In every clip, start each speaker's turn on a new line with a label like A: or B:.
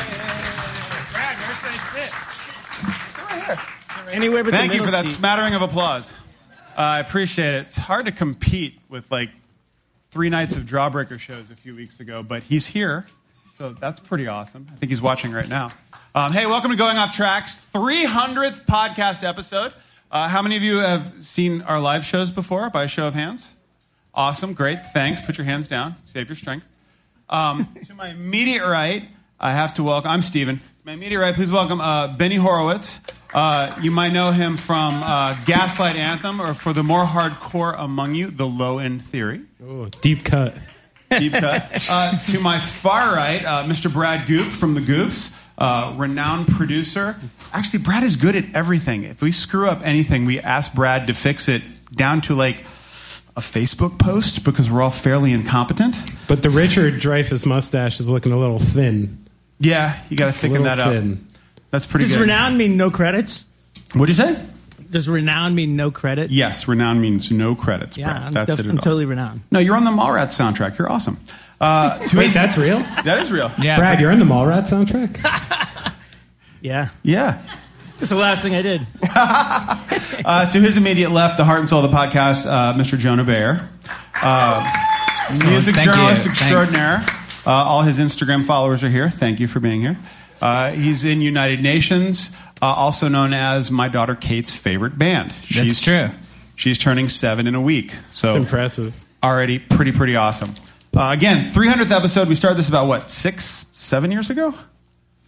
A: Brad, where should I sit?
B: Anywhere but the
A: Thank you
B: middle
A: for that
B: seat.
A: smattering of applause. Uh, I appreciate it. It's hard to compete with like three nights of Drawbreaker shows a few weeks ago, but he's here, so that's pretty awesome. I think he's watching right now. Um, hey, welcome to Going Off Tracks, 300th podcast episode. Uh, how many of you have seen our live shows before? By a show of hands. Awesome, great, thanks. Put your hands down. Save your strength. Um, to my immediate right, I have to welcome. I'm Steven. To my immediate right, please welcome uh, Benny Horowitz. Uh, you might know him from uh, Gaslight Anthem, or for the more hardcore among you, The Low End Theory.
C: Oh, Deep cut.
A: Deep cut. Uh, to my far right, uh, Mr. Brad Goop from The Goops, uh, renowned producer. Actually, Brad is good at everything. If we screw up anything, we ask Brad to fix it down to like a Facebook post because we're all fairly incompetent.
C: But the Richard Dreyfus mustache is looking a little thin.
A: Yeah, you got to thicken
C: little
A: that up.
C: thin.
A: That's pretty
B: Does
A: good.
B: renown mean no credits?
A: What'd you say?
B: Does renown mean no credit?
A: Yes, renown means no credits,
B: Yeah,
A: Brad.
B: I'm,
A: That's
B: def-
A: it. at
B: I'm
A: all.
B: totally renowned.
A: No, you're on the Mallrats soundtrack. You're awesome. Uh, to
C: Wait,
A: his-
C: that's real?
A: that is real.
B: Yeah,
C: Brad, you're on the Mallrat soundtrack?
B: Yeah,
A: Yeah.
B: that's the last thing I did.
A: Uh, to his immediate left, the heart and soul of the podcast, uh, Mr. Jonah Bayer, uh, music
D: thank
A: journalist
D: you. Thanks.
A: extraordinaire. Uh, all his Instagram followers are here. Thank you for being here. Uh, he's in United Nations, uh, also known as my daughter Kate's favorite band.
D: That's true.
A: She's turning seven in a week, so
C: It's impressive.
A: Already pretty pretty awesome. Uh, again, 300th episode. We started this about what six, seven years ago.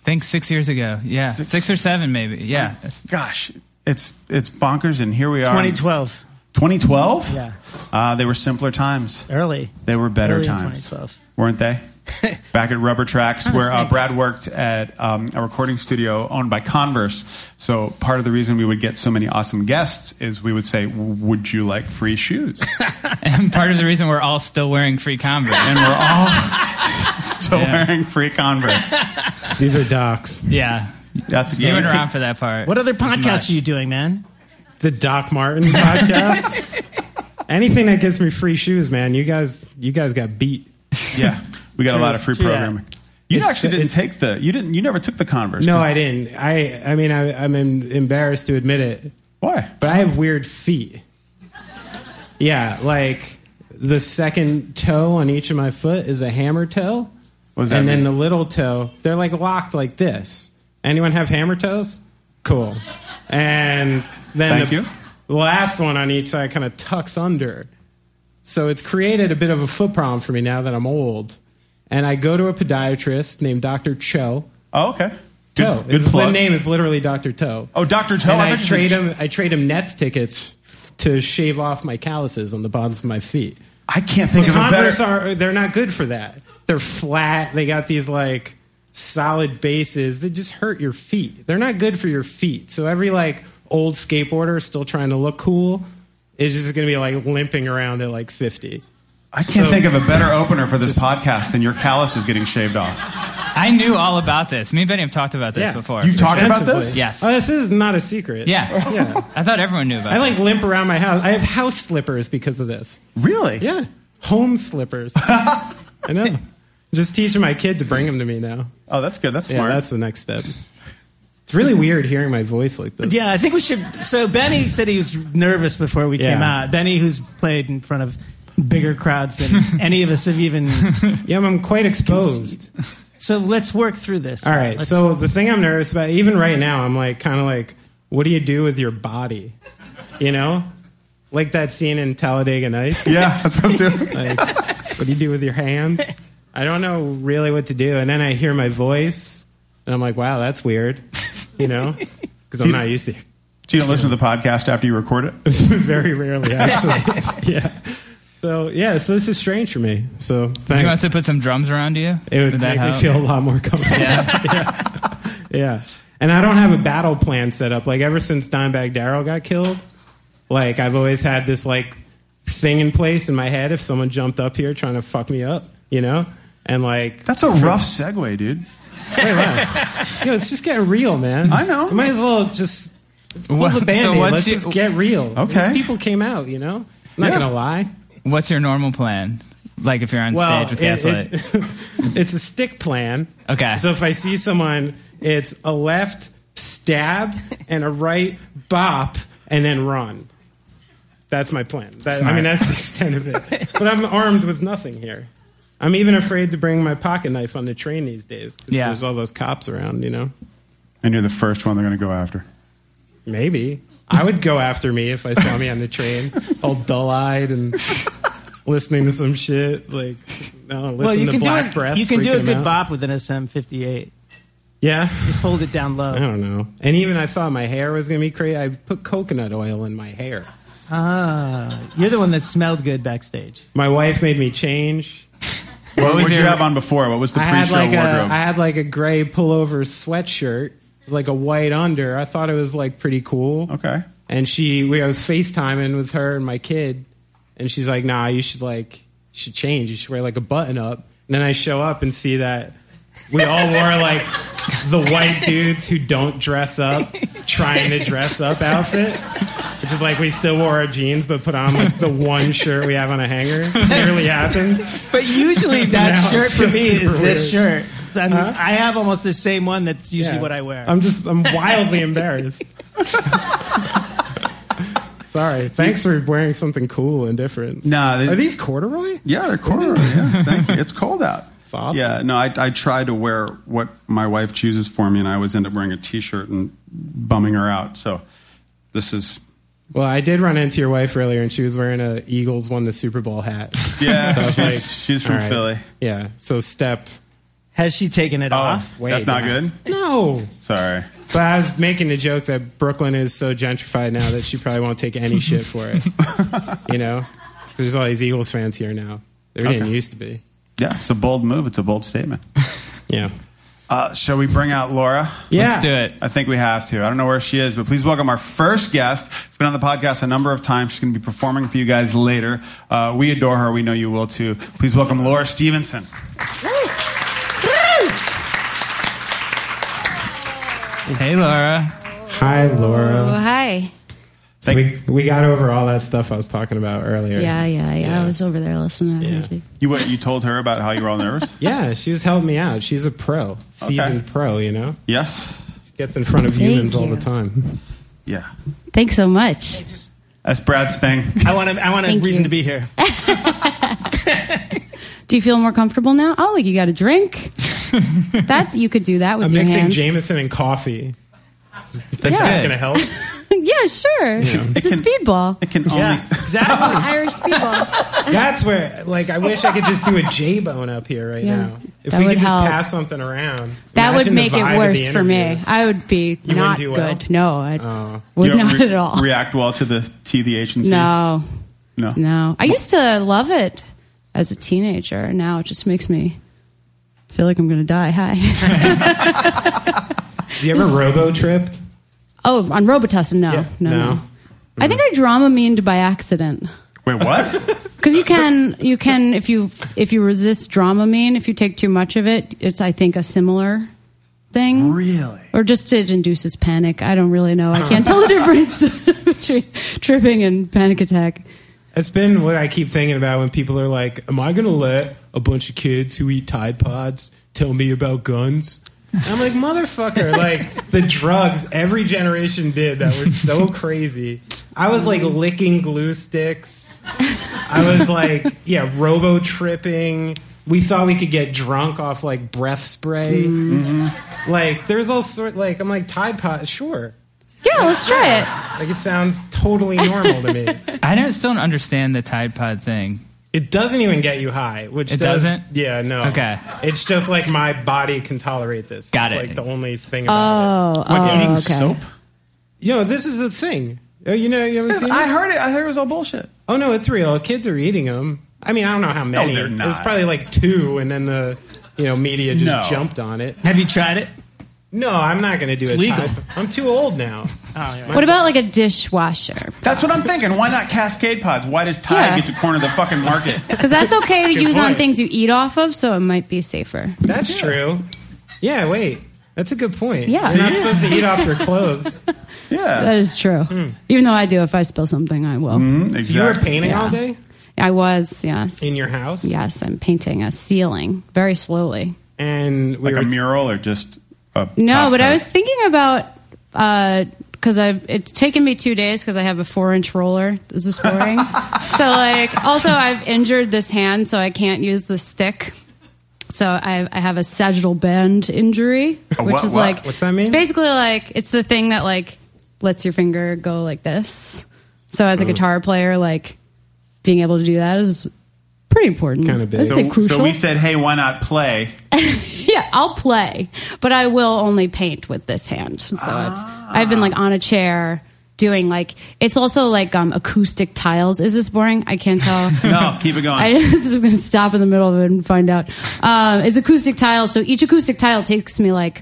D: think six years ago. Yeah, six, or seven maybe. Yeah,
A: Gosh, it's it's bonkers, and here we are.
B: 2012,
A: 2012?
B: Yeah.
A: Uh, they were simpler times.
B: early.
A: They were better
B: Early in
A: times.
B: 2012.
A: Weren't they? Back at Rubber Tracks,
B: Trying to
A: where uh,
B: think.
A: Brad worked at um, a recording studio owned by Converse. So, part of the reason we would get so many awesome guests is we would say, Would you like free shoes?
D: and part of the reason we're all still wearing free Converse.
A: and we're all still
D: Yeah.
A: wearing free Converse.
C: These are docs.
D: yeah,
A: That's
D: you went around for that part.
B: What other
D: It was
B: podcasts
D: much.
B: are you doing, man?
C: The Doc Martin podcast. Anything that gives me free shoes, man. You guys you guys got beat.
A: Yeah. We got a lot of free
B: True that.
A: programming. You
C: It's-
A: actually didn't take the, you didn't, you never took the Converse.
C: No,
A: 'cause-
C: I didn't. I I mean I I'm em- embarrassed to admit it,
A: Why?
C: but I have weird feet. Yeah, like the second toe on each of my foot is a hammer toe.
A: What does that
C: and
A: mean?
C: then the little toe, they're like locked like this. Anyone have hammer toes? Cool. And then
A: Thank
C: the
A: you.
C: the last one on each side kind of tucks under. So it's created a bit of a foot problem for me now that I'm old. And I go to a podiatrist named Dr. Cho.
A: Oh, okay.
C: Toe.
A: good
C: His
A: plug.
C: name is literally Dr. Toe.
A: Oh, Dr. Toe.
C: And
A: I
C: I,
A: thought you
C: trade
A: said-
C: him. I trade him Nets tickets to shave off my calluses on the bottoms of my feet.
A: I can't
C: The
A: think of a
C: Converse
A: better.
C: are they're not good for that. They're flat. They got these like solid bases that just hurt your feet. They're not good for your feet. So every like old skateboarder still trying to look cool is just going to be like limping around at like 50.
A: I can't
C: so-
A: think of a better opener for this podcast than your callus is getting shaved off.
D: I knew all about this. Me and Benny have talked about this before.
A: You've talked about
C: Defensively.
A: this?
D: Yes.
C: Oh, this is not a secret.
D: yeah.
C: Yeah.
D: I thought everyone knew about.
C: I like
D: this.
C: limp around my house. I have house slippers because of this.
A: Really?
C: Yeah. Home slippers. I know. Just teaching my kid to bring them to me now.
A: Oh, that's good. That's
C: yeah,
A: smart.
C: that's the next step. It's really weird hearing my voice like this.
B: Yeah, I think we should. So Benny said he was nervous before we came
C: Yeah.
B: out. Benny, who's played in front of bigger crowds than any of us have even.
C: Yeah, I'm quite exposed.
B: So let's work through this.
C: All right.
B: Let's-
C: So the thing I'm nervous about, even right now, I'm like kind of like, what do you do with your body? You know, like that scene in Talladega Nights.
A: yeah, that's what I'm doing.
C: Like, what do you do with your hands? I don't know really what to do. And then I hear my voice, and I'm like, wow, that's weird. You know, because I'm not used to.
A: Do you don't listen to the podcast after you record it?
C: Very rarely, actually. yeah. So yeah, so this is strange for me. So
D: Do you want
C: thanks.
D: us to put some drums around you?
C: It would
D: that
C: make
D: help?
C: me feel a lot more comfortable. Yeah. yeah. And I don't have a battle plan set up. Like ever since Don Bagdarrow got killed, like I've always had this like thing in place in my head if someone jumped up here trying to fuck me up, you know? And like
A: That's a rough segue, dude.
C: wait, wow. Yo, it's just getting real, man.
A: I know.
C: You might as well just pull
D: What-
C: the band-aid.
D: so what's
C: Let's
D: your-
C: just get real.
A: Okay.
C: These people came out, you know? I'm not
A: Yeah.
C: gonna lie.
D: What's your normal plan? Like if you're on
C: Well,
D: stage with
C: it-
D: Gaslight.
C: it- it's a stick plan.
D: Okay.
C: So if I see someone, it's a left stab and a right bop and then run. That's my plan. That, I
D: Smart.
C: mean, that's the extent of it. But I'm armed with nothing here. I'm even afraid to bring my pocket knife on the train these days. 'cause
D: Yeah.
C: There's all those cops around, you know?
A: And you're the first one they're going to go after.
C: Maybe. I would go after me if I saw me on the train, all dull eyed and listening to some shit. Like, no, listen
B: well, you
C: to
B: can
C: Black
B: do it,
C: Breath.
B: You can do
C: freaking
B: a good
C: out.
B: bop with an SM58.
C: Yeah.
B: Just hold it down
C: I
B: low.
C: don't know. And even I thought my hair was gonna be crazy. I put coconut oil in my hair.
B: Ah, you're the one that smelled good backstage.
C: My wife made me change.
A: What,
D: was
A: did you
D: your-
A: have on before? What was the
C: I
A: pre-show
C: had like a
A: wardrobe?
C: I had like a gray pullover sweatshirt, like a white under. I thought it was like pretty cool.
A: okay.
C: And she, we, I was FaceTiming with her and my kid, and she's like, "Nah, you should like, you should change. You should wear like a button up." And then I show up and see that we all wore like the white dudes who don't dress up, trying to dress up outfit, which is like we still wore our jeans but put on like the one shirt we have on a hanger. It really happened.
B: But usually that
C: Now it
B: shirt for
C: feels
B: me is
C: super
B: this shirt. I, mean,
C: Huh?
B: I have almost the same one. That's usually
C: Yeah.
B: what I wear.
C: I'm just, I'm wildly embarrassed. Sorry. Thanks for wearing something cool and different.
A: Nah, they-
C: are these corduroy?
A: Yeah, they're corduroy. yeah, thank you. It's cold out. It's
C: awesome.
A: Yeah, no, I, I try to wear what my wife chooses for me, and I always end up wearing a T-shirt and bumming her out. So this is
C: Well, I did run into your wife earlier, and she was wearing a Eagles won the Super Bowl hat.
A: yeah.
C: So I was
A: she's,
C: like,
A: she's from
C: all right.
A: Philly.
C: Yeah. So step.
B: Has she taken it off?
A: Oh, that's not good.
C: No.
A: Sorry.
C: But I was making a joke that Brooklyn is so gentrified now that she probably won't take any shit for it. you know, so there's all these Eagles fans here now. There didn't used to be.
A: Yeah, it's a bold move. It's a bold statement.
C: Yeah.
A: Uh, shall we bring out Laura?
C: Yeah.
D: Let's do it.
A: I think we have to. I don't know where she is, but please welcome our first guest. She's been on the podcast a number of times. She's going to be performing for you guys later. Uh, we adore her. We know you will too. Please welcome Laura Stevenson.
D: Hey Laura.
C: Hi, Laura.
E: Oh, hi.
C: So we, we got over all that stuff I was talking about earlier.
E: Yeah, yeah, yeah.
C: Yeah.
E: I was over there listening to
C: Yeah.
E: music.
A: You what? You told her about how you were all nervous.
C: Yeah, she was helping me out. She's a pro, seasoned pro, you know?
A: yes.
C: Gets in front of
E: Thank
C: humans all
E: you.
C: the time.
A: Yeah.
E: Thanks so much.
A: That's Brad's thing.
B: I want to. I want a
E: Thank
B: reason
E: you.
B: to be here.
E: Do you feel more comfortable now? Oh, like you got a drink. That's you could do that with
C: I'm
E: your
C: mixing
E: hands.
C: Jameson and coffee.
D: That's
E: Yeah.
D: good.
C: Gonna help?
E: yeah, sure. It's a
A: can-
E: speedball.
A: It can only.
B: Exactly.
E: Irish speedball.
C: That's where, like, I wish I could just do a J bone up here right
E: Yeah,
C: now. If
E: that
C: we could
E: would
C: just
E: help.
C: pass something around,
E: That would
C: Imagine the
E: make
C: vibe
E: it
C: of
E: worse
C: the
E: for me.
C: interview.
E: I would be
C: wouldn't
E: not
C: do well?
E: good. No, I
C: Oh.
A: You
E: would
A: don't
E: not
A: re-
E: at all.
A: React well to the T, the H, and C.
E: no,
A: No.
E: no. I used to love it as a teenager. Now it just makes me feel like I'm going to die. Hi.
C: You ever robo trip?
E: oh, on Robitussin? No,
C: Yeah.
E: no,
C: No.
E: no. I think I drama meaned by accident.
A: Wait, what?
E: Because you can, you can, if you if you resist Dramamine, if you take too much of it, it's I think a similar thing.
A: really?
E: Or just it induces panic. I don't really know. I can't tell the difference between tripping and panic attack.
C: That's been what I keep thinking about when people are like, "Am I going to let a bunch of kids who eat Tide Pods tell me about guns?" I'm like, motherfucker! like the drugs every generation did that were so crazy. I was like licking glue sticks. I was like, yeah, robo tripping. We thought we could get drunk off like breath spray.
E: Mm-hmm.
C: Like there's all sort. Like I'm like Tide Pod, sure.
E: Yeah, let's try it.
C: Like it sounds totally normal to me.
D: I don't still don't understand the Tide Pod thing.
C: It doesn't even get you high, which
D: It
C: does-
D: doesn't?
C: Yeah, no.
D: Okay.
C: It's just like my body can tolerate this.
D: Got
C: it's
D: it.
C: Like the only thing about
E: Oh,
C: it.
E: oh,
C: eating
E: okay.
C: soap? You know, this is a thing. Oh, you know, you haven't seen.
A: I
C: this?
A: heard it. I heard it was all bullshit.
C: Oh no, it's real. Kids are eating them. I mean, I don't know how many.
F: they're not.
C: It's probably like two, and then the you know media just
F: No.
C: jumped on it.
G: Have you tried it?
C: No, I'm not going to do it.
G: legal.
C: I'm too old now.
E: What about like a dishwasher?
F: That's what I'm thinking. Why not Cascade Pods? Why does Tide
E: Yeah.
F: get to corner the fucking market?
E: Because that's okay to
C: Good
E: use on
C: point.
E: things you eat off of, so it might be safer.
C: That's true. Yeah, wait. That's a good point.
E: Yeah.
C: You're not
E: See?
C: supposed to eat off your clothes.
F: yeah,
E: That is true. Even though I do, if I spill something, I will.
C: Hmm. So you were
F: Hmm, exactly.
C: painting
E: Yeah.
C: all day
E: I was, yes.
C: in your house.
E: Yes, I'm painting a ceiling very slowly.
C: and we
F: Like
C: were
F: a mural or just a
E: No,
F: top
E: but I
F: coat?
E: was thinking about because I've it's taken me two days because I have a four inch roller. Is this boring? so like, also I've injured this hand, so I can't use the stick. So I, I have a sagittal bend injury, which
F: what-
E: is
F: what?
E: like
C: What's that mean?
E: It's basically like it's the thing that like lets your finger go like this. So
F: Oh.
E: as a guitar player, like being able to do that is pretty important.
C: Kinda big.
E: I'd say
C: So- so
E: crucial.
F: So we said, hey, why not play?
E: Yeah, I'll play, but I will only paint with this hand. So
C: Ah.
E: I've, I've been like on a chair doing like it's also like um, acoustic tiles. Is this boring? I can't tell.
F: No, keep it going.
E: I just am going to stop in the middle of it and find out. Um, it's acoustic tiles, so each acoustic tile takes me like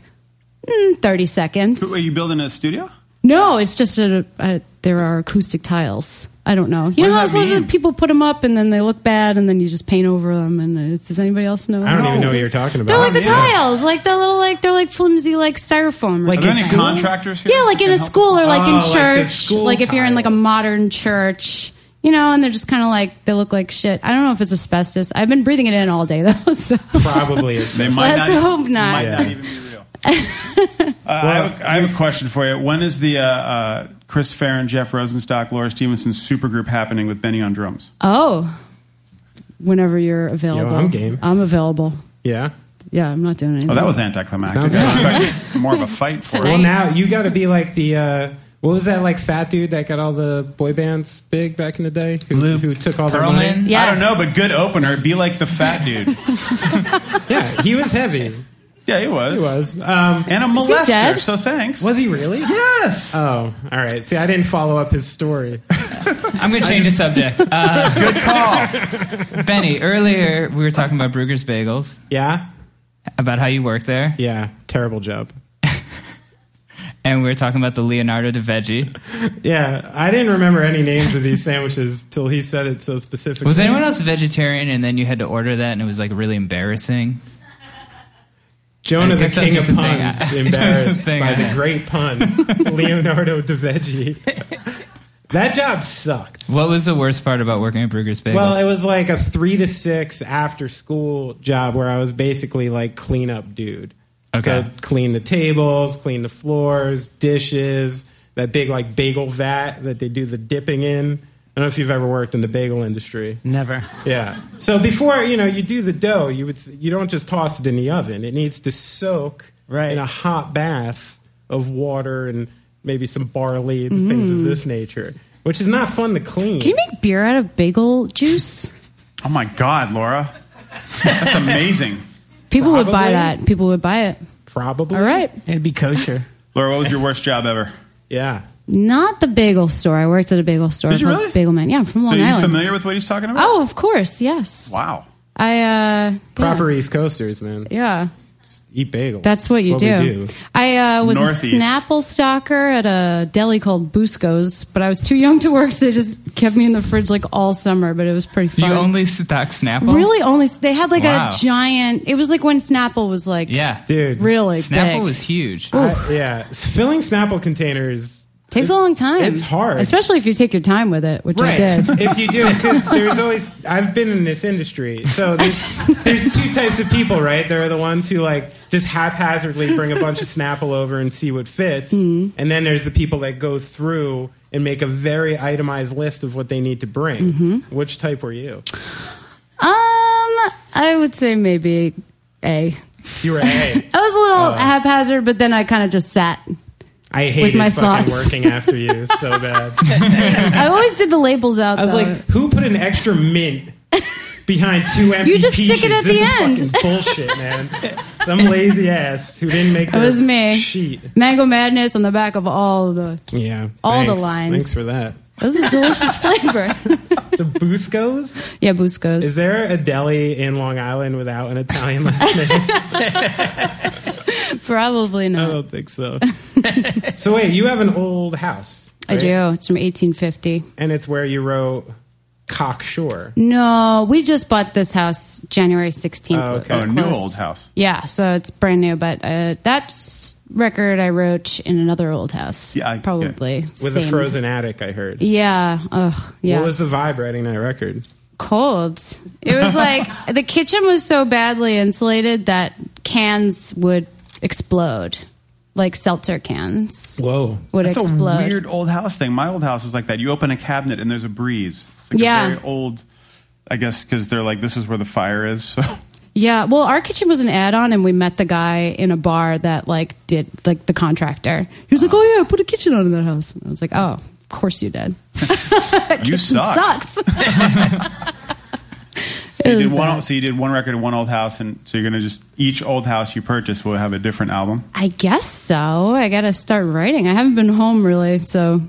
E: mm, thirty seconds.
F: Are you building a studio?
E: No, it's just a, a, there are acoustic tiles. I don't know. You
F: What
E: know how
F: does that
E: some of the
F: mean?
E: people put them up and then they look bad, and then you just paint over them. And it's, does anybody else know?
C: I don't even know what you're talking about.
E: They're like the
C: Yeah.
E: tiles, like the little, like they're like flimsy, like styrofoam. Or
C: Like
F: Are there
C: in
F: any
C: school?
F: contractors here?
E: yeah, like
F: that
E: in
F: can
E: a
F: help?
E: school or like
C: Oh,
E: in
C: like the
E: church, like,
C: school
E: if you're in like a
C: tiles.
E: modern church, you know, and they're just kind of like they look like shit. I don't know if it's asbestos. I've been breathing it in all day though. So.
C: Probably is.
F: They might
E: Let's
F: not,
E: hope not.
F: Might not
C: Yeah.
F: even be real. uh, I, have, I have a question for you. When is the uh, uh, Chris Farron, Jeff Rosenstock, Laura Stevenson supergroup happening with Benny on drums?
E: Oh, whenever you're available,
C: I'm game.
E: I'm available.
C: Yeah.
E: Yeah, I'm not doing anything.
F: Oh, that was anticlimactic.
C: Sounds
F: I expected more of a fight for
C: Well,
F: it.
C: now you got to be like the uh, what was that like fat dude that got all the boy bands big back in the day who,
D: Lou
C: who took all their
D: Pearlman?
C: money?
E: Yes.
F: I don't know, but good opener. Be like the fat dude.
C: Yeah, he was heavy.
F: yeah, he was.
C: He was. Um,
F: And a
E: he
F: molester.
E: dead?
F: So thanks.
C: was he really?
F: yes.
C: Oh, all right. See, I didn't follow up his story.
D: I'm going to change the subject. Uh, Good call. Benny, earlier we were talking about Brugger's Bagels,
C: Yeah.
D: about how you work there,
C: Yeah. Terrible job.
D: and we were talking about the Leonardo da Veggie.
C: Yeah, I didn't remember any names of these sandwiches till he said it so specifically.
D: Was anyone else vegetarian and then you had to order that and it was like really embarrassing?
C: Jonah,
D: I
C: the
D: guess
C: king
D: that's
C: of
D: just a thing I-
C: puns,
D: that's just a
C: embarrassed
D: thing
C: by
D: I
C: the
D: had.
C: great pun, Leonardo da Vinci. that job sucked.
D: What was the worst part about working at Brugger's Bagels?
C: Well, it was like a three to six after school job where I was basically like cleanup dude.
D: Okay.
C: So clean the tables, clean the floors, dishes, that big like bagel vat that they do the dipping in. I don't know if you've ever worked in the bagel industry.
G: Never.
C: Yeah. So before you know, you do the dough. You would you don't just toss it in the oven. It needs to soak
G: Right.
C: in a hot bath of water and maybe some barley and things of this nature, which is not fun to clean.
E: Can you make beer out of bagel juice?
F: Oh my God, Laura. That's amazing.
E: People would buy
C: Probably.
E: that. People would buy it.
C: Probably.
E: All right.
G: It'd be kosher.
F: Laura, what was your worst job ever?
C: Yeah.
E: Not the bagel store. I worked at a bagel store.
F: Did you
E: called
F: really?
E: Bagel Man. Yeah, I'm from
F: So
E: Long
F: you
E: Island.
F: familiar with what he's talking about?
E: Oh, of course, yes.
F: Wow.
E: I uh
C: Proper East Coasters, man.
E: yeah.
C: Just eat bagels.
E: That's what you
C: we
E: do. I uh, was
F: Northeast.
E: a Snapple stalker at a deli called Busco's, but I was too young to work, so they just kept me in the fridge like all summer. But it was pretty
D: you
E: fun.
D: only stock Snapple?
E: really only they had like
D: Wow.
E: a giant. It was like when Snapple was like
D: Yeah.
C: Dude.
E: really
D: Snapple
E: big.
D: was huge.
C: I- yeah. Filling Snapple containers
E: takes a long time.
C: it's hard.
E: especially if you take your time with it, which I did.
C: if you do, because there's always I've been in this industry, so there's there's two types of people, right? There are the ones who like just haphazardly bring a bunch of Snapple over and see what fits,
E: Mm-hmm.
C: and then there's the people that go through and make a very itemized list of what they need to bring.
E: Mm-hmm.
C: Which type were you?
E: Um, I would say maybe A.
C: You were A. Uh.
E: I was a little haphazard, but then I kind of just sat.
C: I hated
E: my
C: fucking
E: thoughts.
C: working after you so bad.
E: I always did the labels out.
C: I was
E: though.
C: like, who put an extra mint behind two empty
E: You just stick
C: peaches?
E: it at
C: this
E: the
C: is
E: end.
C: fucking bullshit, man. Some lazy ass who didn't make
E: it
C: their
E: was me.
C: sheet.
E: Mango madness on the back of all of the.
C: Yeah,
E: All the
C: thanks.
E: lines.
C: Thanks for that.
E: This is delicious flavor.
C: So Busco's.
E: yeah, Busco's.
C: Is there a deli in Long Island without an Italian last name?
E: Probably
C: I
E: not.
C: don't think so. so wait, you have an old house.
E: I
C: right?
E: do. It's from 1850.
C: and it's where you wrote cockshore.
E: No, we just bought this house January 16th.
C: Oh, okay.
F: Oh, a new
E: Closed.
F: old house.
E: Yeah, so it's brand new, but uh, that record I wrote in another old house.
F: Yeah, I-
E: probably
C: With a
E: Same.
C: frozen attic, I heard.
E: Yeah. Ugh. Yeah.
C: What was the vibe writing that record?
E: Cold. It was like the kitchen was so badly insulated that cans would explode, like seltzer cans.
C: Whoa.
E: Would
F: That's
E: explode.
F: a weird old house thing. My old house is like that. You open a cabinet and there's a breeze. It's like
E: Yeah.
F: a very old, I guess, because they're like, this is where the fire is. So
E: Yeah, well, our kitchen was an add-on, and we met the guy in a bar that like did like the contractor. He was like, "Oh yeah, I put a kitchen on in that house." And I was like, "Oh, of course you did.
F: you suck.
E: Sucks."
F: So you
E: It was
F: did one.
E: bad.
F: So you did one record in one old house, and so you're gonna just each old house you purchase will have a different album.
E: I guess so. I gotta start writing. I haven't been home really, so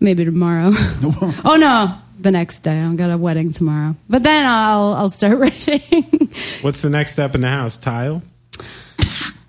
E: maybe tomorrow. oh no, the next day. I've got a wedding tomorrow, but then I'll I'll start writing.
C: What's the next step in the house? Tile?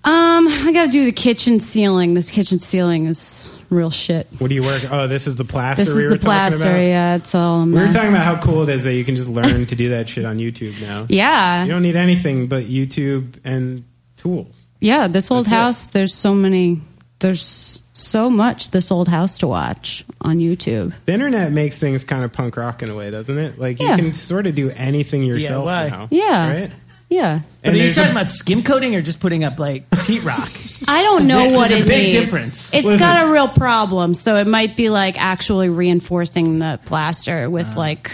E: um, I gotta do the kitchen ceiling. This kitchen ceiling is real shit.
C: What do you work? Oh, this is the plaster
E: This
C: we
E: is
C: were
E: the plaster.
C: talking about.
E: Yeah, it's all. A
C: We were
E: mess.
C: talking about how cool it is that you can just learn to do that shit on YouTube now.
E: Yeah.
C: You don't need anything but YouTube and tools.
E: Yeah, this old
C: That's it.
E: house. There's so many. There's so much this old house to watch on YouTube.
C: The internet makes things kind of punk rock in a way, doesn't it? Like
E: Yeah.
C: you can sort of do anything yourself
G: DIY.
C: now.
E: Yeah.
C: Right?
E: Yeah,
C: And
G: But are you
C: there's a-
G: talking about skim coating or just putting up like peat rock?
E: I don't know
G: There's
E: what
G: a
E: it
G: big
E: needs.
G: difference.
E: It's
C: Listen.
E: got a real problem, so it might be like actually reinforcing the plaster with
G: Uh,
E: like.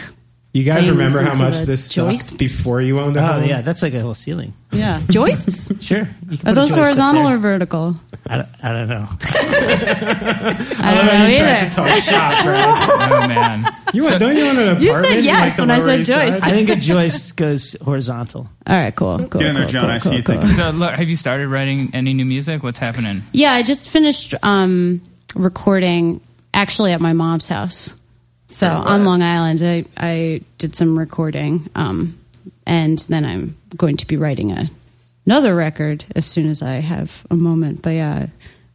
C: You guys
E: things
C: remember how
E: into
C: much
E: the
C: this um, sucked
E: joists?
C: before you owned a
G: Oh
C: home?
G: yeah, that's like a whole ceiling.
E: Yeah, joists.
G: Sure. You can put
E: Are
G: a
E: those
G: joist up
E: horizontal
G: there.
E: or vertical?
G: I don't, I don't know.
E: I don't know
C: you tried
E: either.
C: to talk shop, right?
D: Oh man.
C: You want, don't you want an apartment?
E: You said
C: in,
E: yes
C: like, the
E: when I
C: Lower
E: said
C: East Side?
E: joist.
G: I think a joist goes horizontal.
E: All right, cool. cool
F: Get in there,
E: cool,
F: John.
E: cool,
F: I see
E: cool,
F: you
E: cool.
F: thinking.
D: So, look, have you started writing any new music? What's happening?
E: Yeah, I just finished um, recording actually at my mom's house. So on Long Island, I, I did some recording, um, and then I'm going to be writing a, another record as soon as I have a moment. But yeah,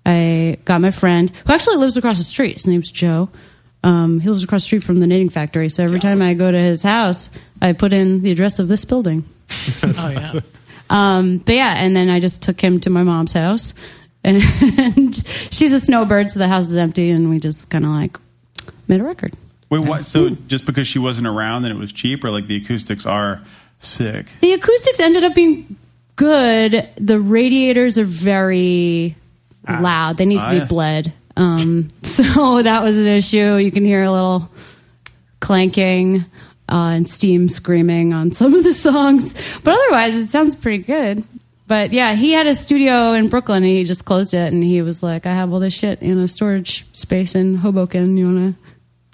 E: I got my friend who actually lives across the street. His name's Joe. Um, he lives across the street from the knitting factory. So every time I go to his house, I put in the address of this building.
G: oh yeah.
E: Um, but yeah, and then I just took him to my mom's house, and she's a snowbird, so the house is empty, and we just kind of like made a record.
F: Wait, what? So just because she wasn't around and it was cheap, or like the acoustics are sick?
E: The acoustics ended up being good. The radiators are very loud; they need to
F: Ah,
E: be
F: yes.
E: bled. Um, so that was an issue. You can hear a little clanking uh, and steam screaming on some of the songs, but otherwise, it sounds pretty good. But yeah, he had a studio in Brooklyn and he just closed it and he was like, I have all this shit in a storage space in Hoboken. You want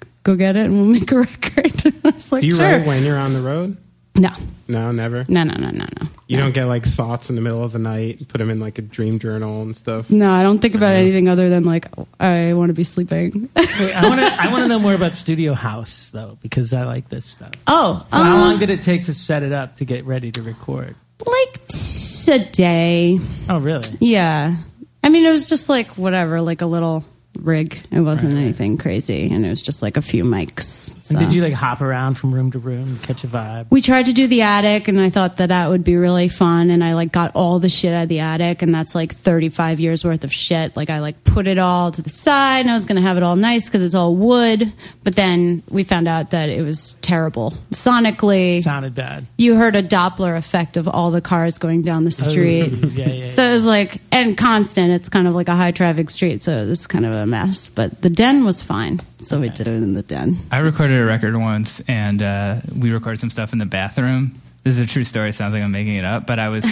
E: to go get it and we'll make a record? I was like,
C: Do you
E: sure.
C: write when you're on the road?
E: No,
C: No, never.
E: no, no, no, no, no.
C: You don't get like thoughts in the middle of the night, put them in like a dream journal and stuff.
E: No, I don't think about
G: Uh-huh.
E: anything other than like I want to be sleeping.
G: Wait, I want to. I want to know more about Studio House though, because I like this stuff.
E: oh,
G: So how long did it take to set it up to get ready to record?
E: like t- a day.
G: Oh, really?
E: Yeah, I mean it was just like whatever, like a little rig. It wasn't anything crazy, and it was just like a few mics.
G: And
E: so.
G: did you like hop around from room to room, catch a vibe?
E: We tried to do the attic, and I thought that that would be really fun. And I like got all the shit out of the attic, and that's like 35 years worth of shit. Like I like put it all to the side, and I was gonna have it all nice because it's all wood. But then we found out that it was terrible sonically.
G: Sounded bad.
E: you heard a Doppler effect of all the cars going down the
B: Oh.
E: street.
G: Oh, yeah, yeah,
E: So it was like and constant. It's kind of like a high traffic street, so it's kind of a mess. But the den was fine, so we did it in the den.
D: I recorded a record once, and uh, we recorded some stuff in the bathroom. This is a true story. It sounds like I'm making it up, but I was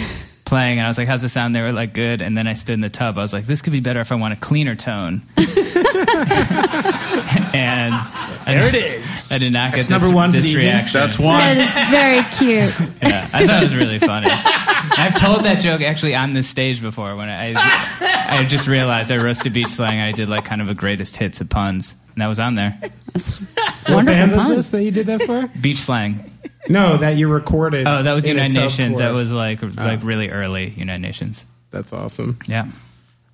D: playing, and I was like, "How's the sound?" They were like, "Good." And then I stood in the tub. I was like, "This could be better if I want a cleaner tone." and there it is. I did not get
G: That's
D: this,
G: number one for
D: this
G: the evening.
D: reaction.
A: That's one.
E: It's very cute.
D: Yeah, I thought it was really funny. I've told that joke actually on this stage before when I I just realized I roasted beach slang. I did like kind of a greatest hits of puns, and that was on there.
C: What band was
E: Wonderful pun.
C: this that you did that for?
D: Beach slang.
C: no, that you recorded.
D: Oh, that was
C: in a
D: United
C: tub
D: Nations.
C: for
D: That
C: it.
D: was like like really early United Nations.
C: That's awesome.
D: Yeah.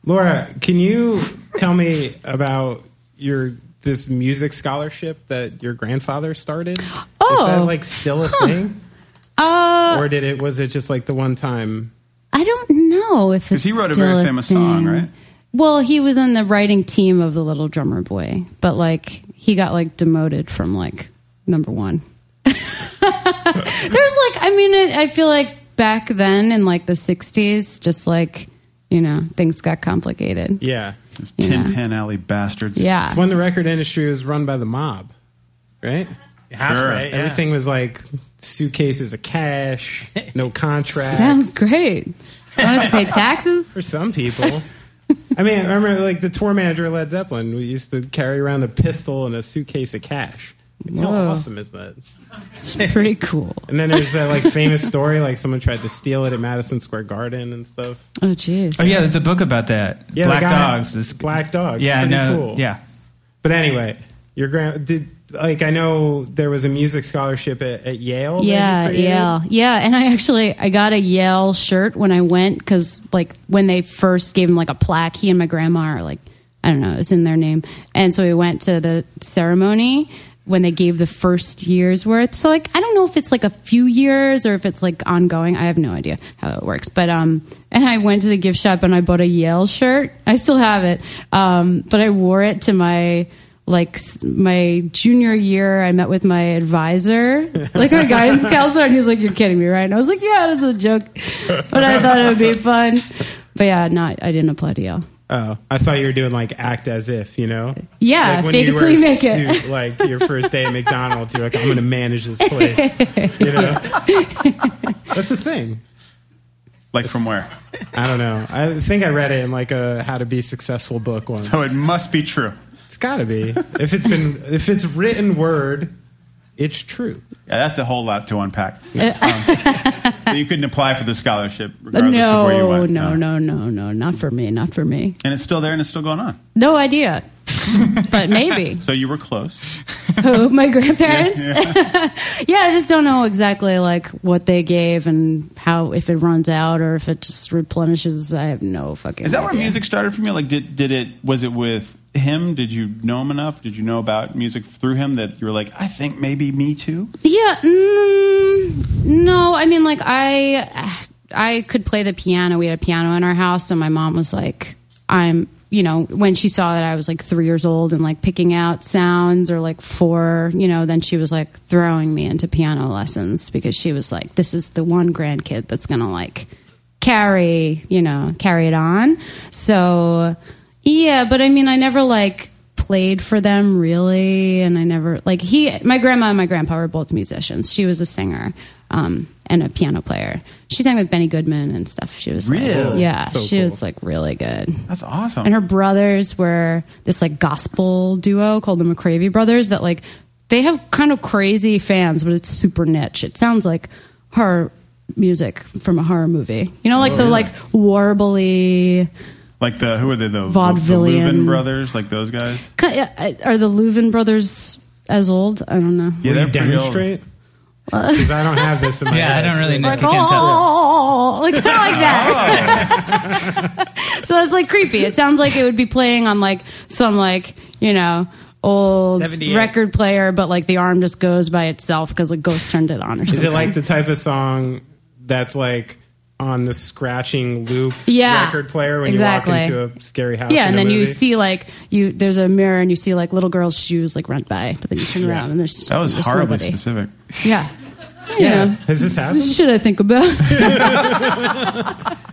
C: Laura, can you tell me about your this music scholarship that your grandfather started?
E: Oh.
C: is that like still a thing,
E: Uh,
C: or did it? Was it just like the one time?
E: I don't know if it's
A: he wrote a
E: still
A: very famous song,
E: thing.
A: right?
E: Well, he was in the writing team of the Little Drummer Boy, but like he got like demoted from like number one. There's like, I mean, it, I feel like back then in like the '60s, just like you know, things got complicated.
C: Yeah,
A: Tin Pan Alley bastards.
E: Yeah,
C: it's when the record industry was run by the mob, right?
G: Halfway, yeah.
C: Everything was like suitcases of cash, no contracts.
E: sounds great. I don't have to pay taxes.
C: For some people. I mean, I remember like the tour manager of Led Zeppelin. We used to carry around a pistol and a suitcase of cash. Like, how
E: Whoa.
C: awesome is that?
E: It's pretty cool.
C: And then there's that like famous story, like someone tried to steal it at Madison Square Garden and stuff.
E: Oh, jeez.
D: Oh yeah, there's a book about that.
C: Yeah, the
D: Black
C: guy-
D: Dogs. This-
C: Black Dogs.
D: Yeah,
C: pretty
D: no.
C: cool.
D: Yeah.
C: But anyway, your grand did like I know there was a music scholarship at, at Yale. that you
E: Yeah,
C: created.
E: yeah, yeah. And I actually I got a Yale shirt when I went because like when they first gave him like a plaque, he and my grandma are like I don't know, it's in their name, and so we went to the ceremony when they gave the first year's worth. So like I don't know if it's like a few years or if it's like ongoing. I have no idea how it works, but um, and I went to the gift shop and I bought a Yale shirt. I still have it, um, but I wore it to my like s- my junior year, I met with my advisor, like my guidance counselor, and he was like, "You're kidding me, right?" And I was like, "Yeah, this is a joke," but I thought it would be fun. But yeah, not I didn't apply to Yale.
C: Oh, I thought you were doing like act as if, you know?
E: Yeah,
C: like
E: fake it till
C: wear
E: you
C: a
E: make it.
C: Suit, like your first day at McDonald's, you're like, I'm going to manage this place. You know? That's the thing.
A: Like from where?
C: I don't know. I think I read it in like a How to Be Successful book once.
A: So it must be true.
C: It's got to be. If it's been, if it's written word, it's true.
A: Yeah, that's a whole lot to unpack. Um, but you couldn't apply for the scholarship regardless of where you
E: Uh, No,
A: went.
E: no, no, no, no, not for me, not for me.
A: And it's still there and it's still going on.
E: No idea, but maybe.
A: So you were close.
E: Who? My grandparents? Yeah, I just don't know exactly like what they gave and how if it runs out or if it just replenishes. I have no fucking.
A: Is that where
E: idea.
A: music started for you? Like, did, did it, was it with him? Did you know him enough? Did you know about music through him that you were like, I think maybe me too?
E: Yeah. Mm, no, I mean, like I, I could play the piano. We had a piano in our house, so my mom was like, "I'm." You know, when she saw that I was like three years old and like picking out sounds or like four, you know, then she was like throwing me into piano lessons because she was like, this is the one grandkid that's gonna like carry, you know, carry it on. So, yeah, but I mean, I never like played for them really, and I never like he. My grandma and my grandpa were both musicians. She was a singer um, and a piano player. She sang with Benny Goodman and stuff. She was like,
A: Really?
E: yeah,
C: So
E: she
C: cool.
E: was like really good.
A: That's awesome.
E: And her brothers were this like gospel duo called the McCravey brothers that like they have kind of crazy fans, but it's super niche. It sounds like horror music from a horror movie. You know,
C: Oh,
E: like the like warbly
A: like the, who are they? The, the, the
E: Vaudevillian.
A: Leuven brothers, like those guys?
E: Ki- uh, Are the Leuven brothers as old? I don't know. Uh,
C: Will
A: Yeah,
C: you
A: they're pretty old.
C: demonstrate? because I don't have this in my
D: Yeah, I
C: head.
D: don't really know.
E: Like, oh, like kind of like that.
C: Oh.
E: so it's like creepy. It sounds like it would be playing on like some like you know old
C: 78.
E: record player, but like the arm just goes by itself because a ghost turned it on or something.
C: Is it like the type of song that's like on the scratching loop
E: Yeah,
C: record player when
E: exactly.
C: you walk into a scary house?
E: yeah,
C: in
E: and
C: a
E: then you
C: movie?
E: see like you there's a mirror and you see like little girls' shoes like run by, but then you turn around and there's
A: That was
E: there's
A: horribly
E: nobody.
A: specific.
E: Yeah.
C: Yeah. Has this happened?
E: Should I think about?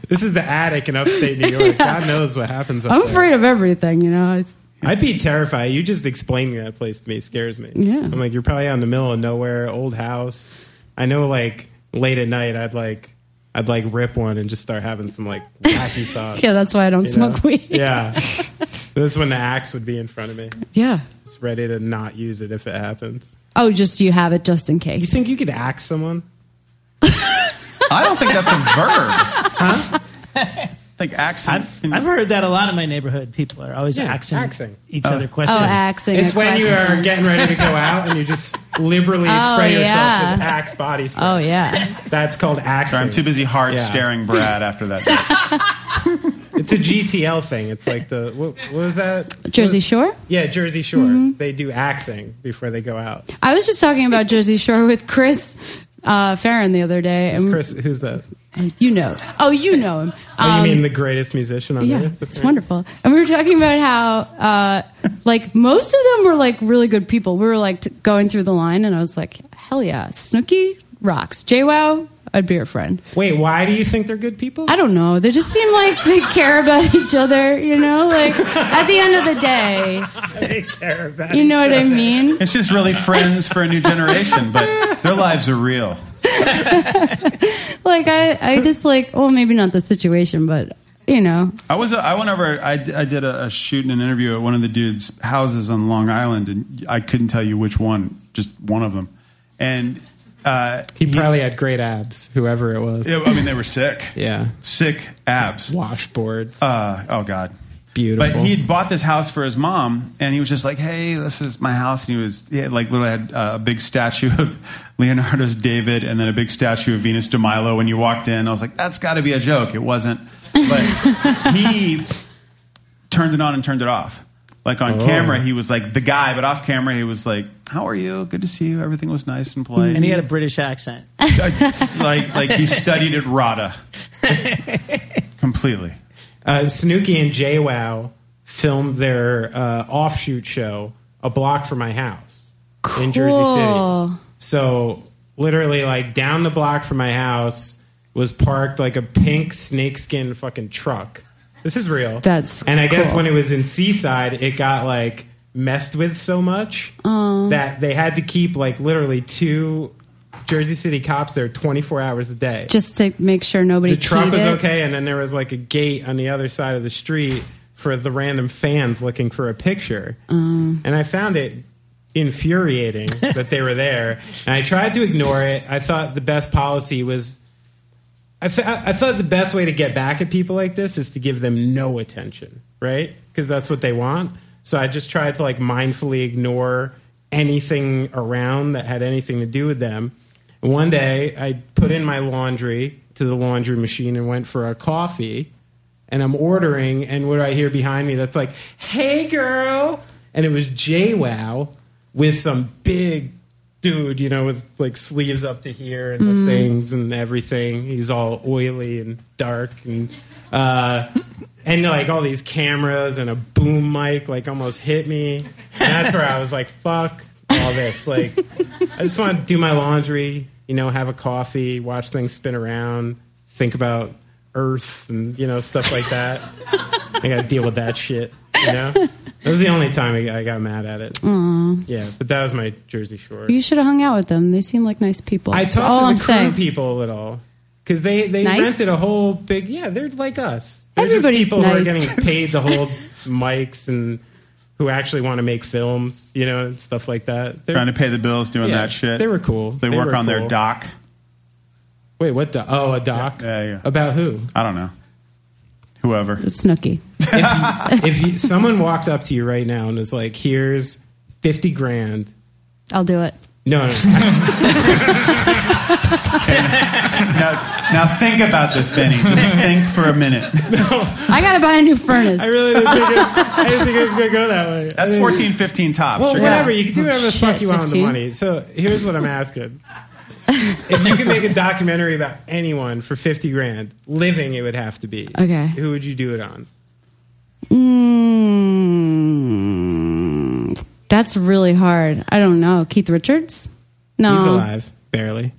C: This is the attic in upstate New York. God knows what happens. Up
E: I'm
C: there.
E: afraid of everything, you know. It's,
C: I'd be terrified. You just explaining that place to me scares me.
E: Yeah.
C: I'm like, you're probably on the middle of nowhere, old house. I know, like late at night, I'd like, I'd like rip one and just start having some like wacky thoughts.
E: yeah, that's why I don't
C: you know?
E: smoke weed.
C: Yeah, this is when the axe would be in front of me,
E: Yeah.
C: just ready to not use it if it happened.
E: Oh, just you have it just in case.
C: You think you could axe someone?
A: I don't think that's a verb. Huh? Like accent.
G: I've, I've heard that a lot in my neighborhood. People are always
C: Yeah,
G: axing,
C: axing.
G: each
A: Oh.
G: other questions.
E: Oh, axing.
C: It's
E: a
C: when you are
E: question.
C: getting ready to go out and you just liberally
E: Oh,
C: spray yourself
E: yeah.
C: with axe body spray.
E: Oh yeah.
C: That's called axing.
A: Sorry, I'm too busy hard
C: Yeah.
A: staring Brad after that.
C: It's a GTL thing. It's like the what, what was that?
E: Jersey Shore. Mm-hmm.
C: Yeah, Jersey Shore. They do axing before they go out.
E: I was just talking about Jersey Shore with Chris uh, Farron the other day, and
C: Chris, who's that?
E: you know, oh, you know him.
C: Oh,
E: Um,
C: you mean the greatest musician on
E: yeah,
C: earth?
E: it's wonderful. And we were talking about how, uh, like, most of them were like really good people. We were like t- going through the line, and I was like, hell yeah, Snooki rocks. JWoww, I'd be your friend.
C: Wait, why do you think they're good people?
E: I don't know. They just seem like they care about each other. You know, like at the end of the day,
C: they care about.
E: you know
C: each
E: what I
C: other.
E: mean.
A: It's just really friends for a new generation, but their lives are real.
E: like I, I just like well maybe not the situation but you know
A: I was I went over I, d- I did a, a shoot and an interview at one of the dudes' houses on Long Island, and I couldn't tell you which one, just one of them, and uh,
C: He probably had great abs. Whoever it was.
A: yeah, I mean they were sick,
C: Yeah.
A: sick abs.
C: Washboards.
A: Uh, oh God,
C: Beautiful.
A: But he had bought this house for his mom, and he was just like, "Hey, this is my house." And he was he had, like literally had uh, a big statue of Leonardo's David, and then a big statue of Venus de Milo. When you walked in, I was like, "That's got to be a joke." It wasn't, but he turned it on and turned it off. Like on
C: Oh.
A: camera, he was like the guy, but off camera, he was like, "How are you? Good to see you. Everything was nice and polite."
G: and he had a British accent.
A: like like he studied at RADA completely.
C: uh, Snooki and JWoww filmed their uh, offshoot show a block from my house in Jersey City.
E: Cool.
C: So literally, like down the block from my house was parked like a pink snakeskin fucking truck. This is real.
E: That's
C: and I guess
E: cool.
C: when it was in Seaside, it got like messed with so much
E: um,
C: that they had to keep like literally two Jersey City cops there 24 hours a day
E: just to make sure nobody
C: the truck
E: keyed
C: was
E: it.
C: okay, and then there was like a gate on the other side of the street for the random fans looking for a picture.
E: Um, Mm.
C: And I found it infuriating that they were there. And I tried to ignore it. I thought the best policy was. I, th- I thought the best way to get back at people like this is to give them no attention, right? Because that's what they want. So I just tried to like mindfully ignore anything around that had anything to do with them. One day I put in my laundry to the laundry machine and went for a coffee and I'm ordering, and what do I hear behind me that's like, hey girl? And it was JWoww with some big dude, you know, with like sleeves up to here and the things and everything. He's all oily and dark and uh and like all these cameras and a boom mic like almost hit me. And that's where I was like, fuck all this. Like I just want to do my laundry, you know, have a coffee, watch things spin around, think about Earth and you know stuff like that. I got to deal with that shit. You know, that was the only time I I got mad at it. Yeah, but that was my Jersey Shore.
E: you should have hung out with them they seem like nice people
C: I
E: That's all
C: talked to the
E: I'm
C: crew
E: saying.
C: people a little because they they
E: Nice.
C: rented a whole big. Yeah, they're like us. They're
E: Everybody's
C: just people who are
E: nice.
C: getting paid to hold mics and who actually want to make films, you know, and stuff like that. They're,
A: Trying to pay the bills, doing
C: Yeah,
A: that shit.
C: they were cool.
A: They,
C: They
A: work
C: were
A: on their
C: cool.
A: dock.
C: wait, what? The, oh, a doc
A: Yeah, yeah, yeah.
C: about who?
A: I don't know. Whoever.
E: It's Snooki
C: if you, someone walked up to you right now and was like, "Here's fifty grand,
E: I'll do it
C: No, no, no.
A: now, now think about this, Benny. Just think for a minute.
E: I gotta buy a new furnace. I
C: really didn't think it, I didn't think it was going to go that way.
A: That's 14, 15 tops.
C: Well,
A: You're
C: whatever.
A: gonna-
C: You can do whatever the
E: shit,
C: fuck you want with the
E: 15?
C: money. So here's what I'm asking. if you could make a documentary about anyone for 50 grand, living it would have to be.
E: Okay.
C: Who would you do it on?
E: Mm, that's really hard. I don't know. Keith Richards? No.
C: He's alive, barely.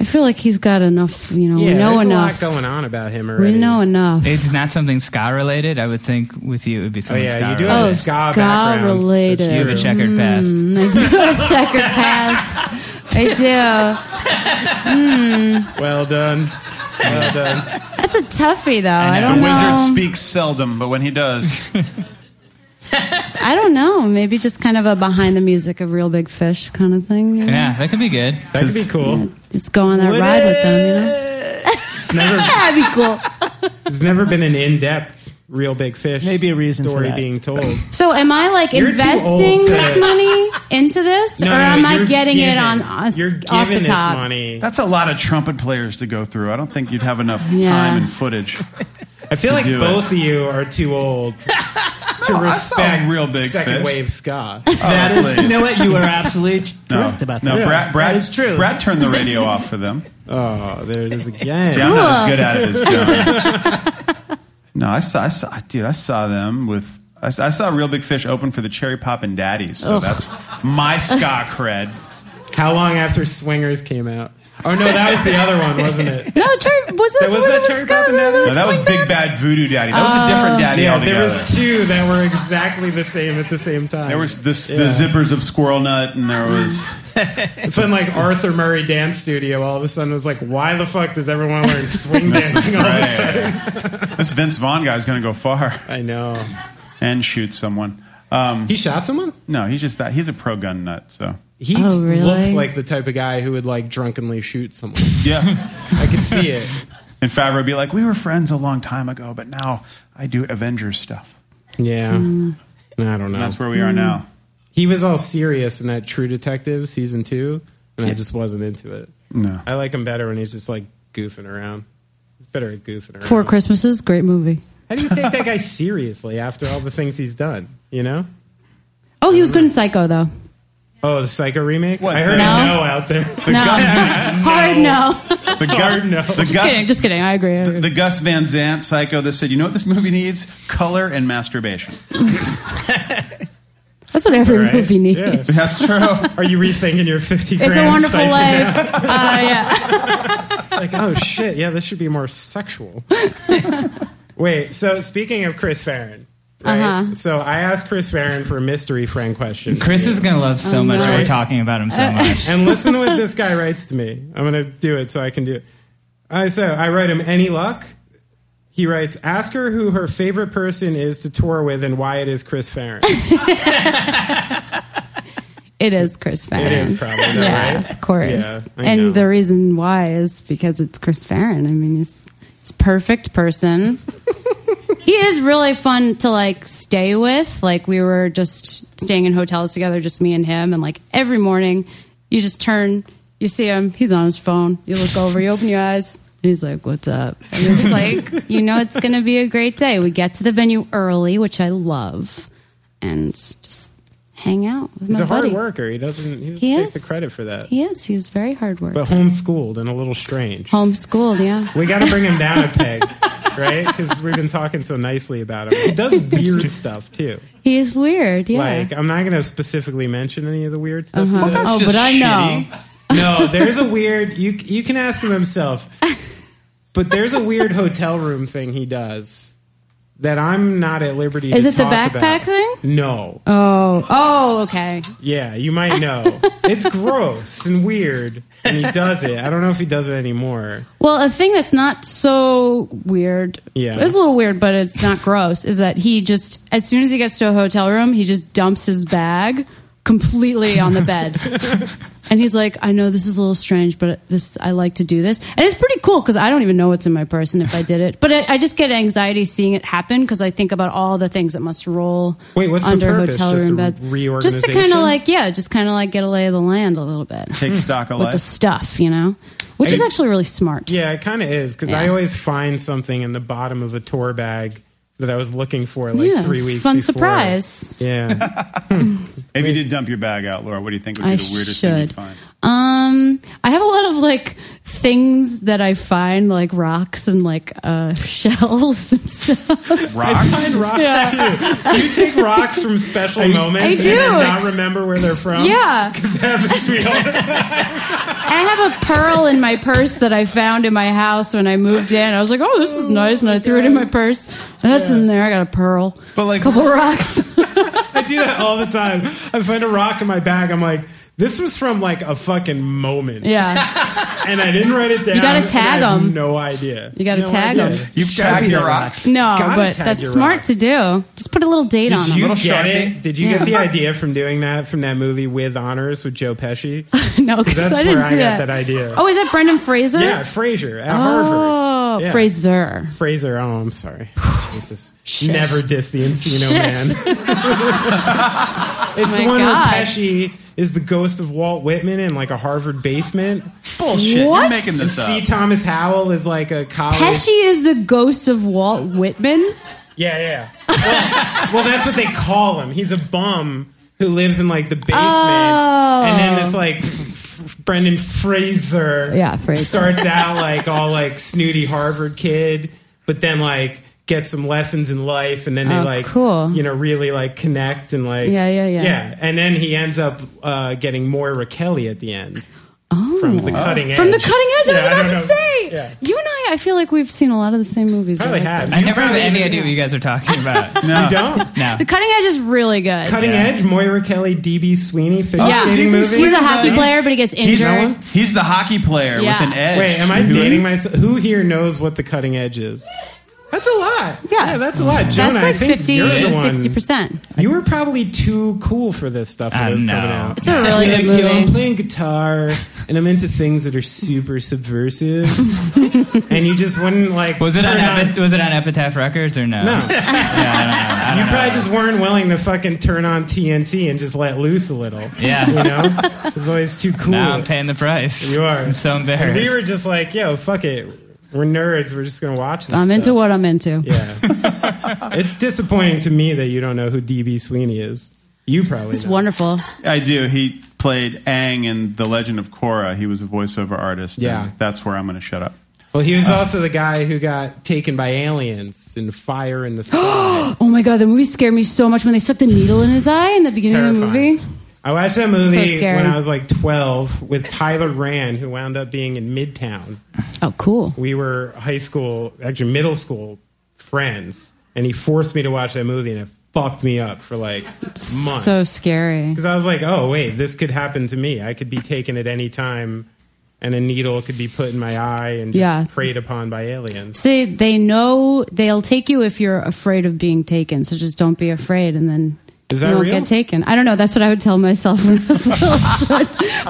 E: I feel like he's got enough, you know, we
C: yeah,
E: know
C: there's
E: enough.
C: a lot going on about him already.
E: We know enough.
D: It's not something ska related. I would think with you, it would be
C: Oh
D: something
C: yeah,
D: ska
C: you do
D: related.
C: have
E: Oh,
C: a ska,
E: ska
C: background.
E: related.
C: That's
D: You have a
C: true.
D: checkered past.
E: Mm, I do have a checkered past. I do. Hmm.
C: Well done. Well done.
E: That's a toughie, though. I,
D: know.
E: don't
A: the
E: know.
A: wizard speaks seldom, but when he does,
E: I don't know. Maybe just kind of a behind the music of Real Big Fish kind of thing. you know?
D: Yeah, that could be good.
C: That could be cool.
E: Just go on that ride with them, you know?
C: It's never,
E: That'd be cool.
C: it's never been an in-depth real big fish.
G: Maybe a reason for
C: story
G: that.
C: being told.
E: So am I like
C: You're too
E: investing
C: old to-
E: this money into this,
C: No,
E: or
C: no,
E: am I
C: you're
E: getting it
C: given-
E: on us
C: You're
E: off the
C: giving this
E: top?
C: money.
A: that's a lot of trumpet players to go through. I don't think you'd have enough
E: Yeah.
A: time and footage.
C: I feel like
A: do it.
C: both of you are too old to respect
A: real big
C: second
A: fish.
C: wave ska.
G: That is,
A: please.
G: you know what? You are absolutely correct about
A: no,
G: that.
A: Brad, Brad,
G: that is true.
A: Brad turned the radio off for them.
C: Oh, there it is again.
A: See, I'm not as good at it as John. no, I saw, I saw, dude, I saw them with. I saw, I saw Real Big Fish open for the Cherry Pop and Daddies, so that's my ska cred.
C: How long after Swingers came out? Oh no, that was the other one, wasn't it?
E: No, Cherry was
C: That
E: it?
C: was
E: was
C: that
E: it
C: Cherry
E: Scott?
C: Pop and Daddy?
E: Really
A: No, that was
E: swing
A: Big
E: back?
A: Bad Voodoo Daddy. That was a
G: Uh, Ah.
A: different daddy
C: Yeah,
A: altogether.
C: there was two that were exactly the same at the same time.
A: There was this,
C: Yeah.
A: the zippers of Squirrel Nut, and there was
G: Mm.
C: It's when like Arthur Murray Dance Studio all of a sudden was like, why the fuck does everyone learn swing dancing all of a sudden?
A: Right. this Vince Vaughn guy's going to go far
C: I know.
A: and shoot someone. Um,
C: He shot someone.
A: no, he's just that. He's a pro gun nut. So
C: He
E: Oh, really?
C: looks like the type of guy who would like drunkenly shoot someone.
A: yeah.
C: I could see it.
A: and Favreau would be like, "We were friends a long time ago, but now I do Avengers stuff."
C: Yeah.
G: Hmm.
C: I don't know.
A: That's where we
E: Hmm.
A: are now.
C: he was all serious in that True Detective season two, and I just wasn't into it.
A: No.
C: I like him better when he's just like goofing around. He's better at goofing around.
E: Four Christmases, great movie.
C: How do you take that guy seriously after all the things he's done? You know?
E: Oh, he was good in Psycho though.
C: Oh, the Psycho remake.
A: What?
C: I heard
A: No.
C: a no out there.
A: The
E: No. Hard no.
A: Gus, the Gus,
C: no.
A: the
E: just kidding.
A: Gus,
E: Just kidding. I agree. I agree.
A: the Gus Van Zant psycho that said, "You know what this movie needs? Color and masturbation."
E: That's what every
C: Right?
E: movie needs.
C: Yeah.
A: That's true.
C: Are you rethinking your fifty?
E: It's a
C: grand
E: Wonderful
C: stipend
E: Life. Uh, yeah.
C: now? Like, oh shit, yeah, this should be more sexual. Wait, so speaking of Chris Farron, right?
E: Uh-huh.
C: So I asked Chris Farron for a mystery friend question.
D: Chris is gonna love
E: Oh,
D: so much. that We're
C: Right.
D: talking about him
E: Uh,
D: so much.
C: and listen to what this guy writes to me. I'm going to do it so I can do it. I so I write him any luck. He writes, ask her who her favorite person is to tour with and why it is Chris Farron.
E: It is Chris Farron.
C: It is probably though,
E: Yeah,
C: right?
E: of course.
C: Yeah, I
E: and
C: know.
E: the reason why is because it's Chris Farron. I mean, he's he's a perfect person. he is really fun to like stay with. Like we were just staying in hotels together, just me and him, and like every morning you just turn, you see him, he's on his phone. You look over, you open your eyes. And he's like, "What's up?" And it's like, you know, it's going to be a great day. We get to the venue early, which I love, and just hang out. With
C: He's
E: my
C: a hard
E: buddy.
C: worker. He doesn't, he doesn't
E: He
C: take
E: is.
C: the credit for that.
E: He is. He's very hard work.
C: But homeschooled and a little strange.
E: Homeschooled, yeah.
C: we got to bring him down a peg, right? Because we've been talking so nicely about him. He does weird stuff too.
E: He is weird, yeah.
C: Like I'm not going to specifically mention any of the weird stuff. he
E: Uh-huh.
C: does.
A: Well, that's
E: Oh,
A: just
E: but I know.
A: shitty.
C: No, there's a weird. You you can ask him himself. But there's a weird hotel room thing he does that I'm not at liberty.
E: Is
C: to
E: it the
C: talk about.
E: backpack thing?
C: No.
E: oh, oh, okay.
C: Yeah, you might know. it's gross and weird, and he does it. I don't know if he does it anymore.
E: Well, a thing that's not so weird,
C: Yeah.
E: it's a little weird, but it's not gross, is that he just, as soon as he gets to a hotel room, he just dumps his bag completely on the bed. and he's like, I know this is a little strange, but this I like to do this, and it's pretty cool because I don't even know what's in my purse and if I did it, but I, I just get anxiety seeing it happen because I think about all the things that must roll
C: Wait, what's the
E: under
C: purpose?
E: hotel
C: Just
E: room
C: a
E: beds,
C: reorganization?
E: just to kind of like yeah, just kind of like get a lay of the land a little bit,
C: Take stock of
E: with
C: life.
E: the stuff, you know, which is
C: Hey.
E: actually really smart.
C: Yeah, it kind of is because I
E: Yeah.
C: always find something in the bottom of a tour bag that I was looking for like
E: Yeah,
C: three
E: it's a
C: weeks.
E: fun
C: before.
E: surprise.
C: Yeah,
A: If you did dump your bag out, Laura, what do you think would be
E: I
A: the weirdest thing
E: should.
A: you'd find?
E: Um, I have a lot of like things that I find like rocks and like uh, shells and stuff.
C: I find rocks too. Do you take rocks from special moments?
E: I
C: and
E: do.
C: Not remember where they're from.
E: Yeah.
C: because that happens to me all the time.
E: I have a pearl in my purse that I found in my house when I moved in. I was like, "Oh, this is nice," and I threw it in my purse. And that's in there. I got a pearl, but like a couple rocks.
C: I do that all the time. I find a rock in my bag. I'm like, this was from like a fucking moment.
E: Yeah,
C: and I didn't write it down.
E: gotta
C: and I
E: tag
C: have
E: 'em.
C: No idea.
E: You gotta
C: No
E: tag
C: idea.
E: 'em.
A: You've tagged your rocks?
E: no,
C: Gotta
E: but
C: tag
E: that's
C: your
E: smart
C: rocks.
E: to do. Just put a little date on
C: Did
E: them.
C: you get it? Did you
E: Yeah.
C: get the idea from doing that from that movie with honors with Joe Pesci?
E: no, 'cause
C: that's
E: I
C: where
E: didn't
C: I
E: see
C: got
E: that.
C: that idea.
E: Oh, is that Brendan Fraser?
C: yeah, Fraser at
E: Oh,
C: Harvard. Yeah.
E: Fraser.
C: Fraser. Oh, I'm sorry. Jesus.
E: Shit.
C: Never diss the Encino
E: Shit. Oh
C: Man. it's the
E: My
C: one
E: God.
C: where Pesci is the ghost of Walt Whitman in like a Harvard basement.
E: Bullshit. What? You're making
C: And
A: this up.
C: C. Thomas Howell is like a college.
E: Pesci is the ghost of Walt Whitman.
C: Yeah, yeah. Well, well, that's what they call him. He's a bum who lives in like the basement,
E: Oh.
C: and then this like f- f- Brendan Fraser,
E: Yeah, Fraser.
C: starts out like all like snooty Harvard kid, but then like gets some lessons in life, and then they
E: Oh,
C: like
E: cool.
C: you know really like connect and like
E: Yeah, yeah, yeah.
C: yeah, and then he ends up uh, getting Moira Kelly at the end. From the cutting edge.
E: Oh. From the cutting edge,
C: Yeah,
E: I was
C: don't
E: about to
C: know.
E: say.
C: Yeah.
E: You and I, I feel like we've seen a lot of the same movies.
C: Probably
E: like
C: have.
E: this.
D: I
C: You
D: never have
C: probably
D: any
C: even
D: idea what you guys are talking about.
C: You don't.
D: No.
E: The cutting edge is really good.
C: Cutting
D: Yeah.
C: Edge, Moira Kelly, DB Sweeney, figure
E: yeah,
C: skating movie.
E: he's a hockey player, but he gets
A: He's,
E: injured.
A: he's the hockey player
E: Yeah.
A: with an edge.
C: Wait, am I
A: Who-
C: dating myself? Who here knows what the cutting edge is? That's a lot.
E: Yeah.
C: that's a lot. Jonah,
E: That's like
C: I think
E: 50,
C: you're the one.
E: 60%.
C: You were probably too cool for this stuff when
D: Uh,
C: it was
D: no.
C: coming out.
E: It's a really
C: You're
E: good
C: like, Yo, I'm
E: movie.
C: playing guitar and I'm into things that are super subversive, and you just wouldn't like.
D: Was it on,
C: turn
D: Epi- was it on Epitaph Records or no?
C: No.
D: Yeah, I
C: You
D: don't know. I don't know.
C: probably just weren't willing to fucking turn on TNT and just let loose a little.
D: Yeah.
C: you know, it's always too cool.
D: Now I'm paying the price.
C: You are.
D: I'm so embarrassed.
C: And we were just like, yo, fuck it. We're nerds. We're just gonna watch this.
E: I'm into
C: stuff.
E: what I'm into.
C: Yeah. it's disappointing to me that you don't know who DB Sweeney is. You probably.
E: It's
C: know.
E: wonderful.
A: I do. He played Aang in The Legend of Korra. He was a voiceover artist. and
C: Yeah.
A: That's where I'm going to shut up.
C: Well, he was also the guy who got taken by aliens in Fire in the Sky.
E: Oh my god, the movie scared me so much when they stuck the needle in his eye in the beginning of the
C: Terrifying.
E: movie.
C: I watched that movie
E: scary.
C: when I was like 12 with Tyler Rand, who wound up being in Midtown.
E: Oh, cool.
C: we were high school, actually middle school friends, and he forced me to watch that movie, and it fucked me up for like months.
E: So scary.
C: Because I was like, oh wait, this could happen to me. I could be taken at any time, and a needle could be put in my eye and just
E: Yeah.
C: preyed upon by aliens.
E: See, they know they'll take you if you're afraid of being taken. So just don't be afraid, and then
C: Is that
E: you won't
C: real?
E: get taken. I don't know. That's what I would tell myself. When I was little.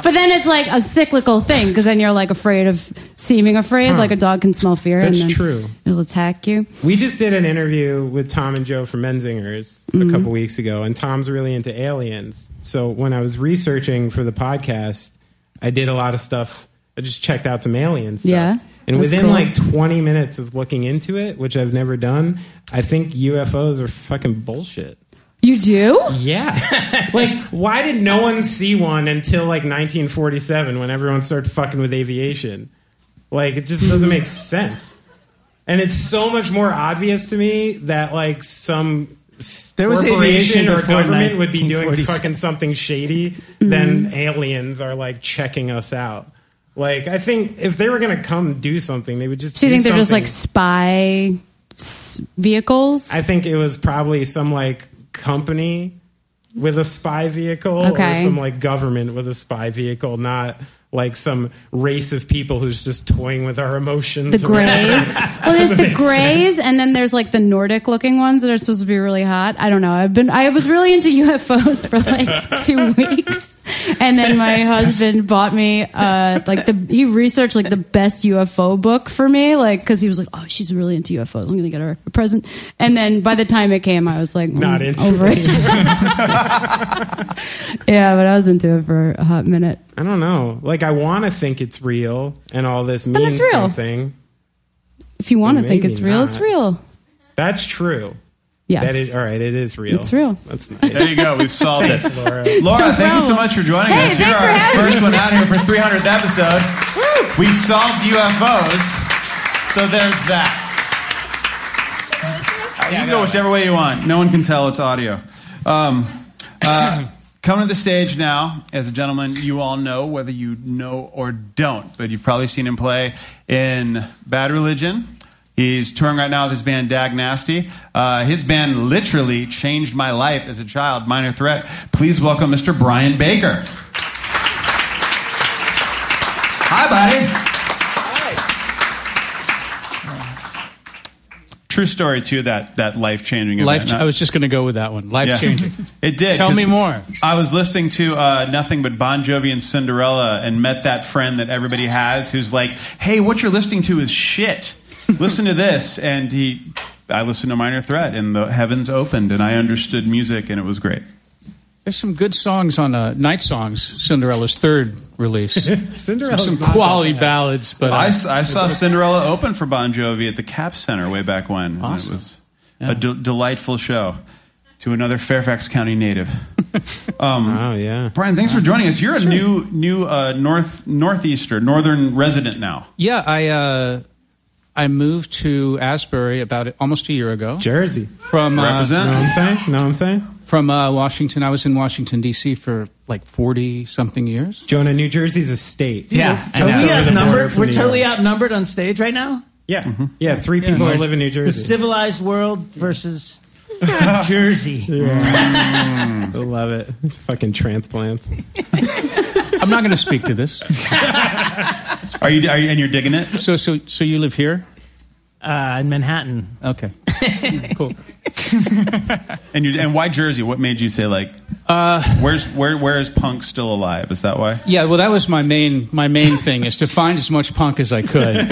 E: but then it's like a cyclical thing because then you're like afraid of seeming afraid,
C: Huh.
E: like a dog can smell fear.
C: That's
E: and then
C: true.
E: It'll attack you.
C: We just did an interview with Tom and Joe from Menzingers
E: Mm-hmm.
C: a couple weeks ago, and Tom's really into aliens. So when I was researching for the podcast, I did a lot of stuff. I just checked out some alien stuff.
E: Yeah,
C: And
E: that's
C: within
E: cool.
C: like 20 minutes of looking into it, which I've never done, I think UFOs are fucking bullshit.
E: You do?
C: Yeah. like, why did no one see one until like 1947 when everyone started fucking with aviation? Like, it just doesn't make sense. And it's so much more obvious to me that like some s-
G: There was
C: corporation
G: aviation
C: or
G: before
C: government would be doing
G: 1940s.
C: fucking something shady than aliens are like checking us out. Like, I think if they were gonna come do something, they would just.
E: Do you
C: do
E: think they're just
C: something.
E: like spy s- vehicles?
C: I think it was probably some like company with a spy vehicle
E: Okay.
C: or some like government with a spy vehicle, not like some race of people who's just toying with our emotions.
E: The
C: or whatever.
E: grays. well, there's
C: Doesn't
E: the
C: make
E: grays, and then there's like the Nordic looking ones that are supposed to be really hot. I don't know. I've been I was really into UFOs for like two weeks, and then my husband bought me uh, like the he researched like the best UFO book for me, like because he was like, oh, she's really into UFOs. I'm gonna get her a present, and then by the time it came, I was like,
C: Not
E: mm,
C: into
E: over it. yeah, but I was into it for a hot minute.
C: I don't know. Like I want to think it's real and all this
E: But
C: means
E: it's real.
C: something.
E: If you want to think
C: Maybe
E: it's real, it's
C: not.
E: real.
C: That's true.
E: Yes.
C: That is all right. It is real.
E: It's real.
C: That's nice.
A: There you go. We've solved it.
C: Thanks, Laura.
A: Laura,
E: No
A: thank you so
E: problem.
A: much for joining
E: Hey,
A: us. You're
E: thanks for
A: our
E: having
A: first
E: me.
A: one out here for 300th episode. We solved UFOs, so there's that. You can go whichever way you want. No one can tell it's audio. Um, uh, come to the stage now, as a gentleman, you all know whether you know or don't, but you've probably seen him play in Bad Religion. He's touring right now with his band Dag Nasty. Uh, his band literally changed my life as a child. Minor Threat. Please welcome Mr. Brian Baker. Hi, buddy. True story too. That that life changing
H: Life. I was just going to go with that one. Life changing.
A: it did.
H: Tell
A: 'cause
H: me more.
A: I was listening to uh, nothing but Bon Jovi and Cinderella, and met that friend that everybody has, who's like, "Hey, what you're listening to is shit. Listen to this." And he, I listened to Minor Threat, and the heavens opened, and I understood music, and it was great.
H: There's some good songs on uh, Night Songs, Cinderella's third release.
C: Cinderella's
H: some
C: not that
H: quality ballads, but uh,
A: I, s- I saw Cinderella open for Bon Jovi at the Cap Center way back when. and
H: Awesome.
A: it was a de- delightful show to another Fairfax County native. Um,
C: Oh yeah.
A: Brian, thanks for joining us. You're a new new uh, north northeaster northern resident now.
H: yeah, I uh, I moved to Asbury about almost a year ago
C: Jersey.
H: from uh,
A: Represent.
C: Know what I'm saying? Know what I'm saying?
H: from uh, Washington. I was in Washington D.C. for like forty something years.
C: Jonah, New Jersey's a state.
D: Yeah, I
G: Are
D: know.
G: we
C: Over the border
G: outnumbered?
C: from
G: We're
C: New
G: totally
C: York.
G: outnumbered on stage right now.
C: Yeah.
H: Mm-hmm.
C: Yeah. Three people live in New
G: The
C: Jersey.
G: civilized world versus Jersey.
C: I love it. Fucking transplants.
H: I'm not going to speak to this.
A: Are you, are you and you're digging it?
H: So so so you live here?
G: Uh, in Manhattan.
H: Okay, cool.
A: And you and why Jersey? What made you say like?
H: Uh,
A: where's where where is punk still alive? Is that why?
H: Yeah, well, that was my main my main thing is to find as much punk as I could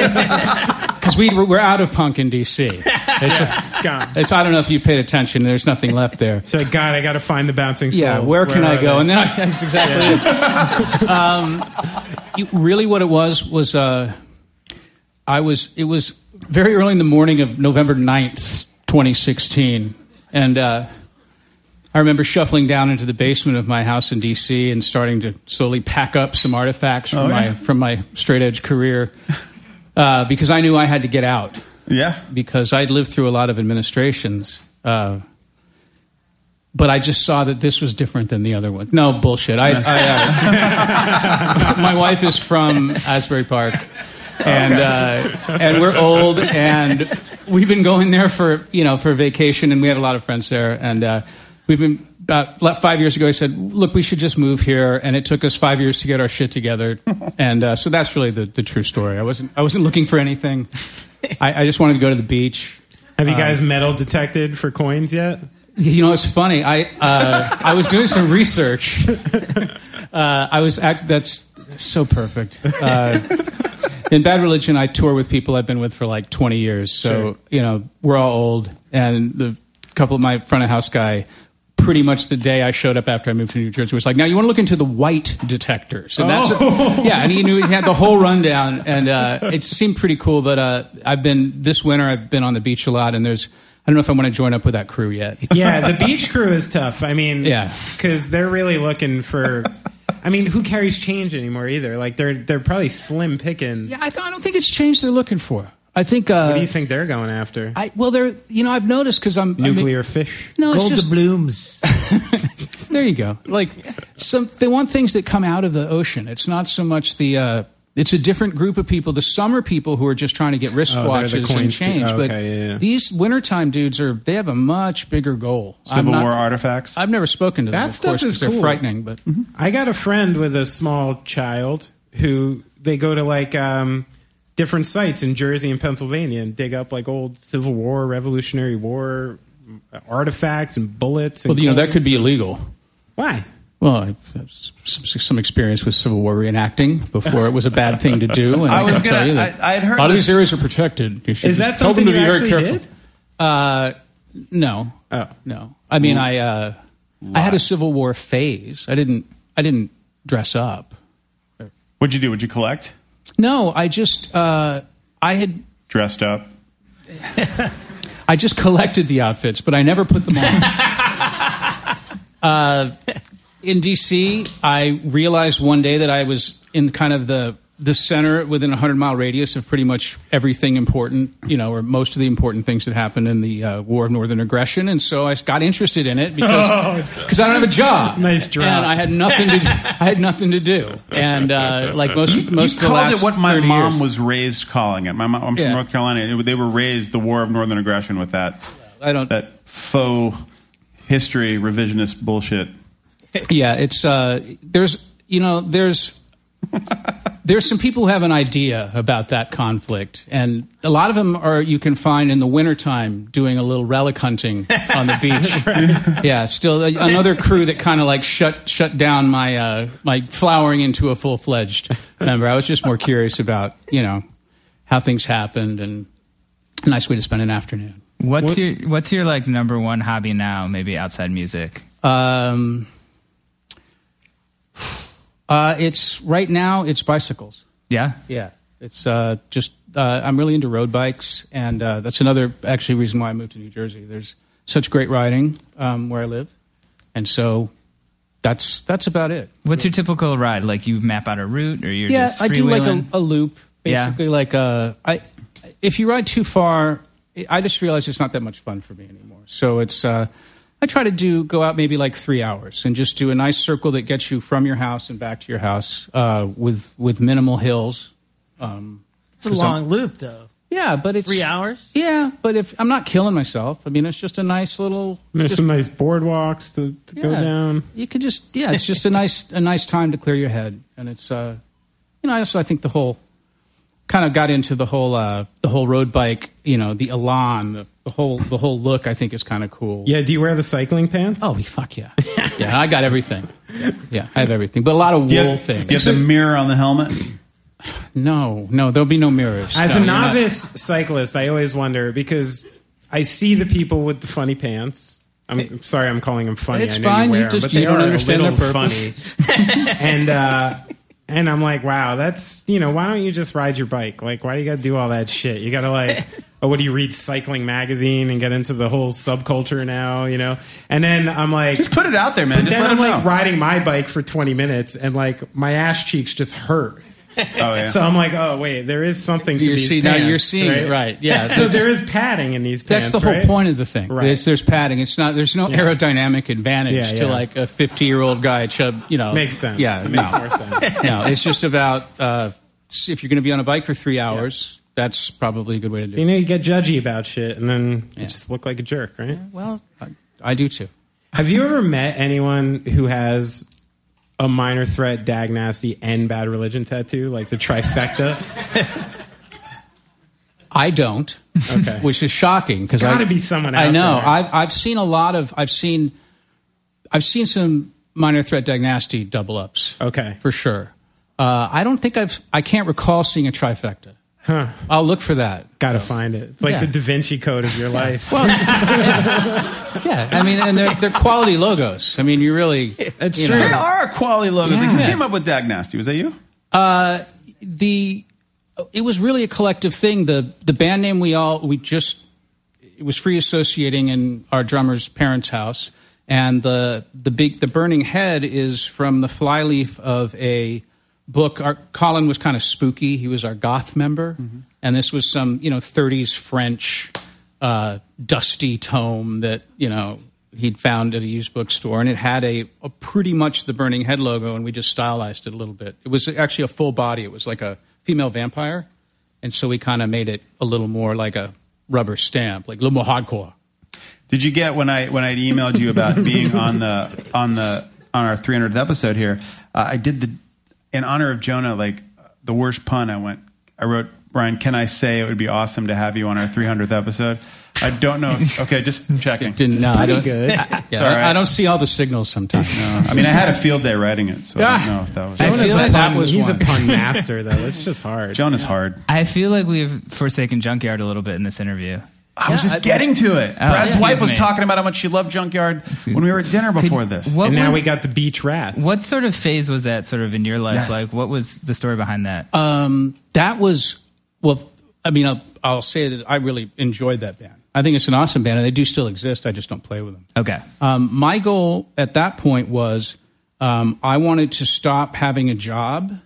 H: because we we're out of punk in DC. It's,
C: It's gone.
H: it's I don't know if you paid attention. There's nothing left there.
C: So God, I got to find the bouncing.
H: Yeah,
C: souls.
H: where can
C: are
H: I go?
C: they?
H: And then I, that's exactly it. Um, you- really, what it was was uh, I was it was very early in the morning of November 9th, 2016, and uh, I remember shuffling down into the basement of my house in D.C. and starting to slowly pack up some artifacts from
A: Oh, yeah.
H: my from my straight edge career uh, because I knew I had to get out
A: Yeah.
H: because I'd lived through a lot of administrations. Uh, but I just saw that this was different than the other one. No bullshit. I, I, uh, my wife is from Asbury Park, and uh, and we're old, and we've been going there for you know for vacation, and we had a lot of friends there, and uh, we've been about like, five years ago. I said, look, we should just move here, and it took us five years to get our shit together, and uh, so that's really the, the true story. I wasn't I wasn't looking for anything. I, I just wanted to go to the beach.
C: Have you guys metal detected for coins yet?
H: You know, it's funny. I uh, I was doing some research. Uh, I was act- that's so perfect. Uh, in Bad Religion, I tour with people I've been with for like 20 years. So you know, we're all old, and the couple of my front of house guy. Pretty much the day I showed up after I moved to New Jersey was like, now you want to look into the white detectors, and that's
C: Oh.
H: yeah, and he knew he had the whole rundown, and uh, it seemed pretty cool. But uh, I've been this winter, I've been on the beach a lot, and there's I don't know if I want to join up with that crew yet.
C: Yeah, the beach crew is tough. I mean,
H: Yeah.
C: because they're really looking for. I mean, who carries change anymore either? Like they're they're probably slim pickings.
H: Yeah, I, th- I don't think it's changed they're looking for. I think. Uh,
C: what do you think they're going after?
H: I, well, they're you know I've noticed because I'm I mean-
C: Nuclear fish.
H: no, it's
G: Gold
H: just
G: de blooms.
H: there you go. Like some they want things that come out of the ocean. It's not so much the. Uh, it's a different group of people. The summer people who are just trying to get wristwatches and
C: Oh, coins pe-
H: change,
C: oh,
H: but
C: okay, yeah, yeah.
H: these wintertime dudes are they have a much bigger goal. I'm
A: Civil
H: not-
A: War artifacts.
H: I've never spoken to them.
C: That
H: of
C: stuff
H: course,
C: is
H: 'cause they're
C: cool.
H: frightening, but
C: I got a friend with a small child who they go to like um, different sites in Jersey and Pennsylvania and dig up like old Civil War, Revolutionary War artifacts and bullets. And
H: Well, you know, that
C: coins.
H: could be illegal.
C: Why?
H: Well, I have s- some, some experience with Civil War reenacting before it was a bad thing to do. And
A: I
H: I,
A: was
H: can tell
A: gonna-
H: you that
A: I- I'd heard
H: a lot of
A: this-
H: these areas are protected. You should
C: Is that
H: just tell them
C: something
H: to be
C: you
H: very
C: actually
H: careful.
C: did?
H: Uh, no,
A: Oh.
H: no. I mean, I uh, I had a Civil War phase. I didn't I didn't dress up.
A: What'd you do? Would you collect?
H: No, I just uh, I had
A: Dressed up.
H: I just collected the outfits, but I never put them on. uh, in DC, I realized one day that I was in kind of the the center within a hundred mile radius of pretty much everything important, you know, or most of the important things that happened in the uh, War of Northern Aggression, and so I got interested in it
A: Oh,
H: because because I don't have a job.
C: Nice drop.
H: And I had nothing to I had nothing to do, and uh, like most most
A: you
H: of the
A: called
H: last
A: it what my
H: 30
A: mom
H: years.
A: was raised calling it. My mom, I'm from
H: Yeah.
A: North Carolina. It- they were raised the War of Northern Aggression with that.
H: I don't
A: that faux history revisionist bullshit.
H: yeah it's uh there's you know there's there's some people who have an idea about that conflict and a lot of them are you can find in the wintertime doing a little relic hunting on the beach yeah still uh, another crew that kind of like shut shut down my uh my flowering into a full-fledged member i was just more curious about you know how things happened and a nice way to spend an afternoon
D: What's
H: What-
D: your What's your like number one hobby now? Maybe outside music.
H: Um, uh, it's right now. It's bicycles.
D: Yeah,
H: yeah. It's uh, just uh, I'm really into road bikes, and uh, that's another actually reason why I moved to New Jersey. There's such great riding um, where I live, and so that's that's about it.
D: What's your typical ride? Like you map out a route, or you're
H: yeah,
D: just
H: I do like a,
D: freewheeling?
H: a loop,
D: Yeah.
H: basically like a I. If you ride too far, I just realize it's not that much fun for me anymore. So it's uh, I try to do go out maybe like three hours and just do a nice circle that gets you from your house and back to your house uh, with with minimal hills. Um,
G: It's a
H: 'cause I'm-
G: long loop, though.
H: Yeah, but it's
G: three hours.
H: Yeah, but if I'm not killing myself, I mean it's just a nice little.
C: There's
H: just-
C: some nice boardwalks to, to go
H: Yeah.
C: down.
H: You could just yeah, it's just a nice a nice time to clear your head, and it's uh, you know, I also I think the whole kind of got into the whole uh the whole road bike, you know, the Elan, the, the whole the whole look. I think is kind of cool.
C: Yeah, do you wear the cycling pants?
H: Oh, fuck yeah. yeah, I got everything. Yeah, I have everything, but a lot of wool
A: Do you have,
H: things.
A: do you have the mirror on the helmet?
H: no, no, there'll be no
C: As
H: mirrors. No,
C: a
H: you're not-
C: novice cyclist, I always wonder because I see the people with the funny pants. I'm I'm sorry, I'm calling them funny.
H: It's
C: I know
H: fine,
C: You, wear
H: you
C: 'em,
H: just-
C: but
H: you
C: they
H: don't
C: are a
H: understand their
C: little
H: purpose.
C: Funny. and uh, and I'm like, wow, that's you know, why don't you just ride your bike? Like, why do you got to do all that shit? You got to like, oh, what do you read? Cycling magazine and get into the whole subculture now, you know? And then I'm like,
A: Just put it out there,
C: But
A: man. Just
C: then
A: let
C: I'm
A: 'em
C: like
A: know.
C: riding my bike for 20 minutes and like my ass cheeks just hurt.
A: Oh, yeah.
C: So I'm like, oh wait, there is something to
H: You're
C: these
H: see- now
C: pants.
H: you're seeing it, right, yeah.
C: so there is padding in these
H: That's
C: pants.
H: the whole
C: right?
H: point of the thing.
C: Right.
H: There's, there's padding. It's not. There's no aerodynamic advantage
C: Yeah,
H: to
C: yeah.
H: like a 50 year old guy. Chub, you know,
C: Makes sense.
H: Yeah,
C: It makes
H: no.
C: more sense.
H: no, it's just about uh, if you're going to be on a bike for three hours. That's probably a good way to do.
C: You
H: it.
C: know, you get judgy about shit and then you just look like a jerk, right?
H: Well, I, I do too.
C: Have you ever met anyone who has a minor threat, dag nasty, and bad religion tattoo, like the trifecta?
H: I don't,
C: Okay.
H: which is shocking because
C: Gotta be someone
H: I
C: out
H: know.
C: there.
H: I've I've seen a lot of. I've seen. I've seen some minor threat diagnostic double ups.
C: Okay.
H: for sure. Uh, I don't think I've. I can't recall seeing a trifecta.
C: Huh.
H: I'll look for that.
C: Gotta find it. It's like
H: Yeah.
C: the Da Vinci Code of your life.
H: Well, yeah, I mean, and they're, they're quality logos. I mean, you really.
C: That's
H: you
C: true.
A: There
H: know.
A: are quality logos. Like, who
H: Yeah.
A: came up with Dag Nasty? Was that you?
H: Uh, the it was really a collective thing. The the band name we all we just it was free associating in our drummer's parents' house, and the the big the burning head is from the flyleaf of a book. Our Colin was kind of spooky. He was our goth member, and this was some you know 30s French uh, dusty tome that you know he'd found at a used bookstore, and it had a, a pretty much the Burning Head logo, and we just stylized it a little bit. It was actually a full body. It was like a female vampire, and so we kind of made it a little more like a rubber stamp, like a little more hardcore.
A: Did you get when I when I emailed you about being on the on the on our 300th episode here? Uh, I did the in honor of Jonah, like the worst pun I went, I wrote, Brian, can I say it would be awesome to have you on our 300th episode? I don't know. if- Okay, just checking.
H: Didn't know. I don't, I,
A: It's
H: yeah,
A: all right.
H: I, I don't see all the signals sometimes.
A: I mean, I had a field day writing it, so I
H: Ah.
A: don't know if that was.
H: I feel Jonah's a like pun- that was he's a one. pun
C: master, though. It's just hard.
A: Jonah's hard.
D: I feel like we've forsaken Junkyard a little bit in this interview.
A: I was just getting to it.
D: Oh,
A: Brad's
D: excuse
A: wife was
D: me.
A: talking about how much she loved Junkyard when we were at dinner before this.
D: what And now was- we got
C: the beach rats.
D: What sort of phase was that sort of in your life?
H: Yes.
D: Like, what was the story behind that?
H: Um, that was well. I mean, I'll, I'll say that I really enjoyed that band. I think it's an awesome band, and they do still exist. I just don't play with them.
D: Okay.
H: Um, my goal at that point was um, I wanted to stop having a job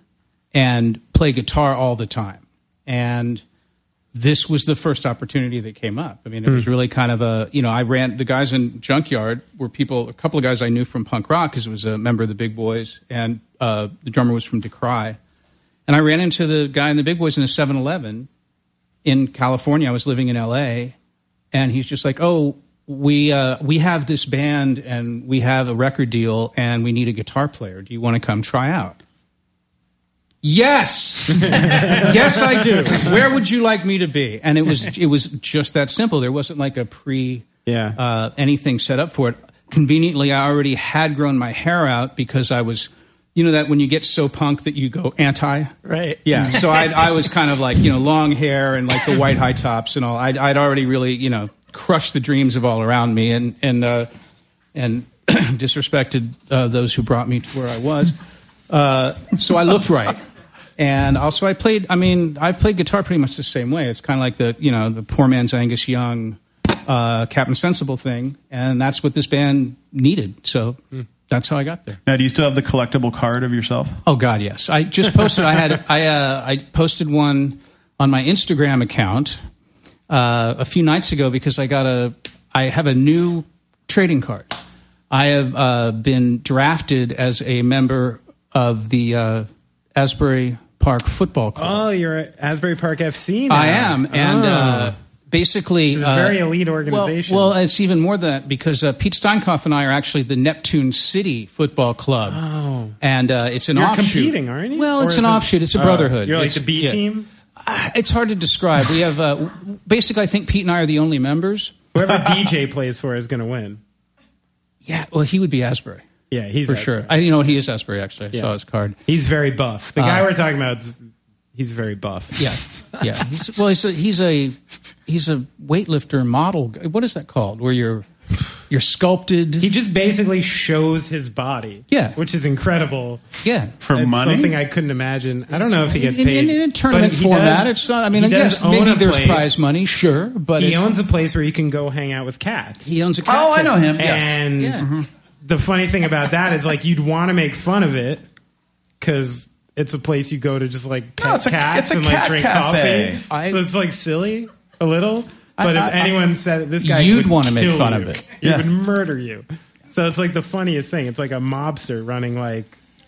H: and play guitar all the time, and this was the first opportunity that came up. I mean, it was
C: Hmm.
H: really kind of a you know I ran the guys in Junkyard were people a couple of guys I knew from punk rock because it was a member of the Big Boys and uh, the drummer was from Decry, and I ran into the guy in the Big Boys in a 7-Eleven in California. I was living in L.A. and he's just like, oh. We uh, we have this band and we have a record deal and we need a guitar player. Do you want to come try out? Yes, yes, I do. Where would you like me to be? And it was it was just that simple. There wasn't like a pre
C: yeah.
H: uh, anything set up for it. Conveniently, I already had grown my hair out because I was, you know, that when you get so punk that you go anti.
G: Right.
H: Yeah. So I, I was kind of like you know long hair and like the white high tops and all. I'd, I'd already really you know crushed the dreams of all around me and and uh, and disrespected uh, those who brought me to where I was. Uh, so I looked right. And also, I played. I mean, I've played guitar pretty much the same way. It's kind of like the you know the poor man's Angus Young, uh, Captain Sensible thing, and that's what this band needed. So that's how I got there.
A: Now, do you still have the collectible card of yourself?
H: Oh God, yes. I just posted. I had. I uh, I posted one on my Instagram account uh, a few nights ago because I got a. I have a new trading card. I have uh, been drafted as a member of the uh, Asbury Park Football Club.
C: Oh, you're at Asbury Park FC. Now.
H: I am, and
C: Oh.
H: uh, basically,
C: This is a
H: uh,
C: very elite
H: well-
C: organization.
H: Well, it's even more than that because uh, Pete Steinkoff and I are actually the Neptune City Football Club,
C: Oh.
H: and uh, it's an
C: You're
H: offshoot.
C: competing, aren't you?
H: Well,
C: Or
H: it's
C: is
H: an
C: it-
H: offshoot. It's a
C: Oh.
H: brotherhood.
C: You're like
H: It's-
C: the B
H: yeah.
C: team?
H: Uh, It's hard to describe. We have uh, w- basically, I think Pete and I are the only members.
C: Whoever DJ plays for is going to win.
H: Yeah, well, he would be Asbury.
C: Yeah, he's
H: for
C: Asbury.
H: sure. I, you know, what? he is Asbury. Actually, I
C: Yeah.
H: saw his card.
C: He's very buff. The guy
H: Uh,
C: we're talking about, is, he's very buff.
H: Yeah, yeah. He's, well, he's a, he's a he's a weightlifter model. guy. What is that called? Where you're you're sculpted.
C: He just basically shows his body.
H: Yeah.
C: which is incredible.
H: Yeah,
A: For
C: That's
A: money?
C: Something I couldn't imagine. I don't know if he gets
H: in,
C: paid
H: in, in, a
C: but
H: tournament
C: he
H: format.
C: does-
H: it's not. I mean,
C: he
H: yes,
C: does own
H: maybe
C: a
H: there's
C: place.
H: prize money, sure, but
C: he
H: it's-
C: owns a place where you can go hang out with cats.
H: he owns a.
A: Oh, I
H: cocktail.
A: know him. Yes. Mm-hmm.
C: And
H: Yeah. Mhm.
C: the funny thing about that is, like, you'd want to make fun of it because it's a place you go to just like pet
A: No, it's a-
C: cats
A: it's a
C: and like
A: cat
C: drink
A: cafe.
C: coffee.
H: I-
C: so it's like silly a little.
H: I-
C: But
H: I- I-
C: if anyone said this guy,
H: You'd
C: would
H: wanna make
C: kill
H: fun
C: you.
H: of it.
C: He
A: Yeah.
C: would murder you. So it's like the funniest thing. It's like a mobster running like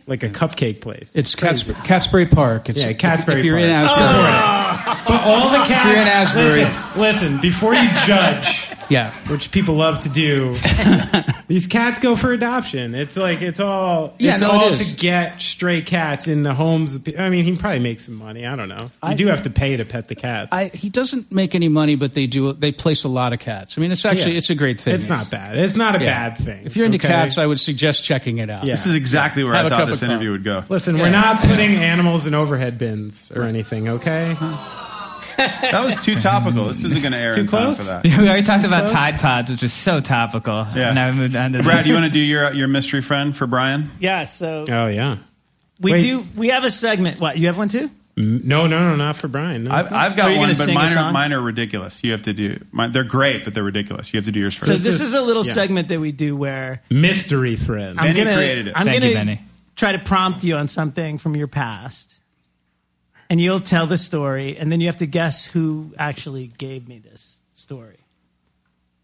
C: like a cupcake place.
H: It's Cats, Catsbury Park. It's,
C: Yeah, Catsbury
H: If, you're in
C: Park. Oh!
H: Asbury,
C: But all the cats.
H: If you're in Asbury.
C: Listen, listen, before you judge,
H: yeah,
C: which people love to do, these cats go for adoption. It's like it's all
H: Yeah,
C: it's
H: no, it
C: all
H: is.
C: to get stray cats in the homes. of pe- I mean, he probably makes some money. I don't know. You
H: I-
C: do have to pay to pet the cats.
H: I, he doesn't make any money, but they do. They place a lot of cats. I mean, it's actually
C: Yeah.
H: it's a great thing.
C: It's not bad. It's not a
H: Yeah.
C: bad thing.
H: If you're into
C: okay?
H: cats, I would suggest checking it out.
C: Yeah.
A: This is exactly where
H: Have
A: I
H: a
A: thought
H: cup of
A: this interview
H: coffee.
A: would go.
C: Listen,
H: Yeah.
C: we're not putting animals in overhead bins or anything, okay?
H: Uh-huh.
A: That was too topical. This isn't going to air
C: too
A: in time
C: close?
A: for that.
D: we already talked about Tide Pods, which was so topical.
A: Yeah.
D: And I moved on to
A: Brad,
D: this.
A: do you want to do your your mystery friend for Brian?
B: Yeah, so
C: Oh yeah.
B: we
C: Wait.
B: do. We have a segment. What you have one too?
C: No, no, no, not for Brian. No.
A: I've, I've
B: Are
A: got
B: you
A: one,
B: gonna
A: but
B: sing a
A: mine are,
B: song?
A: mine are ridiculous. You have to do. Mine, they're great, but they're ridiculous. You have to do yours first.
B: So this, is, a little
C: yeah.
B: segment that we do where
C: mystery friend.
B: I'm
A: Benny
B: gonna,
A: created it.
B: I'm
D: Thank
B: gonna
D: you, Benny.
B: try to prompt you on something from your past, and you'll tell the story, and then you have to guess who actually gave me this story.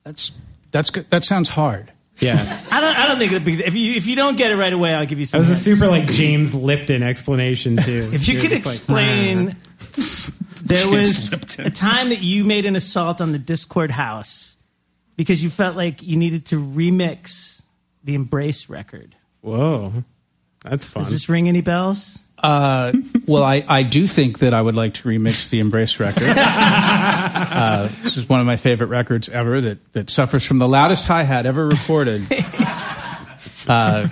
H: That's that's good. That sounds hard.
C: yeah.
B: I don't. I don't think it'd be if you if you don't get it right away. I'll give you
C: That
B: some.
C: was a
B: hints.
C: super like James Lipton explanation too.
B: If you
C: You're
B: could
C: just like,
B: explain, there was
A: Lipton.
B: a time that you made an assault on the Discord house because you felt like you needed to remix the Embrace record.
C: Whoa, Oh, that's fun.
B: Does this ring any bells?
H: Uh, well, I, I do think that I would like to remix the Embrace record. uh, this is one of my favorite records ever that, that suffers from the loudest hi hat ever recorded. Uh,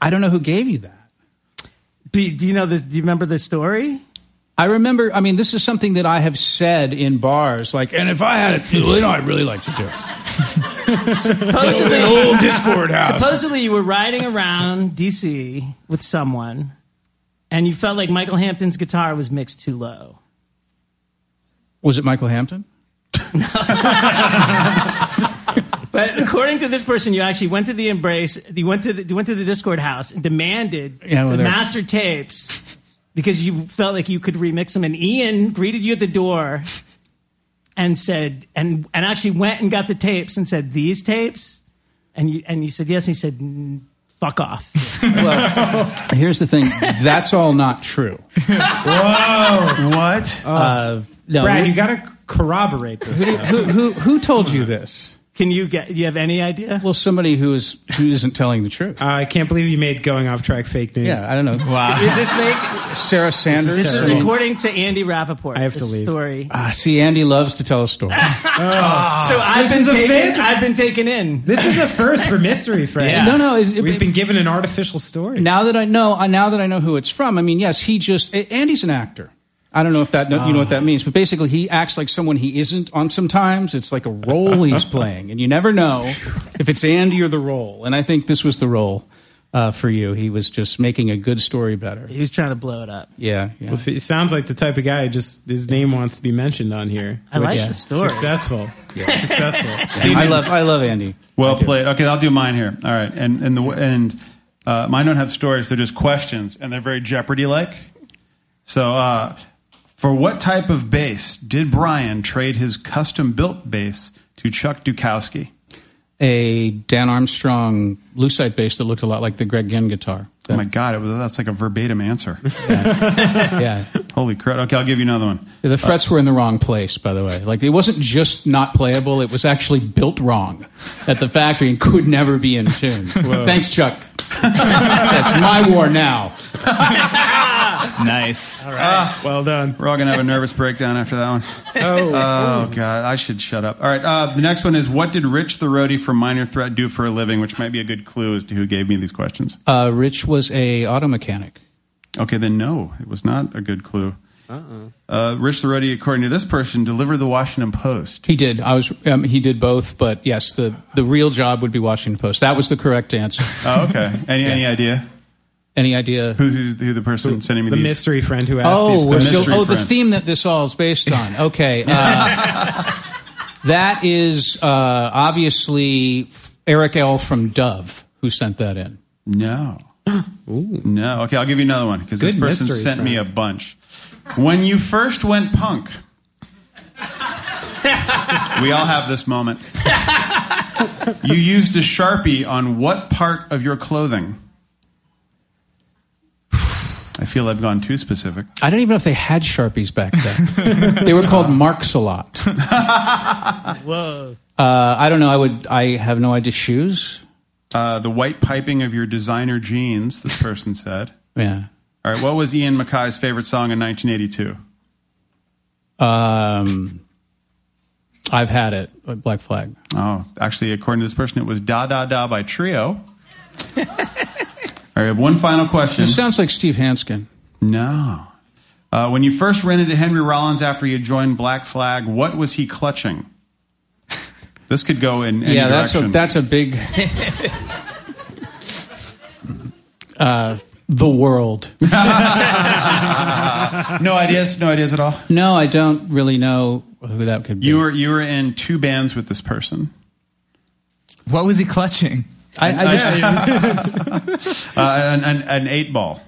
H: I don't know who gave you that.
B: Do, do you know this? Do you remember the story?
H: I remember, I mean, this is something that I have said in bars, like, and if I had it, you know, I'd really like to do it.
B: supposedly,
H: The old Discord house.
B: Supposedly, you were riding around DC with someone, and you felt like Michael Hampton's guitar was mixed too low.
H: Was it Michael Hampton?
B: But according to this person, you actually went to the embrace. You went to the, you went to the Discord house and demanded
H: Yeah, well,
B: the
H: they're-
B: master tapes because you felt like you could remix them. And Ian greeted you at the door and said, and and actually went and got the tapes and said, "These tapes," and you and you said yes. And he said, "N- "Fuck off."
H: Here's the thing that's all not true.
C: Whoa.
H: What? Uh, no,
C: Brad,
H: who-
C: you got to corroborate this.
H: Who, who, who, who told you this?
B: Can you get? Do you have any idea?
H: Well, somebody who is who isn't telling the truth.
C: Uh, I can't believe you made going off track fake news.
H: Yeah, I don't know. Wow.
B: Is this fake?
H: Sarah Sanders.
B: This is
H: I mean,
B: according to Andy Rappaport. I have
H: to leave.
B: Story.
H: Ah, see, Andy loves to tell a story. Ah.
B: so I've
C: this is
B: been
C: a
B: taken.
C: fake-
B: I've been taken in.
C: This is a first for mystery, Frank.
H: Yeah. No, no, it's-
C: we've been given an artificial story.
H: now that I know, uh, now that I know who it's from, I mean, yes, he just A- Andy's an actor. I don't know if that no, you know what that means, but basically, he acts like someone he isn't. On sometimes it's like a role he's playing, and you never know if it's Andy or the role. And I think this was the role uh, for you. He was just making a good story better.
B: He was trying to blow it up.
H: Yeah, yeah.
C: Well, it sounds like the type of guy who just his name wants to be mentioned on here.
B: I like
C: which-
B: the story.
C: Successful. Successful.
H: I love, I love Andy.
A: Well played. Okay, I'll do mine here. All right, and and the and uh, mine don't have stories; they're just questions, and they're very Jeopardy-like. So, uh, for what type of bass did Brian trade his custom-built bass to Chuck Dukowski?
H: a Dan Armstrong lucite bass that looked a lot like the Greg Ginn guitar.
A: Oh my God, it was, that's like a verbatim answer.
H: Yeah.
A: Holy crap! Okay, I'll give you another one.
H: The frets were in the wrong place, by the way. Like it wasn't just not playable; it was actually built wrong at the factory and could never be in tune. Thanks, Chuck. That's my war now.
D: nice.
A: All right. well done. Ah, We're all gonna have a nervous breakdown after that one. Oh. God, I should shut up. All right. Uh, the next one is what did Rich the roadie from Minor Threat do for a living? Which might be a good clue as to who gave me these questions.
H: Uh, Rich was a auto mechanic.
A: Okay, then no, it was not a good clue. Uh, Rich the roadie, according to this person, delivered the Washington Post.
H: He did. I was. Um, he did both, but yes, the the real job would be Washington Post. That was the correct answer.
A: Oh, okay. Any any idea
H: Any idea?
A: who who, who the person sending me
C: The
A: these?
C: mystery friend who asked
H: Oh,
C: these
H: we're
C: questions.
H: still,
A: mystery
H: oh, the
A: friend.
H: theme that this all is based on. Okay, uh, that is uh, obviously Eric L from Dove who sent that in.
A: No. No. Okay, I'll give you another one because this
C: Good
A: person
C: mystery
A: sent me a bunch. When you first went punk, we all have this moment. You used a sharpie on what part of your clothing? I feel I've gone too specific.
H: I don't even know if they had sharpies back then. they were called marks a lot. Whoa. Uh, I don't know. I would. I have no idea. Shoes.
A: Uh, the white piping of your designer jeans, this person said.
H: Yeah.
A: All right, what was Ian Mackay's favorite song in 1982?
H: Um, I've had it. Black flag.
A: Oh, actually, according to this person, it was Da Da Da by Trio. All right, I have one final question.
H: This sounds like Steve Hanskin.
A: No. Uh, when you first ran into Henry Rollins after you joined Black Flag, what was he clutching? This could go in any
H: yeah, that's a
A: direction.
H: that's a big. uh, the world.
A: no ideas, no ideas at all.
H: No, I don't really know who that could be.
A: You were you were in two bands with this person.
D: What was he clutching?
H: I, I just,
A: Uh, an, an, an eight ball.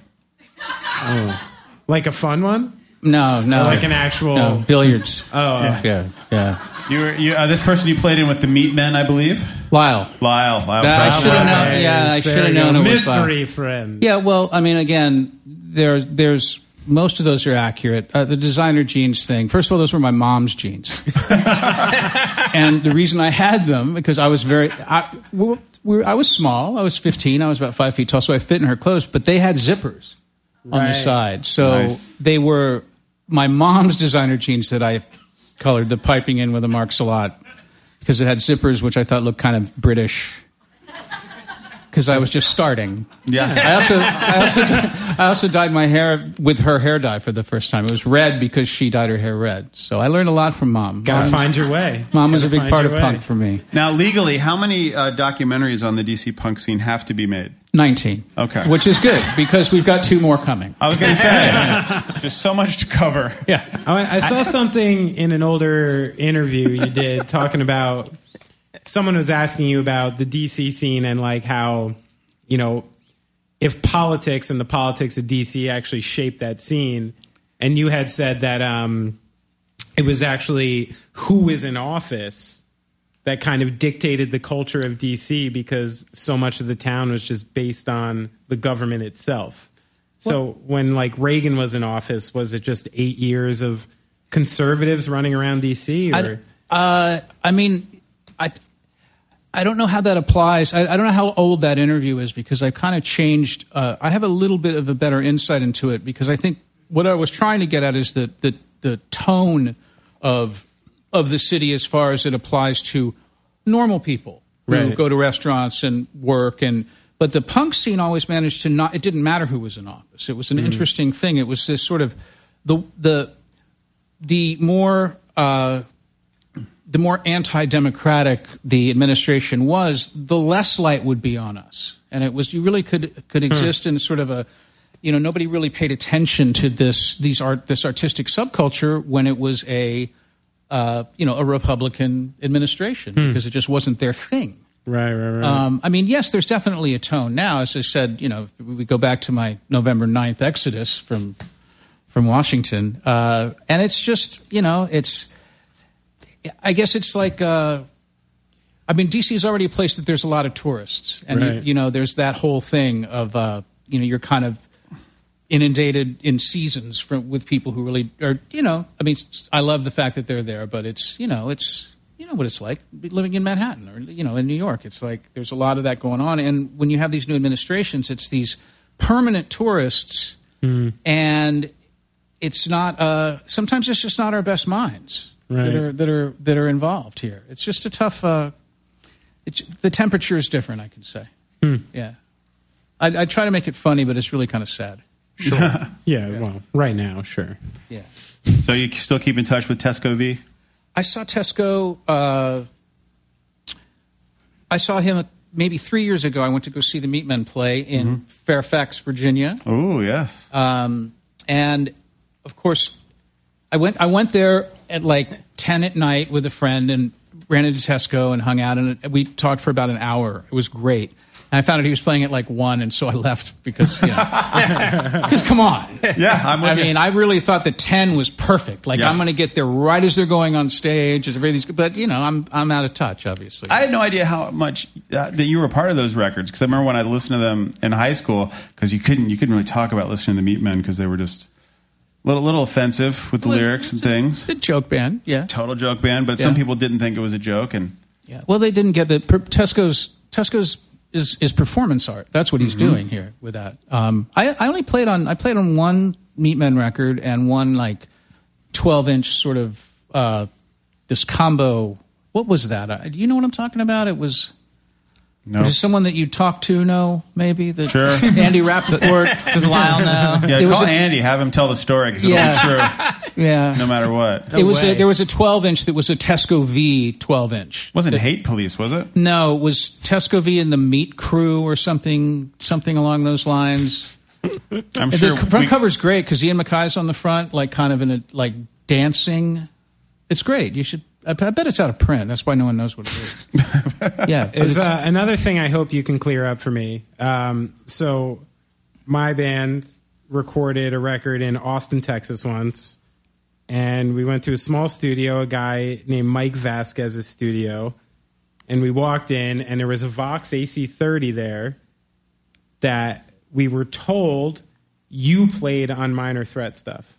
C: like a fun one?
H: no, no,
C: Like an actual.
H: no, billiards.
C: Oh,
H: yeah, yeah.
A: You were you, uh, this person you played in with the Meat Men, I believe.
H: Lyle.
A: Lyle. Lyle.
H: That I
A: Proud
H: should've
A: Lyle.
H: known.
C: Yes,
H: yeah, I
C: there
H: should've
C: you go.
H: known it was uh,
C: Mystery friend.
H: Yeah, well, I mean, again, there, there's most of those are accurate. Uh, the designer jeans thing. First of all, those were my mom's jeans, and the reason I had them because I was very. I, well, we were, I was small. I was 15. I was about five feet tall, so I fit in her clothes. But they had zippers on the
G: Right.
H: side, so
G: Nice.
H: they were my mom's designer jeans that I colored the piping in with a Mark Salat because it had zippers, which I thought looked kind of British. Because I was just starting.
A: Yeah.
H: I also, I also, di- I also dyed my hair with her hair dye for the first time. It was red because she dyed her hair red. So I learned a lot from mom.
C: Gotta
H: Mom-
C: find your way.
H: Mom was a
C: Gotta
H: big
C: find
H: part of
C: your way.
H: punk for me.
A: Now, legally, how many uh, documentaries on the DC punk scene have to be made?
H: 19.
A: Okay.
H: Which is good because we've got two more coming.
A: I was going to say, there's so much to cover.
H: Yeah.
C: I, I saw something in an older interview you did talking about someone was asking you about the DC scene and like how, you know, if politics and the politics of DC actually shaped that scene. And you had said that um, it was actually who is in office that kind of dictated the culture of DC because so much of the town was just based on the government itself. So when like Reagan was in office, was it just eight years of conservatives running around DC? Or
H: Uh, I mean, I, I don't know how that applies. I, I don't know how old that interview is because I've kind of changed. Uh, I have a little bit of a better insight into it because I think what I was trying to get at is the, the, the tone of, of the city as far as it applies to normal people who
C: Right.
H: go to restaurants and work and but the punk scene always managed to not it didn't matter who was in office it was an
C: Mm.
H: interesting thing it was this sort of the the the more uh, the more anti-democratic the administration was, the less light would be on us. And it was you really could could exist in sort of a you know nobody really paid attention to this these art this artistic subculture when it was a uh, you know a Republican administration
C: Hmm.
H: because it just wasn't their thing.
C: right, right, right.
H: Um, I mean, yes, there's definitely a tone now. As I said, you know, if we go back to my November 9th exodus from from Washington, uh, and it's just, you know, it's. I guess it's like. Uh, I mean, DC is already a place that there's a lot of tourists, and you,
C: Right.
H: you know, there's that whole thing of, uh, you know, you're kind of inundated in seasons from with people who really are, you know. I mean, s- I love the fact that they're there, but it's, you know, it's you know what it's like living in Manhattan or you know in New York. It's like there's a lot of that going on, and when you have these new administrations, it's these permanent tourists,
C: Hmm.
H: and it's not. Uh, sometimes it's just not our best minds
C: Right.
H: that are that are that are involved here. It's just a tough. Uh, it's, the temperature is different. I can say.
C: Hmm.
H: Yeah, I, I try to make it funny, but it's really kind of sad.
C: yeah, well, right now, sure.
H: Yeah.
A: So you still keep in touch with Tesco V?
H: I saw Tesco. Uh, I saw him maybe three years ago. I went to go see the Meat Men play in Fairfax, Virginia.
A: Oh, yes.
H: Um, and of course, I went. I went there at like ten at night with a friend and ran into Tesco and hung out and we talked for about an hour. It was great. And I found out he was playing at like one, and so I left because you know. Because come on.
A: Yeah, I'm with
H: I
A: you.
H: mean, I really thought the 10 was perfect. Like,
A: Yes.
H: I'm going to get there right as they're going on stage. As everything's good. But, you know, I'm, I'm out of touch, obviously.
A: I had no idea how much uh, that you were a part of those records because I remember when I listened to them in high school because you couldn't you couldn't really talk about listening to the Meat Men because they were just a little little offensive with the
H: Well,
A: lyrics and things.
H: The joke band, yeah.
A: Total joke band, but some
H: Yeah.
A: people didn't think it was a joke and
H: Yeah. Well, they didn't get the per- Tesco's. Tesco's is, is performance art. That's what he's
A: Mhm.
H: doing here with that. Um, I, I only played on I played on one Meatmen record and one like 12 inch sort of uh, this combo. What was that? Uh, do you know what I'm talking about? It was.
A: No.
H: Was it someone that you talked to? No, maybe that
A: Sure.
H: Andy Rappaport.
A: Yeah,
H: There was
A: call
H: a-
A: Andy, have him tell the story because
H: Yeah.
A: it'll be true.
H: Yeah.
A: no matter what.
H: it was a, there was a 12 inch that was a Tesco V 12 inch.
A: wasn't
H: That-
A: hate police, was it?
H: No, it was Tesco V and the Meat Crew or something something along those lines.
A: I'm
H: And
A: sure
H: the front
A: we-
H: cover's great because Ian MacKay's on the front, like kind of in a like dancing. It's great. You should. I, I bet it's out of print. That's why no one knows what it is. yeah, but
C: There's
H: it's-
C: uh, another thing I hope you can clear up for me. Um, so, my band recorded a record in Austin, Texas once, and we went to a small studio, a guy named Mike Vasquez's studio, and we walked in, and there was a Vox AC30 there that we were told you played on Minor Threat stuff.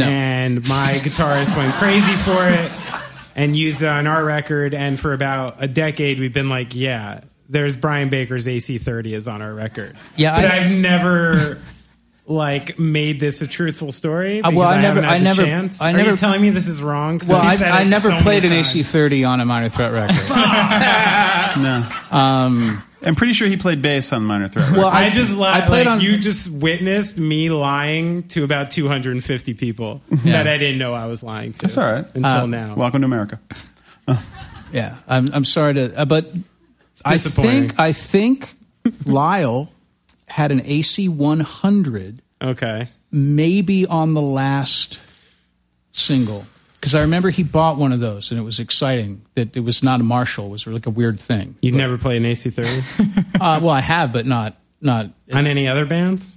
C: And my guitarist went crazy for it and used it on our record. And for about a decade, we've been like, yeah, there's Brian Baker's AC30 is on our record.
H: Yeah,
C: but I,
H: I-
C: have never like made this a truthful story.
H: Uh,
C: Because I, haven't had the chance. Are you telling me this is wrong? 'Cause
H: Well,
C: she
H: I,
C: said
H: I
C: it
H: never
C: so many
H: played an
C: times.
H: AC30 on a minor threat record.
A: no.
H: Um,
A: I'm pretty sure he played bass on Minor Threat.
H: Well,
C: I,
H: I-
C: just li-
H: I played
C: like,
H: on-
C: You just witnessed me lying to about 250 people
H: Yeah.
C: that I didn't know I was lying to.
A: That's all right.
C: Until
H: Uh,
C: now,
A: Welcome to America.
H: yeah, I'm, I'm sorry to, uh, but I
C: disappointing.
H: think I think Lyle had an AC100.
C: Okay.
H: maybe on the last single because I remember he bought one of those and it was exciting that it was not a Marshall. It was like a weird thing.
C: You'd never play an AC30
H: Uh, well, I have, but not not.
C: on any other bands.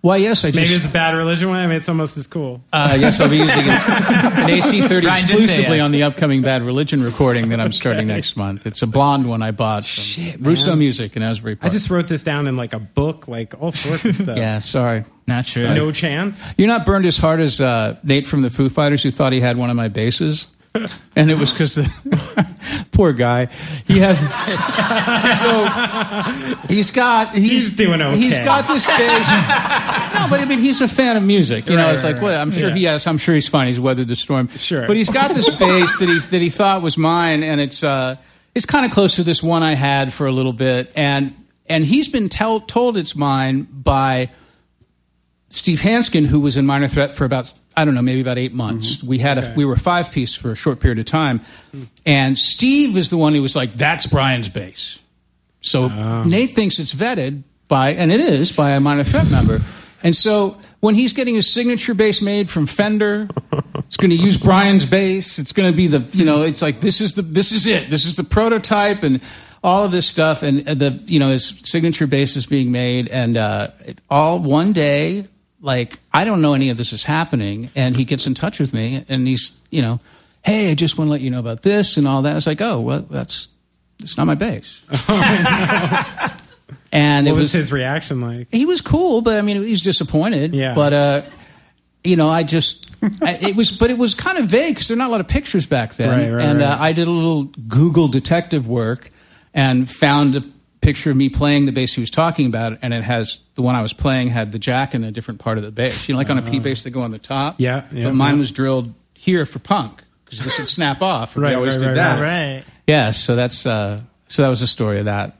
H: Well, yes, I just.
C: Maybe it's a bad religion one. I mean, it's almost as cool.
H: uh, yes, I'll be using an, an AC30
D: Ryan, just say
H: exclusively
D: yes.
H: on the upcoming Bad Religion recording that I'm starting next month. It's a blonde one I bought. From
C: Shit, man.
H: Russo Music in Asbury
C: I
H: Park.
C: just wrote this down in like a book, like all sorts of stuff.
H: yeah, sorry.
D: Not sure.
C: No chance.
H: You're not burned as hard as uh, Nate from the Foo Fighters, who thought he had one of my bases, and it was because the poor guy. He has so he's got he's,
C: He's doing okay.
H: He's got this base. No, but I mean he's a fan of music. You know,
C: Right,
H: it's
C: right,
H: like what
C: right.
H: I'm sure
C: Yeah.
H: he has. I'm sure he's fine. He's weathered the storm.
C: Sure.
H: but he's got this base that he that he thought was mine, and it's uh it's kind of close to this one I had for a little bit, and and he's been tell, told it's mine by. Steve Hanskin, who was in Minor Threat for about I don't know, maybe about eight months. We had a we were a five piece for a short period of time, and Steve is the one who was like, "That's Brian's bass." So Nate thinks it's vetted by, and it is by a Minor Threat member, and so when he's getting his signature bass made from Fender, it's going to use Brian's bass. It's going to be the you know, it's like this is the this is it. This is the prototype and. All of this stuff and uh, the you know his signature bass is being made and uh, it, all one day like I don't know any of this is happening, and he gets in touch with me, and he's you know, hey, I just want to let you know about this and all that. I was like, oh, well, that's it's not my base. and
C: What
H: it
C: was,
H: was,
C: his reaction like?
H: he was cool, but I mean, he was disappointed.
C: Yeah.
H: but uh, you know, I just I, it was, but it was kind of vague because there are not a lot of pictures back then,
C: Right, right,
H: and Uh,
C: right.
H: I did a little Google detective work and found a picture of me playing the bass he was talking about, and it has the one I was playing had the jack in a different part of the bass. You know, like on a P bass, they go on the top.
C: Ah. Yeah, yeah,
H: but mine
C: yeah.
H: was drilled here for punk because this would snap off. and we
C: Right,
H: always
C: right,
H: did
C: right,
H: that.
B: right.
H: Yeah, so that's uh, so that was the story of that.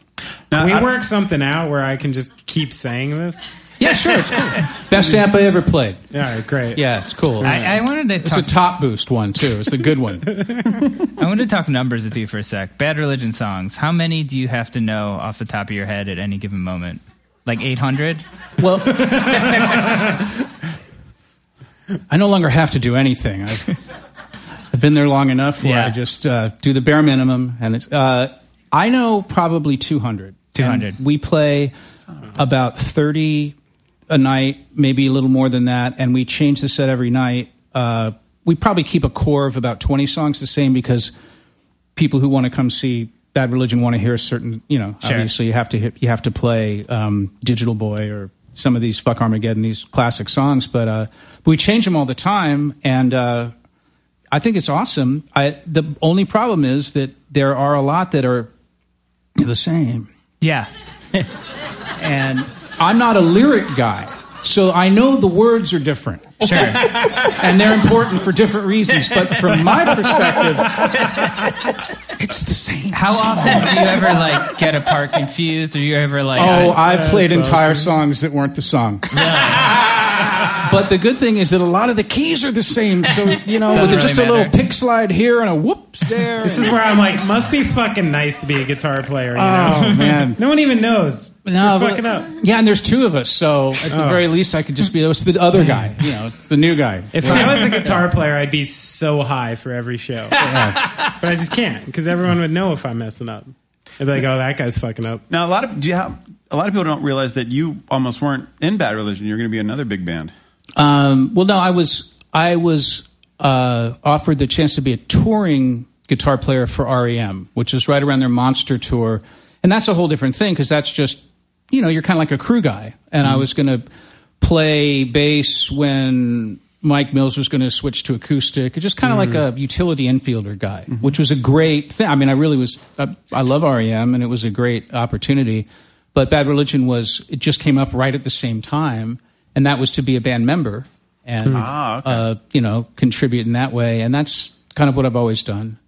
A: Now,
C: Can
A: I-
C: we work something out where I can just keep saying this?
H: Yeah, sure, it's cool. Best amp I ever played.
C: All right, great.
H: Yeah, it's cool.
D: I, I wanted to
H: It's a
D: talk.
H: top boost one too. It's a good one.
D: I wanted to talk numbers with you for a sec. Bad Religion songs. How many do you have to know off the top of your head at any given moment? Like 800?
H: Well, I no longer have to do anything. I've, I've been there long enough where
D: Yeah.
H: I just uh, do the bare minimum, and it's. Uh, I know probably two hundred.
D: 200.
H: We play about thirty a night, maybe a little more than that, and we change the set every night. Uh, we probably keep a core of about twenty songs the same because people who want to come see Bad Religion want to hear a certain, you know,
D: Sure.
H: obviously you have to hit, you have to play um, Digital Boy or some of these Fuck Armageddon, these classic songs. But, uh, but we change them all the time, and uh, I think it's awesome. I, the only problem is that there are a lot that are the same,
D: Yeah.
H: and I'm not a lyric guy. So I know the words are different,
D: Sure.
H: and they're important for different reasons. But from my perspective, it's the same.
D: How often do you ever like get a part confused? Or you ever like
H: Oh,
D: I-
H: I've played entire songs that weren't the song. but the good thing is that a lot of the keys are the same. So, you know, with
D: Doesn't
H: just
D: really
H: a little
D: matter.
H: pick slide here and a whoops there.
C: This is where I'm like, must be fucking nice to be a guitar player. You know?
H: Oh, man.
C: no one even knows.
H: No,
C: You're
H: but-
C: fucking up.
H: Yeah, and there's two of us, so at the
C: Oh.
H: very least, I could just be it's the other guy, you know, it's the new guy.
C: If I was a guitar player, I'd be so high for every show. But I just can't because everyone would know if I'm messing up. They'd be like, oh, that guy's fucking up.
A: Now a lot of do you have, a lot of people don't realize that you almost weren't in Bad Religion. You're going to be another big band.
H: Um, well, no, I was I was uh, offered the chance to be a touring guitar player for REM, which is right around their Monster tour, and that's a whole different thing because that's just you know you're kind of like a crew guy, and I was going to play bass when Mike Mills was going to switch to acoustic, just kind of like a utility infielder guy, which was a great thing. I mean, I really was, I, I love REM and it was a great opportunity. But Bad Religion was, it just came up right at the same time. And that was to be a band member and,
A: Ah,
H: uh, you know, contribute in that way. And that's kind of what I've always done.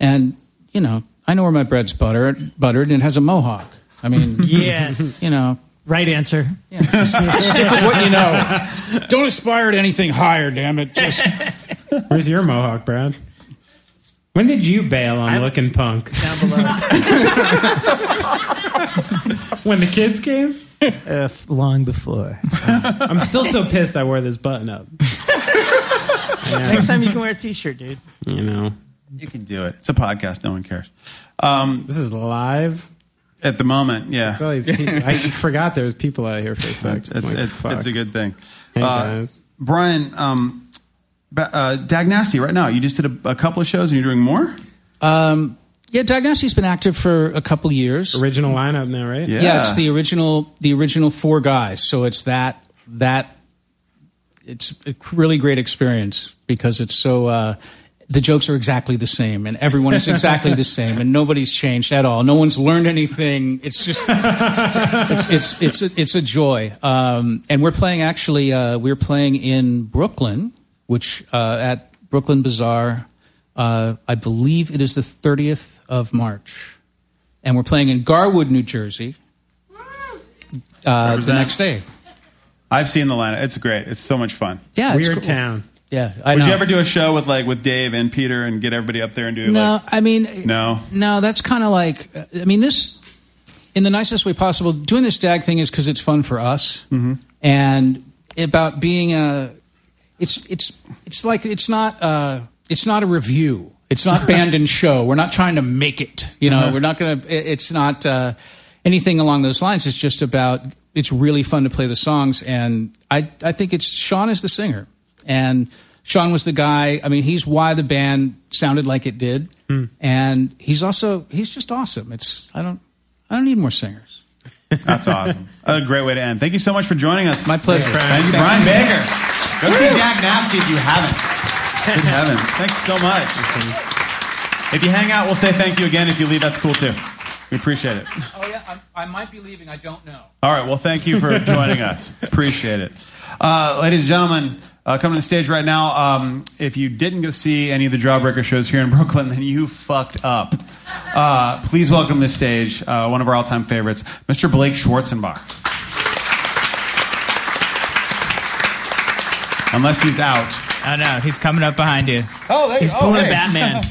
H: And, you know, I know where my bread's buttered, buttered and it has a mohawk. I mean,
B: Yes.
H: you know,
B: Right answer.
H: stick with what you know. Don't aspire to anything higher, damn it. Just
C: Where's your mohawk, Brad? When did you bail on looking punk? when the kids came?
B: Uh, long before.
C: I'm still so pissed I wore this button up.
B: Next time you can wear a t-shirt, dude.
C: You know,
A: you can do it. It's a podcast. No one cares. Um,
C: this is live
A: at the moment. Yeah,
C: All these people- I forgot there was people out here for a sec.
A: it's, it's,
C: Like,
A: it's,
C: fuck.
A: it's a good thing.
C: Hey,
A: Uh,
C: guys.
A: Brian, um, ba- uh, Dag Nasty, right now, you just did a, a couple of shows and you're doing more?
H: Um, yeah, Diagnosti's been active for a couple years.
C: Original lineup now, right?
H: Yeah. it's the original the original four guys. So it's that that it's a really great experience because it's so uh, the jokes are exactly the same and everyone is exactly the same and nobody's changed at all. No one's learned anything. It's just it's it's it's a, it's a joy. Um, and we're playing actually uh, we're playing in Brooklyn, which uh, at Brooklyn Bazaar. Uh, I believe it is the 30th of March, and we're playing in Garwood, New Jersey. Uh, the
A: Represent.
H: next day,
A: I've seen the lineup. It's great. It's so much fun.
H: yeah, it's cool. Yeah, I
A: Would
H: know.
A: you ever do a show with like with Dave and Peter and get everybody up there and do
H: No,
A: like,
H: I mean,
A: no?
H: No, that's kind of like, I mean, this, in the nicest way possible, doing this DAG thing is because it's fun for us.
A: Mm-hmm.
H: And about being a, it's, it's, it's like, it's not, uh, it's not a review. It's not band and show. We're not trying to make it. You know,
A: Uh-huh.
H: we're not going to, it's not uh, anything along those lines. It's just about, it's really fun to play the songs. And I, I think it's, Sean is the singer. And Sean was the guy, I mean, he's why the band sounded like it did and he's also he's just awesome. It's I don't I don't need more singers.
A: That's awesome. a great way to end. Thank you so much for joining us.
H: My pleasure.
A: Thank you, Brian Baker. Go see Jack Nasty if you haven't. Good heavens. Thanks so much. If you hang out, we'll say thank you again. If you leave, that's cool too. We appreciate it.
H: Oh yeah, I, I might be leaving. I don't know.
A: All right. Well, thank you for joining us. Appreciate it. Uh, ladies and gentlemen, uh, coming to the stage right now, um, if you didn't go see any of the Jawbreaker shows here in Brooklyn, then you fucked up. Uh, please welcome to the stage uh, one of our all time favorites, Mr. Blake Schwarzenbach. Unless he's out.
D: Oh no, he's coming up behind you.
H: Oh, there
D: he's
H: you- oh, pulling a Oh, hey.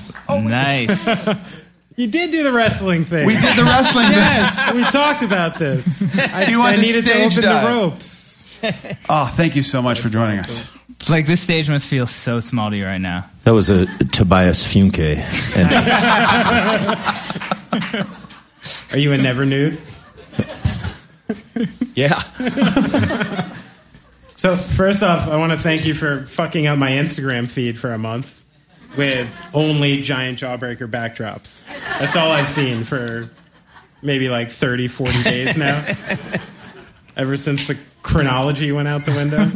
D: Batman. nice.
C: You did do the wrestling thing.
D: We did the wrestling thing.
C: yes, we talked about this. I,
A: You
C: I
A: wanted to
C: needed to
A: stage
C: open
A: dive.
C: the ropes.
A: Oh, thank you so much for joining us.
D: Like this stage must feel so small to you right now.
I: That was a Tobias Funke. And
C: Are you a never nude?
I: yeah.
C: So first off, I want to thank you for fucking up my Instagram feed for a month with only giant jawbreaker backdrops. That's all I've seen for maybe like 30, 40 days now. Ever since the chronology went out the window.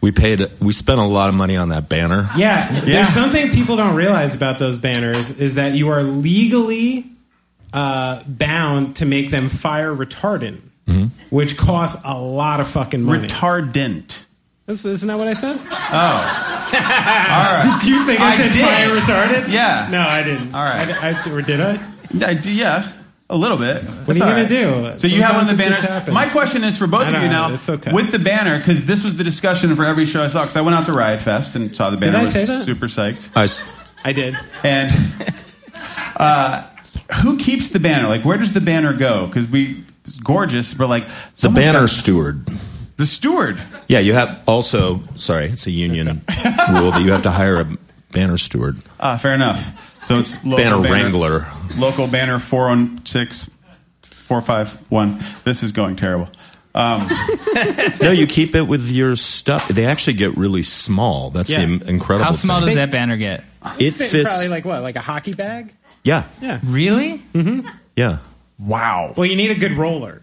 I: We paid, we spent a lot of money on that banner.
C: Yeah, there's something people don't realize about those banners is that you are legally uh, bound to make them fire retardant,
A: Mm-hmm.
C: which costs a lot of fucking money.
A: Retardant. Oh.
C: That's- Isn't that what I said?
A: All right.
C: Do you think I,
A: I
C: said
A: did.
C: fire retardant?
A: Yeah.
C: No, I didn't. All
A: right.
C: I, I- or did I?
A: I d- Yeah, a little
C: What
A: bit. That's
C: are you
A: all
C: gonna do?
A: right. So you have one of the
C: Sometimes it just
A: banners.
C: happens.
A: My question is for both
C: I
A: of
C: know,
A: you now.
C: it's okay.
A: With the banner, because this was the discussion for every show I saw. Because I went out to Riot Fest and saw the banner.
C: Did I
A: was
C: say that?
A: Super psyched.
I: I s-
C: I did.
A: And uh, who keeps the banner? Like, where does the banner go? Because we it's gorgeous, but like
I: the
A: someone's
I: banner
A: got-
I: steward.
A: the steward.
I: Yeah, you have also, sorry, it's a union rule that you have to hire a banner steward,
A: Ah, fair enough. So it's local
I: banner, wrangler.
A: Local banner oh 416 451. This is going terrible. Um,
I: No, you keep it with your stuff. They actually get really small. That's the
C: Yeah.
I: im- incredible
D: How small
I: thing.
D: does that banner get?
I: It
C: Fit-
I: fits.
C: Probably like what, like a hockey bag?
I: yeah,
C: Yeah. Mm-hmm.
D: Really?
I: yeah.
A: wow.
C: Well, you need a good roller,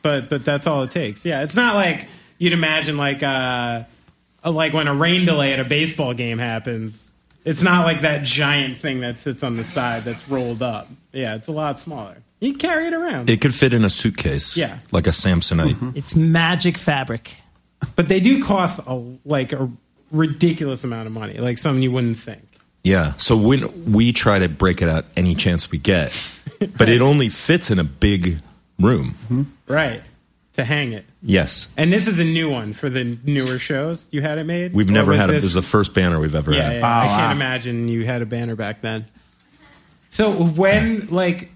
C: but but that's all it takes. Yeah, it's not like you'd imagine like uh, uh, like when a rain delay at a baseball game happens. It's not like that giant thing that sits on the side that's rolled up. Yeah, it's a lot smaller. You can carry it around.
I: It could fit in a suitcase.
C: Yeah.
I: Like a Samsonite.
C: Mm-hmm. It's magic fabric. But they do cost a, like a ridiculous amount of money, like something you wouldn't think.
I: Yeah. So when we try to break it out any chance we get, but it only fits in a big room.
C: Right. To hang it.
I: Yes.
C: And this is a new one for the newer shows. You had it made?
I: We've
C: Or
I: never
C: was
I: had it.
C: this-
I: This is the first banner we've ever
C: yeah,
I: had.
C: yeah,
D: Oh,
C: I can't imagine you had a banner back then. So when like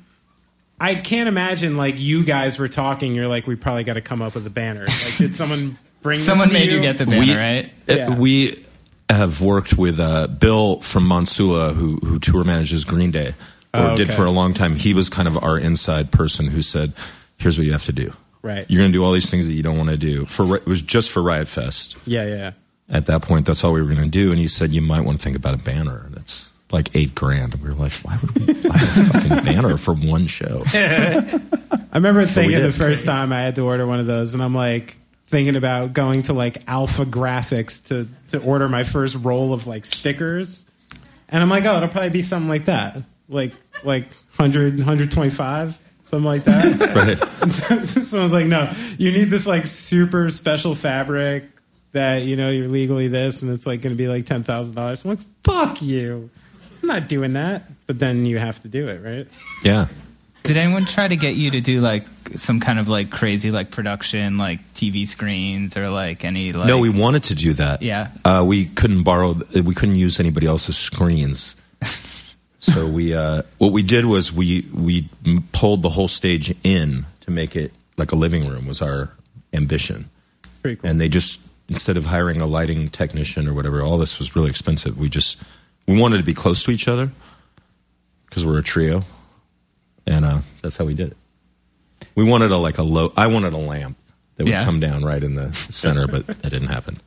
C: I can't imagine like you guys were talking. You're like, we probably got to come up with a banner. Like, did someone bring? this
D: Someone
C: to
D: made you get the banner,
I: we,
D: right?
I: uh,
C: Yeah.
I: We have worked with uh, Bill from Monsula, who who tour manages Green Day, or
C: Oh,
I: did
C: okay.
I: for a long time. He was kind of our inside person who said, "Here's what you have to do.
C: Right.
I: You're going to do all these things that you don't want to do." For Ri- it was just for Riot Fest.
C: Yeah, yeah.
I: At that point, that's all we were going to do. And he said, "You might want to think about a banner." That's like eight grand. And we were like, "Why would we buy a fucking banner for one show?"
C: I remember thinking
I: did.
C: the first time I had to order one of those, and I'm like thinking about going to like Alpha Graphics to to order my first roll of like stickers, and I'm like, oh, it'll probably be something like that, like like 100, 125, something like that.
I: Right.
C: And so, someone's like, no, you need this like super special fabric that you know you're legally this, and it's like going to be like ten thousand dollars. I'm like, fuck you, I'm not doing that. But then you have to do it, right?
I: Yeah.
D: Did anyone try to get you to do like some kind of like crazy like production, like TV screens or like any like?
I: no, we wanted to do that.
D: Yeah.
I: Uh, we couldn't borrow. We couldn't use anybody else's screens. so we, uh, what we did was we we m- pulled the whole stage in to make it like a living room was our ambition.
C: Pretty
I: cool. And they just instead of hiring a lighting technician or whatever, all this was really expensive. We just we wanted to be close to each other because we're a trio, and uh, that's how we did it. We wanted a like a low. I wanted a lamp that would
A: Yeah.
I: come down right in the center, but that didn't happen.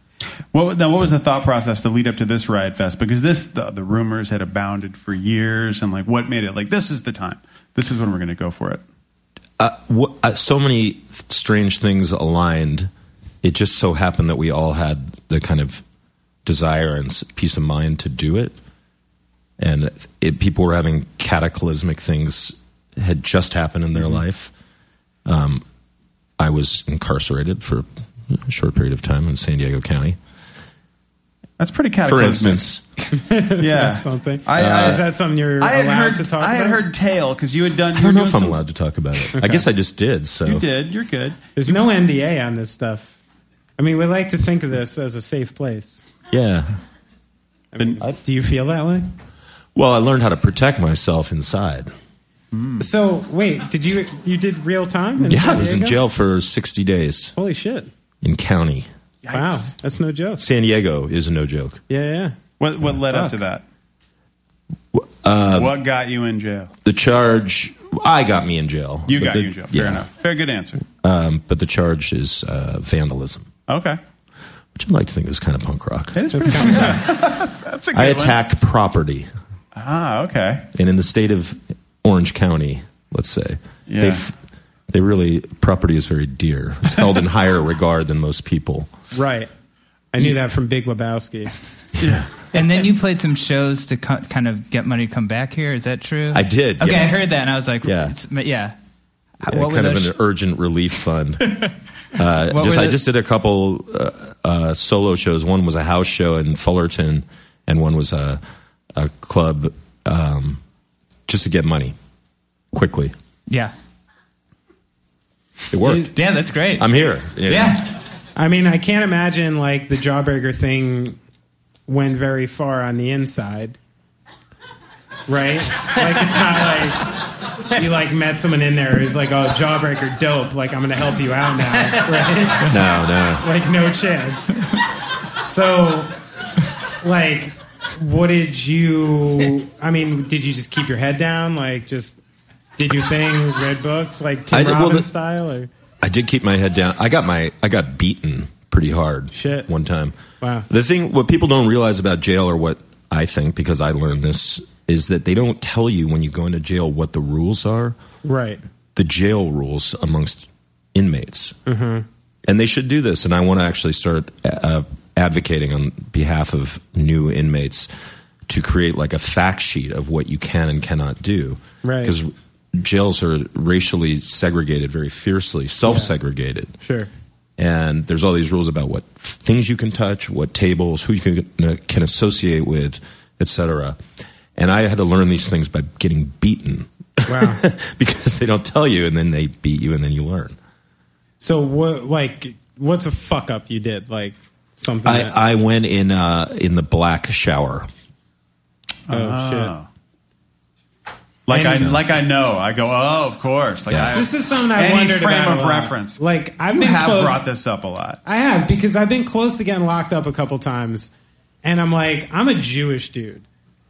A: What, now, what was the thought process to lead up to this riot fest? Because this, the, the rumors had abounded for years, and like, what made it like this is the time? This is when we're going to go for it.
I: uh, wh- uh, so many strange things aligned. It just so happened that we all had the kind of desire and s- peace of mind to do it, and it, people were having cataclysmic things had just happened in their life. Um, I was incarcerated for a short period of time in San Diego County.
A: That's pretty
I: For
A: cataclysmic.
I: instance,
A: yeah,
C: That's something.
A: I, I, uh,
C: is that something you're
A: I had
C: allowed
A: heard,
C: to talk
A: I had
C: about?
A: heard tale because you had done.
I: I
A: you were
I: don't know
A: doing
I: if I'm
A: some-
I: allowed to talk about it. I
A: Okay.
I: guess I just did. So
A: You did. You're good.
C: There's no NDA on this stuff. I mean, we like to think of this as a safe place.
I: Yeah.
C: I mean, do you feel that way?
I: Well, I learned how to protect myself inside.
A: Hmm.
C: So, wait, did you you did real time? in
I: yeah,
C: San
I: I was in
C: Diego?
I: jail for 60 days
C: Holy shit!
I: in county.
C: Wow, that's no joke.
I: San Diego is no joke.
C: Yeah, yeah.
A: What what led up to that?
I: Uh,
A: what got you in jail?
I: The charge, I got me in jail.
A: You
I: But
A: got
I: the-
A: you in jail. Fair enough. Fair good answer.
I: Um, but the charge is uh, vandalism,
A: Okay,
I: which I'd like to think is kind of punk rock.
A: that is pretty. that's, that's a good
I: I
A: one.
I: attacked property.
A: Ah, okay.
I: And in the state of Orange County, let's say,
A: Yeah.
I: they, f- they really, property is very dear. It's held in higher regard than most people.
C: Right. I knew that from Big Lebowski.
D: And then you played some shows to co- kind of get money to come back here. Is that true?
I: I did,
D: Okay,
I: yes.
D: I heard that, and I was like,
I: Yeah.
D: yeah, yeah.
I: Yeah,
D: what were
I: kind of
D: those
I: an urgent relief fund. Uh,
D: What
I: just,
D: were
I: I
D: the-
I: just did a couple uh, uh, solo shows. One was a house show in Fullerton, and one was a, a club um, just to get money quickly.
D: yeah.
I: It worked.
D: Yeah, that's great.
I: I'm here. you know.
C: I mean, I can't imagine like the jawbreaker thing went very far on the inside, right? Like it's not like you like met someone in there who's like, "Oh, jawbreaker, dope! Like I'm gonna help you out now." Right?
I: No, no.
C: like no chance. So, like, what did you? I mean, did you just keep your head down? Like, just did your thing, read books, like Tim
I: I did- well,
C: Robbins
I: the-
C: style, or
I: I did keep my head down. I got my I got beaten pretty hard. Shit. One time.
C: Wow.
I: The thing what people don't realize about jail or what I think because I learned this is that they don't tell you when you go into jail what the rules are.
C: right?
I: the jail rules amongst inmates.
C: Mm-hmm.
I: And they should do this. And I want to actually start uh, advocating on behalf of new inmates to create like a fact sheet of what you can and cannot do.
C: Right.
I: Because jails are racially segregated very fiercely, self segregated.
C: Sure.
I: And there's all these rules about what things you can touch, what tables, who you can, uh, can associate with, etc. And I had to learn these things by getting beaten.
C: Wow.
I: because they don't tell you and then they beat you and then you learn.
C: So what? Like, what's a fuck up you did? Like something.
I: I,
C: that,
I: I went in uh, in the black shower.
C: oh
A: Ah. Like I
C: Any-
A: like I know. I go, oh, of course. Like
C: Yes.
A: I-
C: This is something I
A: any
C: wondered
A: frame
C: about a
A: of
C: lot.
A: reference.
C: Like, I've
A: you
C: been
A: have
C: close-
A: brought this up a lot.
C: shit! I have because I've been close to getting locked up a couple times, and I'm like, I'm a Jewish dude.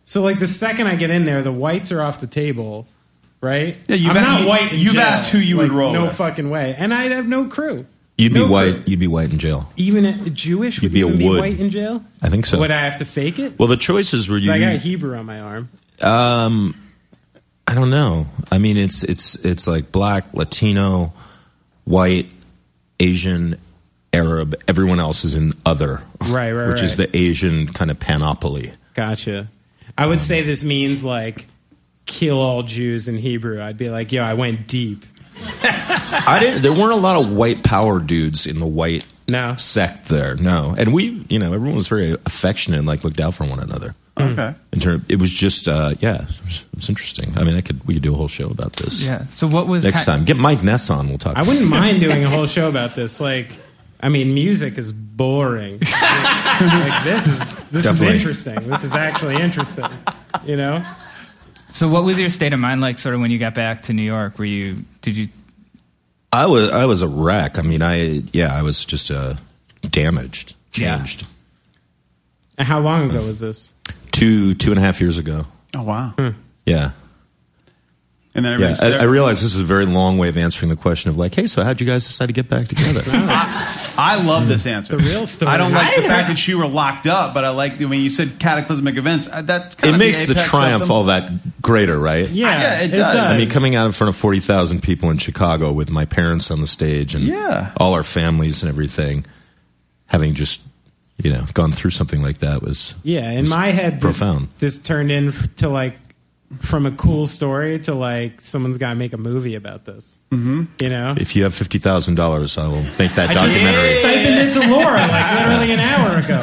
C: So like the second I get in there, the whites are off the table, right?
A: Yeah, you've
C: I'm
A: a-
C: not
A: you-
C: white. in
A: you've
C: jail.
A: asked who you would
C: Like,
A: roll
C: No
A: with.
C: fucking way. And I'd have no crew.
I: You'd be
C: No
I: white.
C: crew.
I: You'd be white in jail.
C: Even a Jewish
I: You'd
C: would
I: be a
C: even be
I: wood.
C: white in jail.
I: I think so.
C: Would I have to fake it?
I: Well, the choices were
C: 'Cause
I: you.
C: I got a Hebrew on my arm.
I: um, I don't know. I mean, it's it's it's like black, Latino, white, Asian, Arab. Everyone else is in other,
C: Right, right,
I: which is
C: right.
I: the Asian kind of panoply.
C: Gotcha. I would say this means like kill all Jews in Hebrew. I'd be like, yo, I went deep.
I: I didn't. There weren't a lot of white power dudes in the white sect there. No, and we, you know, everyone was very affectionate and like looked out for one another.
C: Hmm.
A: Okay.
I: In term, it was just, uh, yeah, it was, it was interesting. I mean, I could we could do a whole show about this.
D: Yeah. So what was
I: next
D: ki-
I: time? Get Mike Ness on. We'll talk.
C: I wouldn't mind doing a whole show about this. Like, I mean, music is boring. like this is this
D: Definitely.
C: is interesting. This is actually interesting. You know,
D: So what was your state of mind like, sort of when you got back to New York? Were you did you
I: I was I was a wreck. I mean, I yeah, I was just uh, damaged, changed.
C: And how long ago was this?
I: Two two and a half years ago.
A: Oh wow.
I: Yeah.
A: And then
I: Yeah,
A: everybody's
I: I, I realize this is a very long way of answering the question of like, hey, so how'd you guys decide to get back together?
A: I love
C: Hmm.
A: this answer.
I: the real story.
A: I don't like the
I: I-
A: fact that you were locked up, but I like when you said cataclysmic events. uh, That's
I: it
A: kind of
I: makes the,
A: apex of
I: triumph
A: them.
I: all that greater, right?
A: Yeah, Yeah, it it does. does.
I: I mean, coming out in front of forty thousand people in Chicago with my parents on the stage and
A: Yeah.
I: all our families and everything, having just you know gone through something like that was
C: Yeah, in
I: was
C: my head, this,
I: profound.
C: this turned into like from a cool story to like someone's got to make a movie about this. Mm-hmm. You know,
I: If you have fifty thousand dollars, I will make that
C: I just
I: documentary.
C: stipend it to Laura like literally an hour ago.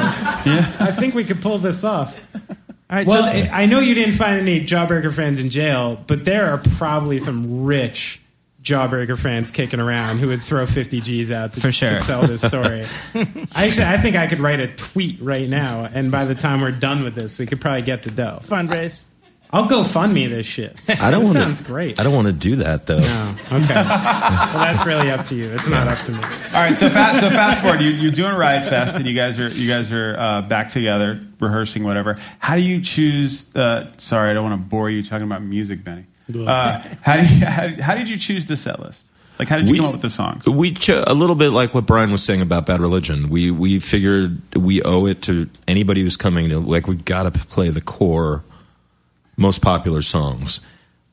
I: Yeah.
C: I think we could pull this off. All right, well,
I: so-
C: I- I know you didn't find any Jawbreaker fans in jail, but there are probably some rich Jawbreaker fans kicking around who would throw 50 G's out to,
D: For sure.
C: to tell this story. I Actually, I think I could write a tweet right now, and by the time we're done with this, we could probably get the dough.
B: Fundraise.
C: I'll go fund me this shit.
I: I don't
C: This
I: want
C: sounds
I: to.
C: great.
I: I don't want to do that though.
C: No. Okay. well, that's really up to you. It's not up to me.
A: All right, so fast, so fast forward. You, you're doing Riot Fest, and you guys are you guys are uh, back together, rehearsing whatever. How do you choose? The, sorry, I don't want to bore you talking about music, Benny. Uh, how, do you, how, how did you choose the set list? Like, how did you
I: We-
A: come up with the songs?
I: We ch- a little bit like what Brian was saying about Bad Religion. We we figured we owe it to anybody who's coming to like we got to play the core most popular songs.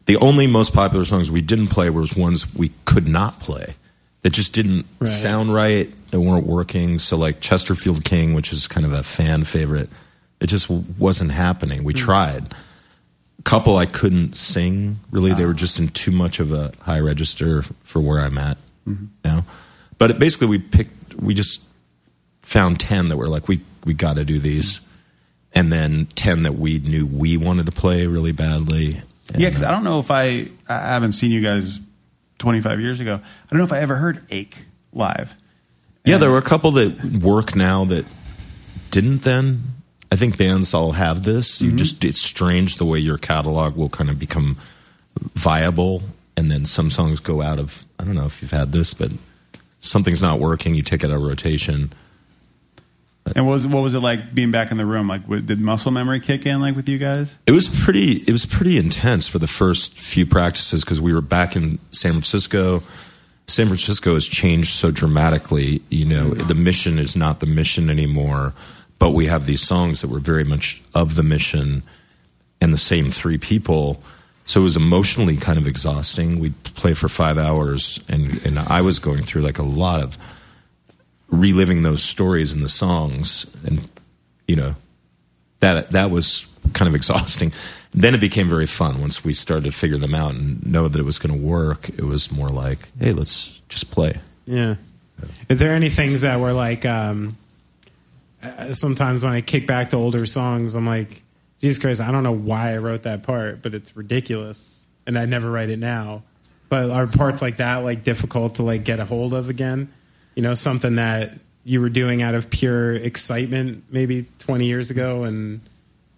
I: The only most popular songs we didn't play was ones we could not play that just didn't
C: Right.
I: sound right. They weren't working. So like Chesterfield King, which is kind of a fan favorite, it just w- wasn't happening. We tried. Couple I couldn't sing really. They were just in too much of a high register for where I'm at now. But it, basically, we picked. We just found ten that were like we we got to do these, and then ten that we knew we wanted to play really badly.
A: Yeah, because I don't know if I I haven't seen you guys 25 years ago. I don't know if I ever heard Ache live.
I: Yeah, there were a couple that work now that didn't then. I think bands all have this. You just it's strange the way your catalog will kind of become viable, and then some songs go out of. I don't know if you've had this, but something's not working. You take it out of rotation.
A: And what was what was it like being back in the room? Like, w- did muscle memory kick in like with you guys?
I: It was pretty. It was pretty intense for the first few practices because we were back in San Francisco. San Francisco has changed so dramatically. You know, the mission is not the mission anymore. But we have these songs that were very much of the mission, and the same three people. So it was emotionally kind of exhausting. We'd play for five hours, and and I was going through like a lot of reliving those stories in the songs, and you know that that was kind of exhausting. Then it became very fun once we started to figure them out and know that it was going to work. It was more like, hey, let's just play.
C: Yeah. Are there any things that were like, um, uh, sometimes when I kick back to older songs, I'm like, Jesus Christ, I don't know why I wrote that part, but it's ridiculous. And I never write it now. But are parts like that like difficult to like get a hold of again? You know, something that you were doing out of pure excitement maybe 20 years ago and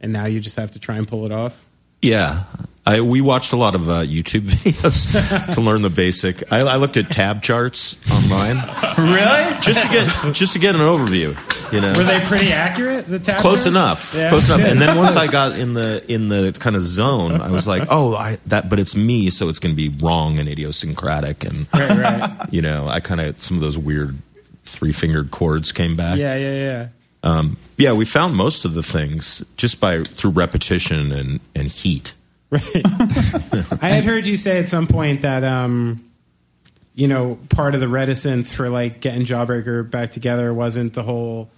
C: and now you just have to try and pull it off?
I: Yeah. I, we watched a lot of uh, YouTube videos to learn the basic. I, I looked at tab charts online.
C: Really?
I: Just to get just to get an overview, you know.
C: Were they pretty accurate? The tab
I: close
C: charts?
I: enough?
C: Yeah.
I: Close enough. And then once I got in the in the kind of zone, I was like, oh, I, that. But it's me, so it's going to be wrong and idiosyncratic, and
C: Right, right.
I: you know, I kind of some of those weird three fingered chords came back.
C: Yeah, yeah, yeah.
I: Um, yeah, we found most of the things just by through repetition and, and heat.
C: I had heard you say at some point that, um, you know, part of the reticence for like getting Jawbreaker back together wasn't the whole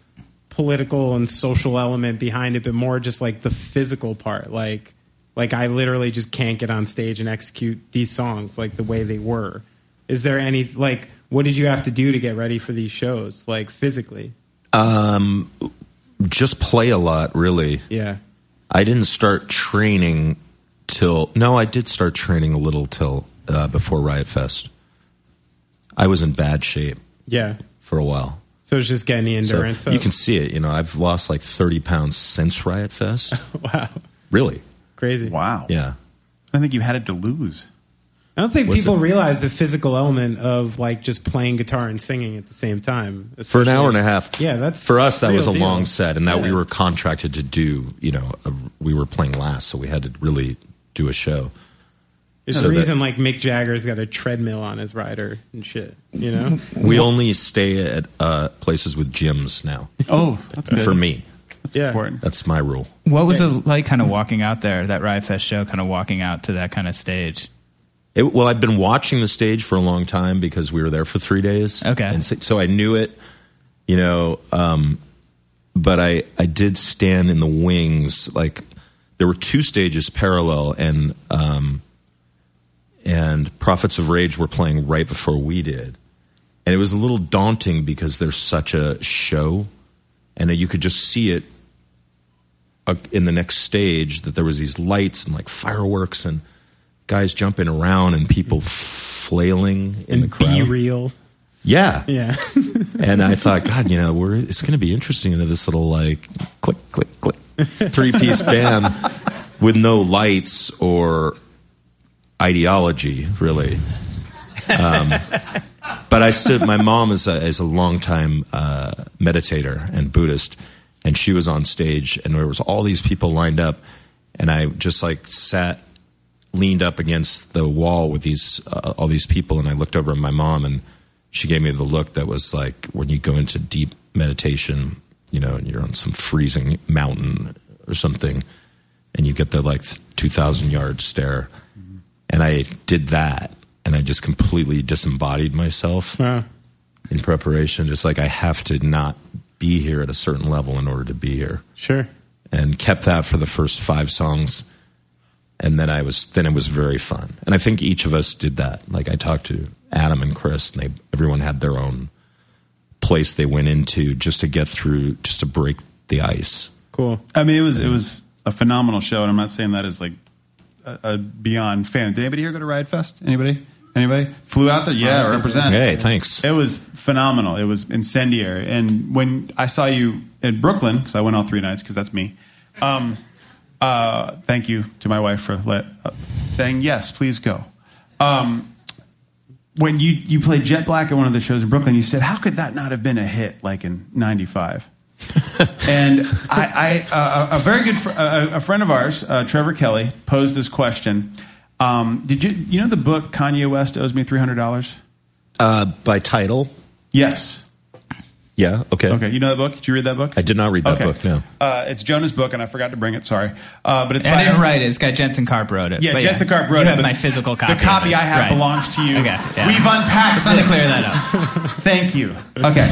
C: political and social element behind it, but more just like the physical part. Like, like I literally just can't get on stage and execute these songs like the way they were. Is there any like what did you have to do to get ready for these shows like physically?
I: Um, just play a lot, really.
C: Yeah.
I: I didn't start training till no, I did start training a little till uh, before Riot Fest. I was in bad shape
C: Yeah.
I: for a while.
C: So it's just getting the
I: So
C: endurance.
I: you
C: up.
I: can see it. You know, I've lost like thirty pounds since Riot Fest.
C: wow,
I: really?
C: Crazy.
A: Wow.
I: Yeah.
A: I think you had it to lose.
C: I don't think
A: What's
C: people
A: it?
C: realize the physical element of like just playing guitar and singing at the same time
I: for an
C: especially-
I: hour and a half.
C: Yeah, that's
I: for us. That was a
C: real deal.
I: long set, and that we
C: Yeah.
I: were contracted to do. You know, a, we were playing last, so we had to really do a show.
C: There's
I: So
C: a
I: that-
C: reason like Mick Jagger's got a treadmill on his rider and shit. You know,
I: we only stay at uh, places with gyms now.
C: Oh, that's good.
I: for me,
C: yeah.
I: that's my rule.
D: What was it like, kind of walking out there that Riot Fest show, kind of walking out to that kind of stage?
I: It, well, I've been watching the stage for a long time because we were there for three days. Okay, and so, so I knew it, you know. Um, but I I did stand in the wings. Like there were two stages parallel, and um, and Prophets of Rage were playing right before we did, and it was a little daunting because there's such a show, and you could just see it uh, in the next stage that there was these lights and like fireworks and guys jumping around and people flailing in the crowd.
C: Be real.
I: Yeah.
C: Yeah.
I: and I thought, God, you know, we're it's going to be interesting to this little like click click click three piece band with no lights or ideology really. Um, but I stood. My mom is a, is a longtime uh, meditator and Buddhist, and she was on stage, and there was all these people lined up, and I just like sat, leaned up against the wall with these uh, all these people, and I looked over at my mom, and she gave me the look that was like when you go into deep meditation, you know, and you're on some freezing mountain or something, and you get the like two thousand yard stare, and I did that, and I just completely disembodied myself in preparation. Just like I have to not be here at a certain level in order to be here,
C: Sure.
I: and kept that for the first five songs, and then I was then it was very fun, and I think each of us did that. Like I talked to Adam and Chris, and they everyone had their own place they went into just to get through, just to break the ice.
C: Cool.
A: I mean, it was it was a phenomenal show, and I'm not saying that as like a, a beyond fan. Did anybody here go to Riot Fest? Anybody? Anybody flew out there? Yeah, represent.
I: Hey, thanks.
A: It was phenomenal. It was incendiary. And when I saw you in Brooklyn, because I went all three nights, because that's me. Um, uh, thank you to my wife for let, uh, saying yes. Please go. Um, when you you played Jet Black at one of the shows in Brooklyn, you said, "How could that not have been a hit like in '95?" and I, I uh, a very good fr- uh, a friend of ours, uh, Trevor Kelly, posed this question. Um, did you you know the book Kanye West owes me three hundred dollars?
I: Uh, by title,
A: yes.
I: Yeah. Okay.
A: Okay, you know that book? Did you read that book?
I: I did not read that
A: Okay.
I: book. No.
A: Uh, it's Jonah's book, and I forgot to bring it. Sorry, uh, but it's
D: I
A: by-
D: didn't write it. It's got Jensen Karp wrote it.
A: Yeah,
D: But
A: Jensen Karp
D: you
A: wrote it,
D: have
A: but
D: my physical
A: the
D: copy.
A: copy I have belongs to you. We've unpacked
D: Just wanted to
A: something.
D: clear that up.
A: Thank you. Okay.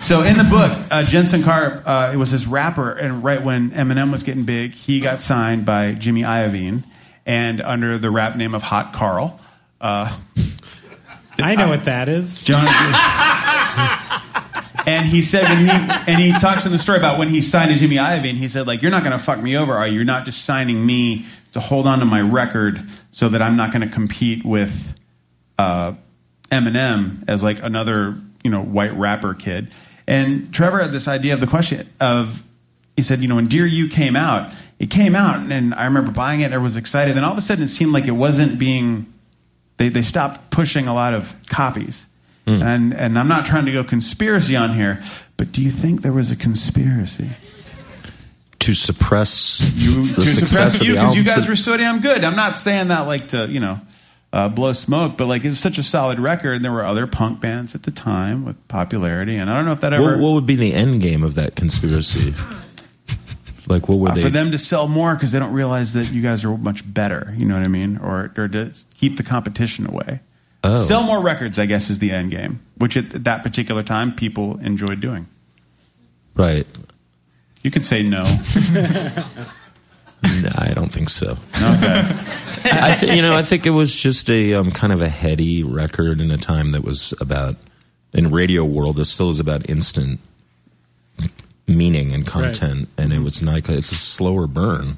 A: So in the book, uh, Jensen Karp, uh, it was this rapper, and right when Eminem was getting big, he got signed by Jimmy Iovine, and under the rap name of Hot Carl. Uh,
C: I know what that is.
A: John. and he said when he and he talks in the story about when he signed to Jimmy Iovine, he said like, "You're not going to fuck me over, are you? You're not just signing me to hold on to my record so that I'm not going to compete with uh, Eminem as like another you know white rapper kid." And Trevor had this idea of the question of he said, you know, when Dear You came out, it came out, and I remember buying it. and I was excited. Then all of a sudden, it seemed like it wasn't being. They they stopped pushing a lot of copies, and and I'm not trying to go conspiracy on here, but do you think there was a conspiracy?
I: to suppress the
A: to
I: success
A: suppress
I: of
A: you
I: the
A: because
I: album.
A: you guys were so damn good. I'm not saying that like to you know uh, blow smoke, but like it's such a solid record. And there were other punk bands at the time with popularity, and I don't know if that ever
I: what, what would be the end game of that conspiracy? like, what were
A: uh,
I: they?
A: for them to sell more because they don't realize that you guys are much better. You know what I mean? Or or to keep the competition away.
I: Oh.
A: Sell more records, I guess, is the end game, which at that particular time people enjoyed doing.
I: right?
A: You could say no.
I: No, I don't think so.
A: Okay.
I: I th- you know, I think it was just a um, kind of a heady record in a time that was about in radio world. This still is about instant meaning and content, and
C: Mm-hmm.
I: it was like it's a slower burn.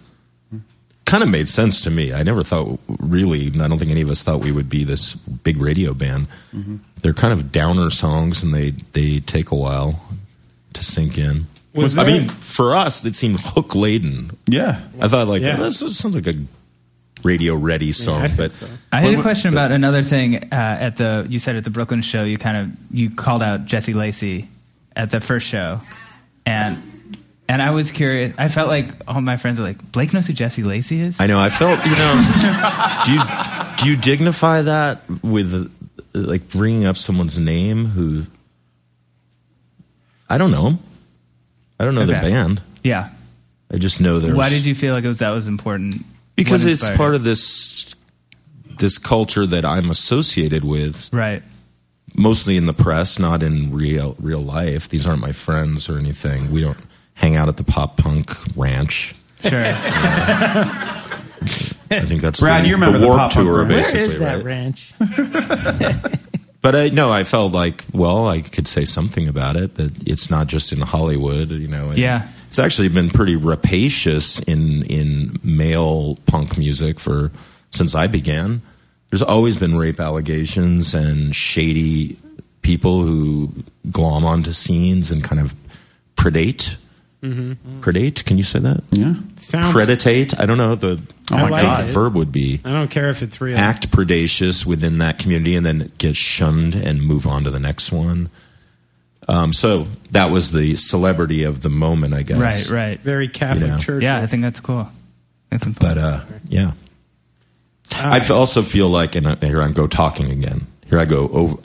I: Kind of made sense to me. I never thought really. I don't think any of us thought we would be this big radio band.
C: Mm-hmm.
I: They're kind of downer songs, and they they take a while to sink in.
C: Was
I: I
C: there-
I: mean, for us, it seemed hook laden.
A: Yeah,
I: I thought like
D: Yeah.
I: "Oh, this is- sounds like a radio ready song, but
D: I had a question about another thing uh, at the you said at the Brooklyn show you kind of you called out Jesse Lacey at the first show and and I was curious I felt like all my friends were like Blake knows who Jesse Lacey is
I: I know I felt you know. do you do you dignify that with uh, like bringing up someone's name who I don't know. 'em. I don't know their
D: Okay.
I: band.
D: yeah
I: I just know there's
D: why did you feel like it was that was important
I: because
D: What
I: it's
D: inspired
I: part of this this culture that I'm associated with,
D: right
I: mostly in the press, not in real real life. These aren't my friends or anything. We don't hang out at the pop punk ranch.
D: sure
I: I think that's
B: Brad,
I: the,
B: you remember the
I: warp
B: pop-up
I: tour,
B: ranch. Where
I: basically.
B: is that
I: right?
B: ranch?
I: But I, no, I felt like well, I could say something about it that it's not just in Hollywood, you know. and
D: Yeah.
I: it's actually been pretty rapacious in in male punk music for since I began. There's always been rape allegations and shady people who glom onto scenes and kind of predate.
C: Mm-hmm.
I: Predate? Can you say that?
A: Yeah.
C: Sounds-
I: Predatate? I don't know the,
C: I
I: what
C: like
I: the
C: it.
I: verb would be
C: I don't care if it's real.
I: act predacious within that community and then get shunned and move on to the next one. Um, so that was the celebrity of the moment, I guess.
D: right right
C: very
I: Catholic know. church.
D: yeah I think that's cool that's important
I: But uh, yeah, I f- also feel like, and I- here I go talking again. Here I go over,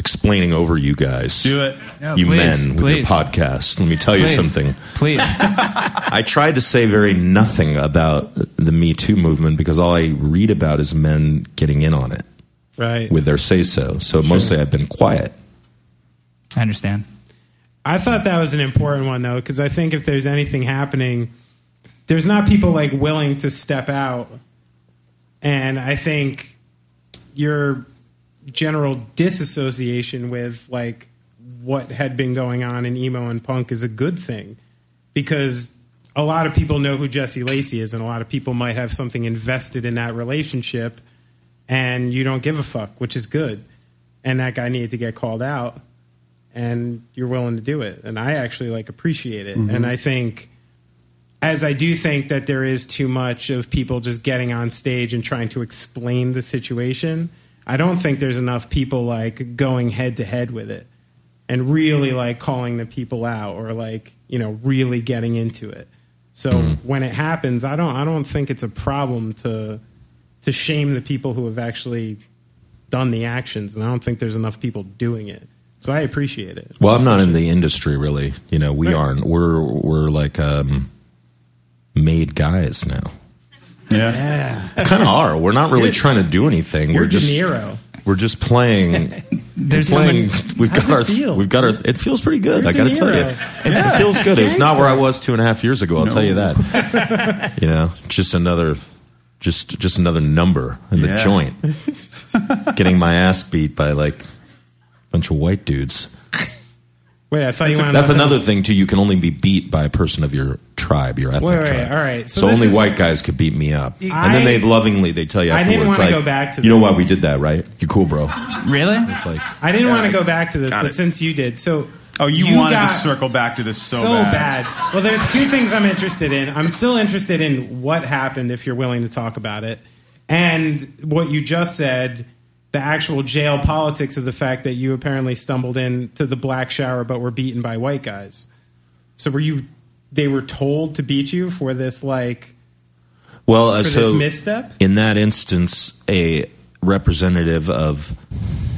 I: explaining over you guys.
D: Do it. No,
I: you
D: please,
I: men with your
D: please.
I: podcast. Let me tell you
D: Please.
I: something.
D: please
I: I tried to say very nothing about the Me Too movement because all I read about is men getting in on it.
C: Right.
I: with their say so. So mostly I've been quiet.
D: I understand
C: I thought that was an important one though, because I think if there's anything happening, there's not people like willing to step out, and I think your general disassociation with like what had been going on in emo and punk is a good thing because a lot of people know who Jesse Lacey is, and a lot of people might have something invested in that relationship, and you don't give a fuck, which is good. And that guy needed to get called out, and you're willing to do it. And I actually like appreciate it.
B: Mhm.
C: And I think, as I do think that there is too much of people just getting on stage and trying to explain the situation. I don't think there's enough people like going head to head with it and really like calling the people out or like you know really getting into it so
I: Hmm.
C: when it happens i don't i don't think it's a problem to to shame the people who have actually done the actions and i don't think there's enough people doing it so i appreciate it
I: Well, I'm not in the industry really. You know, we aren't. We're we're like um, made guys now.
C: Yeah.
I: kind of are. We're not really
C: You're-
I: trying to do anything.
C: you're
I: we're just
C: De Niro.
I: we're just playing There's
D: so
I: playing.
D: many-
I: we've
D: How's
I: got
D: it
I: our.
D: feel?
I: We've got our. It feels pretty good. I
D: De
I: got to tell you,
D: Niro. Yeah.
I: it feels good. It's not where I was two and a half years ago. I'll
A: No.
I: tell you that. you know, just another, just just another number in the
A: Yeah.
I: joint. Getting my ass beat by like a bunch of white dudes.
C: Wait, I thought you wanted
I: That's
C: to-
I: another thing too. You can only be beat by a person of your tribe, your ethnic
C: Wait, wait,
I: tribe.
C: all right.
I: So,
C: So this
I: only
C: is-
I: white guys could beat me up,
C: I-
I: and then they lovingly they tell you
C: I
I: afterwards.
C: didn't
I: like,
C: wanna go back to
I: you know
C: this.
I: why we did that, right? You cool, bro.
D: Really?
I: It's like
C: I didn't
A: Yeah,
C: want to go back to this,
A: got
C: but
A: it.
C: since you did, so
A: Oh, you, wanted
C: got
A: to circle back to this so,
C: bad. Well, there's two things I'm interested in. I'm still interested in what happened, if you're willing to talk about it, and what you just said. The actual jail politics of the fact that you apparently stumbled into the black shower, but were beaten by white guys. So were you? They were told to beat you for this, like
I: Well, uh,
C: for
I: so
C: this misstep?
I: in that instance, a representative of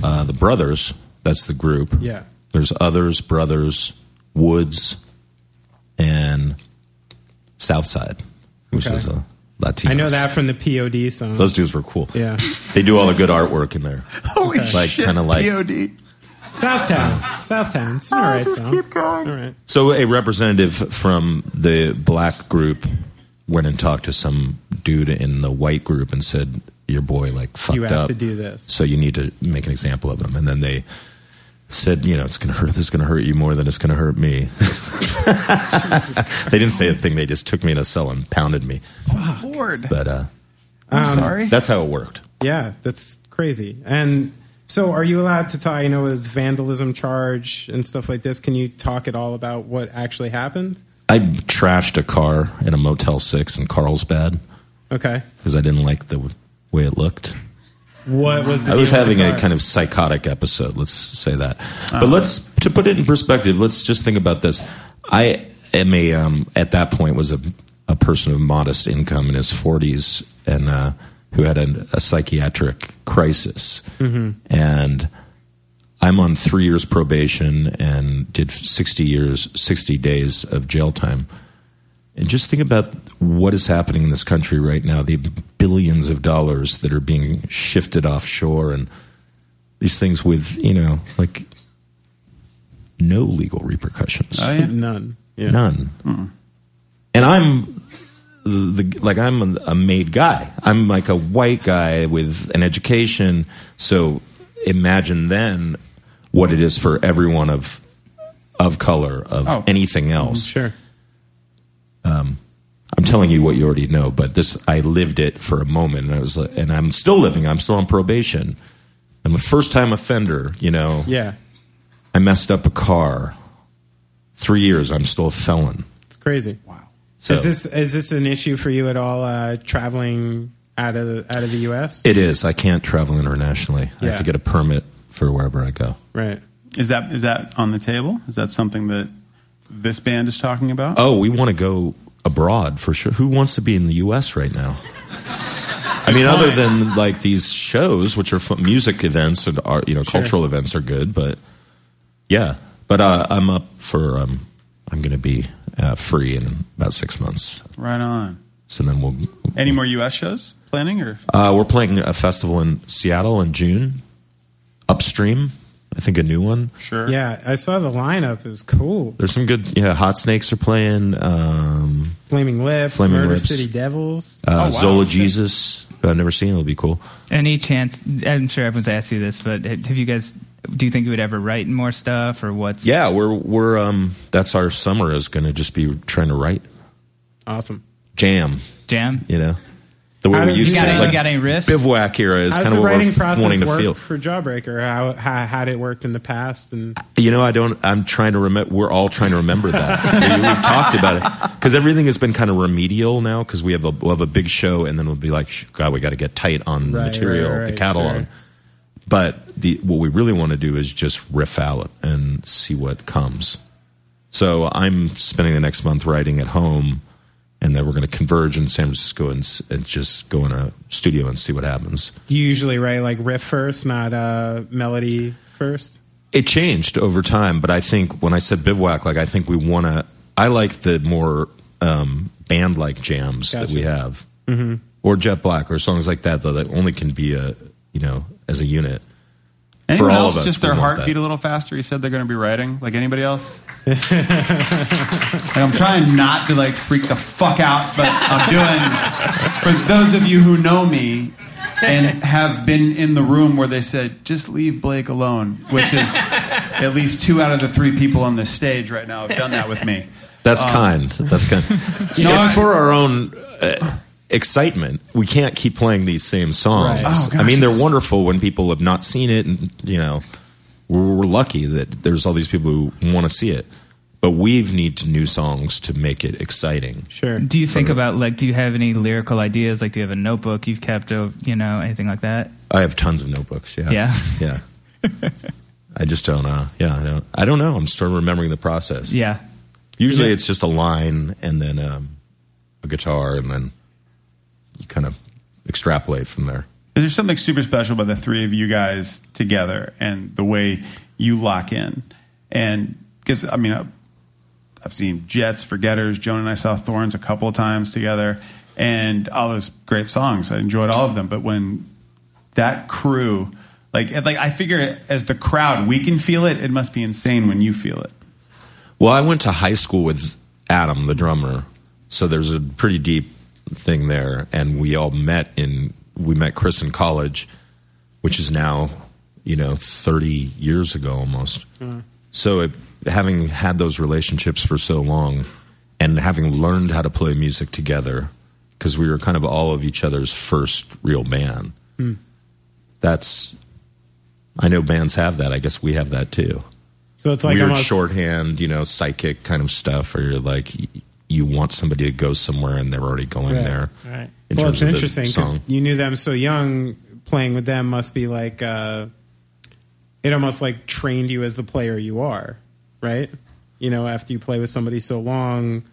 I: uh, the brothers, that's the group.
C: Yeah.
I: There's others, brothers, Woods, and Southside, which
C: Okay.
I: is a Latino.
C: I know that from the POD song.
I: Those dudes were cool.
C: Yeah.
I: They do all the good artwork in there.
C: Holy
I: like,
C: shit,
I: Kinda like,
C: POD. Southtown. Southtown. It's an all right song. Oh, Keep going. All right.
I: So a representative from the black group went and talked to some dude in the white group and said, "Your boy like fucked
C: You have
I: up.
C: to do this."
I: So you need to make an example of him." And then they said, "You know, it's gonna hurt. This is gonna hurt you more than it's gonna hurt me." they didn't say a thing. They just took me in a cell and pounded me.
A: bad. Lord.
I: But uh,
C: I'm Um, sorry.
I: That's how it worked.
C: Yeah, that's crazy. And so, are you allowed to talk? You know, it was vandalism charge and stuff like this. Can you talk at all about what actually happened?
I: I trashed a car in a Motel Six in Carlsbad
C: Okay.
I: because I didn't like the w- way it looked.
C: What was the
I: I was
C: deal with
I: having
C: the
I: a
C: car?
I: kind of psychotic episode. Let's say that. But
C: Uh-huh.
I: let's to put it in perspective. Let's just think about this. I am a um, at that point was a a person of modest income in his forties and uh, who had an, a psychiatric crisis
J: Mhm.
I: and. I'm on three years probation and did 60 years, 60 days of jail time. And just think about what is happening in this country right now the billions of dollars that are being shifted offshore and these things with, you know, like no legal repercussions.
C: None. Oh, Yeah. Mm-hmm.
I: None. And I'm the, the- like I'm a made guy. I'm like a white guy with an education. So imagine then what it is for everyone of of color of
C: Oh.
I: anything else.
C: Sure.
I: Um, I'm telling you what you already know, but this I lived it for a moment, and I was like, and I'm still living. I'm still on probation. I'm a first time offender. You know.
C: Yeah.
I: I messed up a car. Three years. I'm still a felon.
C: It's crazy. Wow.
I: So-
C: is this is this an issue for you at all? Uh, traveling out of the, out of the U.S.
I: It is. I can't travel internationally. I have
A: Yeah.
I: to get a permit for wherever I go.
C: Right.
A: Is that is that on the table? Is that something that this band is talking about?
I: Oh, we want to go abroad for sure. Who wants to be in the U.S. right now? I mean, other than like these shows, which are fun, music events and art, you know,
C: Sure.
I: cultural events are good, but yeah. But uh, I'm up for. Um, I'm going to be uh, free in about six months.
A: Right on.
I: So then we'll.
A: Any more U.S. shows planning or?
I: Uh, we're playing a festival in Seattle in June. Upstream, I think a new one.
A: Sure.
C: Yeah, I saw the lineup. It was cool.
I: There's some good. Yeah, Hot Snakes are playing. Um,
C: Flaming Lips,
I: Flaming
C: Murder
I: Lips.
C: City Oh, Devils.
A: Oh,
I: uh, Zola Jesus. I've never seen. it. It'll be cool.
D: Any chance? I'm sure everyone's asked you this, but have you guys? Do you think you would ever write more stuff, or what's?
I: Yeah, we're we're um. That's our summer is going to just be trying to write
C: Awesome.
I: jam.
D: Jam.
I: You know, the way
C: How
I: we
C: does
I: used
C: the,
I: to.
C: uh,
I: like,
C: You got any riffs?
I: Bivouac era is
C: How's
I: kind of
C: the
I: what
C: writing
I: we're
C: process
I: wanting to
C: work
I: feel.
C: for Jawbreaker? How, how had it worked in the past? And
I: You know, I don't. I'm trying to remember. We're all trying to remember that. we, we've talked about it because everything has been kind of remedial now. Because we have a we'll have a big show, and then we'll be like, "Sh- God, we got to get tight on the
C: Right,
I: material,
C: right, right,
I: the catalog.
C: sure.
I: But the what we really want to do is just riff out and see what comes. So I'm spending the next month writing at home, and then we're going to converge in San Francisco and, s- and just go in a studio and see what happens.
C: do you usually write like riff first, not uh, melody first?
I: It changed over time, but I think when I said bivouac, like I think we want to. I like the more um, band-like jams that
C: Gotcha.
I: we have,
C: Mm-hmm.
I: or Jet Black, or songs like that, though that only can be a you know as a unit.
F: Anyone
I: for all
F: else,
I: of us.
F: just
I: we
F: their
I: want
F: heart
I: that.
F: beat a little faster. You said they're going to be writing. Like anybody else? like I'm trying not to like freak the fuck out, but I'm doing. For those of you who know me and have been in the room where they said just leave Blake alone, which is at least two out of the three people on this stage right now have done that with me.
I: That's
F: Um,
A: Uh,
I: kind. That's kind.
F: No,
I: it's
F: I-
I: for our own uh, excitement. We can't keep playing these same songs.
F: Right. Oh, gosh,
I: I mean, they're
F: it's-
I: wonderful when people have not seen it, and you know, we're, we're lucky that there's all these people who want to see it. But we need to new songs to make it exciting.
D: Sure. Do you think about like? Do you have any lyrical ideas? Like, do you have a notebook you've kept? Of, you know, anything like that?
I: I have tons of notebooks. Yeah.
D: Yeah.
I: Yeah. I just don't. Uh, yeah. I don't, I don't know. I'm still remembering the process.
D: Yeah.
I: Usually
D: Yeah.
I: it's just a line and then um, a guitar, and then you kind of extrapolate from there.
F: There's something super special about the three of you guys together and the way you lock in. And because, I mean, I- I've seen Jets, Forgetters, Joan and I saw Thorns a couple of times together, and all those great songs. I enjoyed all of them. But when that crew, like, it's like I figure as the crowd, we can feel it. It must be insane when you feel it.
I: Well, I went to high school with Adam, the drummer, so there's a pretty deep thing there, and we all met in we met Chris in college, which is now you know 30 years ago almost. So it, having had those relationships for so long, and having learned how to play music together, because we were kind of all of each other's first real band.
C: Hmm.
I: That's I know bands have that. I guess we have that too
C: So it's like
I: weird
C: almost
I: shorthand, you know, psychic kind of stuff, or you're like y- you want somebody to go somewhere and they're already going
C: Right,
I: there.
C: Right.
I: in
C: well, it's
I: terms of the
C: interesting because
I: song.
C: you knew them so young. Playing with them must be like uh, it almost like trained you as the player you are, right? You know, after you play with somebody so long,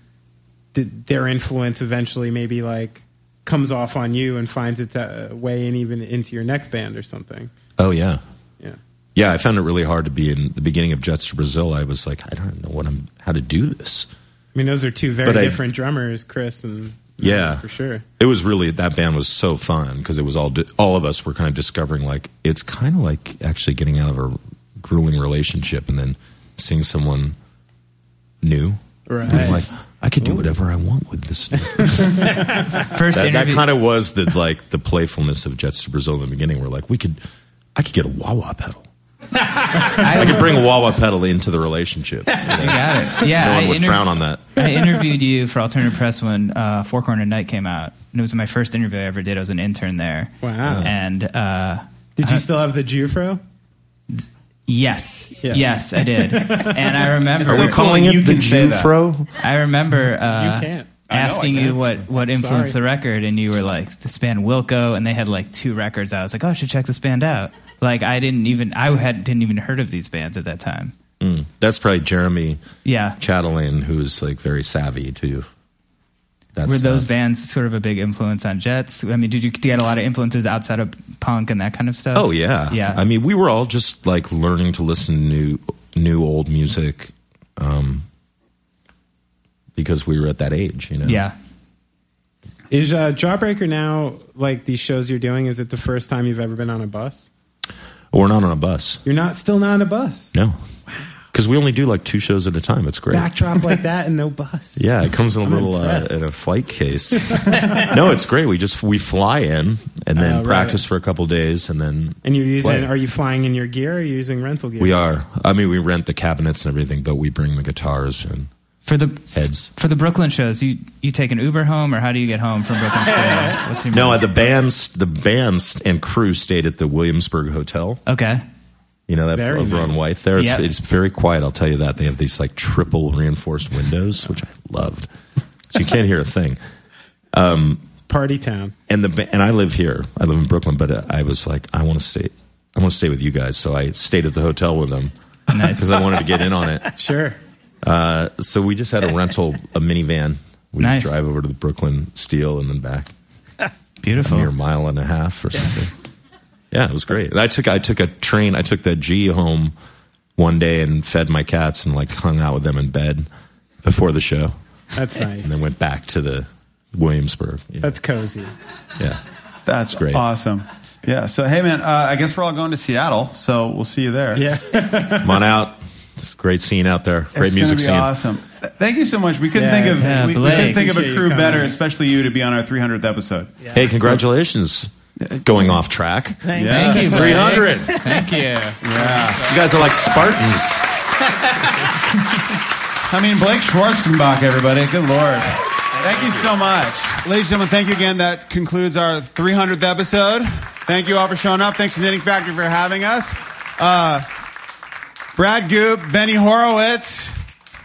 C: th- their influence eventually maybe like comes off on you and finds its uh, way in even into your next band or something.
I: Oh yeah,
C: Yeah.
I: yeah. I found it really hard to be in the beginning of Jets to Brazil. I was like, I don't know what I'm how to do this.
C: I mean, those are two very
I: But I-
C: different drummers, Chris and
I: Yeah,
C: for sure.
I: It was really that band was so fun because it was all all of us were kind of discovering like it's kind of like actually getting out of a grueling relationship and then seeing someone new.
C: Right.
I: Being Like I could do whatever I want with this.
D: First
I: that,
D: interview.
I: kind of was the like the playfulness of Jets to Brazil in the beginning. We're like, we could, I could get a wah wah pedal. I, could bring a wah wah pedal into the relationship. You,
D: got it. Yeah,
I: no one
D: I
I: would
D: interv-
I: frown on that.
D: I interviewed you for Alternative Press when uh, Four Corner Night came out, and it was my first interview I ever did. I was an intern there.
C: Wow.
D: And uh,
C: Did
D: I-
C: you still have the Jufro?
D: Yes.
C: Yeah.
D: Yes, I did. and I remember.
I: Are we calling it the Jufro?
D: I remember uh,
C: You can't. I know I
D: asking you
C: can't.
D: what, what influenced
C: Sorry.
D: the record, and you were like, this band Wilco, and they had like two records. I was like, oh, I should check this band out. Like, I didn't even, I had, didn't even heard of these bands at that time.
I: Mm. That's probably Jeremy
D: Yeah.
I: Chatelain, who's like very savvy too. That's
D: were those
I: stuff.
D: bands sort of a big influence on Jets? I mean, did you get a lot of influences outside of punk and that kind of stuff?
I: Oh yeah,
D: yeah.
I: I mean, we were all just like learning to listen to new, new old music, um, because we were at that age, you know.
D: yeah.
C: Is uh, Jawbreaker now like these shows you're doing? Is it the first time you've ever been on a bus?
I: We're not on a bus.
C: You're not still not on a bus.
I: No. Because we only do like two shows at a time. It's great.
C: Backdrop like that and no bus.
I: Yeah, it comes in a
C: I'm
I: little uh,
C: impressed.
I: in a flight case. no, it's great. We just we fly in and then
C: Oh, right.
I: practice for a couple days and then
C: And you're using?
I: Wait.
C: Are you flying in your gear? Or are you using rental gear?
I: we are. I mean, we rent the cabinets and everything, but we bring the guitars and
D: For the
I: heads.
D: for the Brooklyn shows, you you take an Uber home, or how do you get home from Brooklyn Stadium? What's your
I: No, uh, the bands, the bands and crew stayed at the Williamsburg Hotel.
D: okay.
I: You know that
C: Very
I: over on
C: nice.
I: White there. It's,
D: Yep.
I: it's very quiet. I'll tell you that they have these like triple reinforced windows, which I loved, so you can't hear a thing. Um,
C: It's party town.
I: and the ba- and I live here. I live in Brooklyn, but uh, I was like, I want to stay. I want to stay with you guys. So I stayed at the hotel with them
D: Nice.
I: because I wanted to get in on it.
C: Sure.
I: Uh, so we just had a rental, a minivan. We
D: Nice.
I: drive over to the Brooklyn Steel and then back, a mere
D: Beautiful.
I: mile and a half or something. Yeah, it was great. I took I took a train. I took the G home one day and fed my cats and like hung out with them in bed before the show,
C: That's
I: and then
C: nice.
I: went back to the Williamsburg. Yeah,
C: That's cozy.
I: yeah.
F: That's
I: great.
F: Awesome.
A: Yeah. So hey, man, uh, I guess we're all going to Seattle. So we'll see you there. Yeah.
I: Come on out. It's a great scene out there. Great
A: it's
I: music
A: gonna be
I: scene.
A: Awesome. Th- Thank you so much. We couldn't
I: Yeah,
A: think of
I: yeah,
A: we, we
I: Blake.
A: couldn't think of
I: Appreciate
A: a
I: you
A: crew
I: coming.
A: better, especially you, to be on our 300th episode.
I: Hey, congratulations. Going off track.
A: Thank you. Thank you, Blake.
I: 300.
D: Thank you.
I: Yeah. You guys are like Spartans.
A: I mean, Blake Schwarzenbach, everybody. Good lord. Thank you so much. Ladies and gentlemen, thank you again. That concludes our 300th episode. Thank you all for showing up. Thanks to Knitting Factory for having us. Uh, Brad Goop, Benny Horowitz,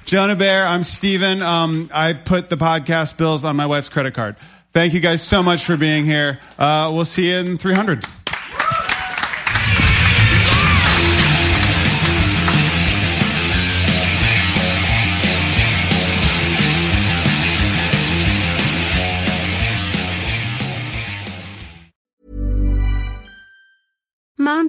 A: Jonah Bear, I'm Steven. Um, I put the podcast bills on my wife's credit card. Thank you guys so much for being here. Uh, we'll see you in 300.
J: Mom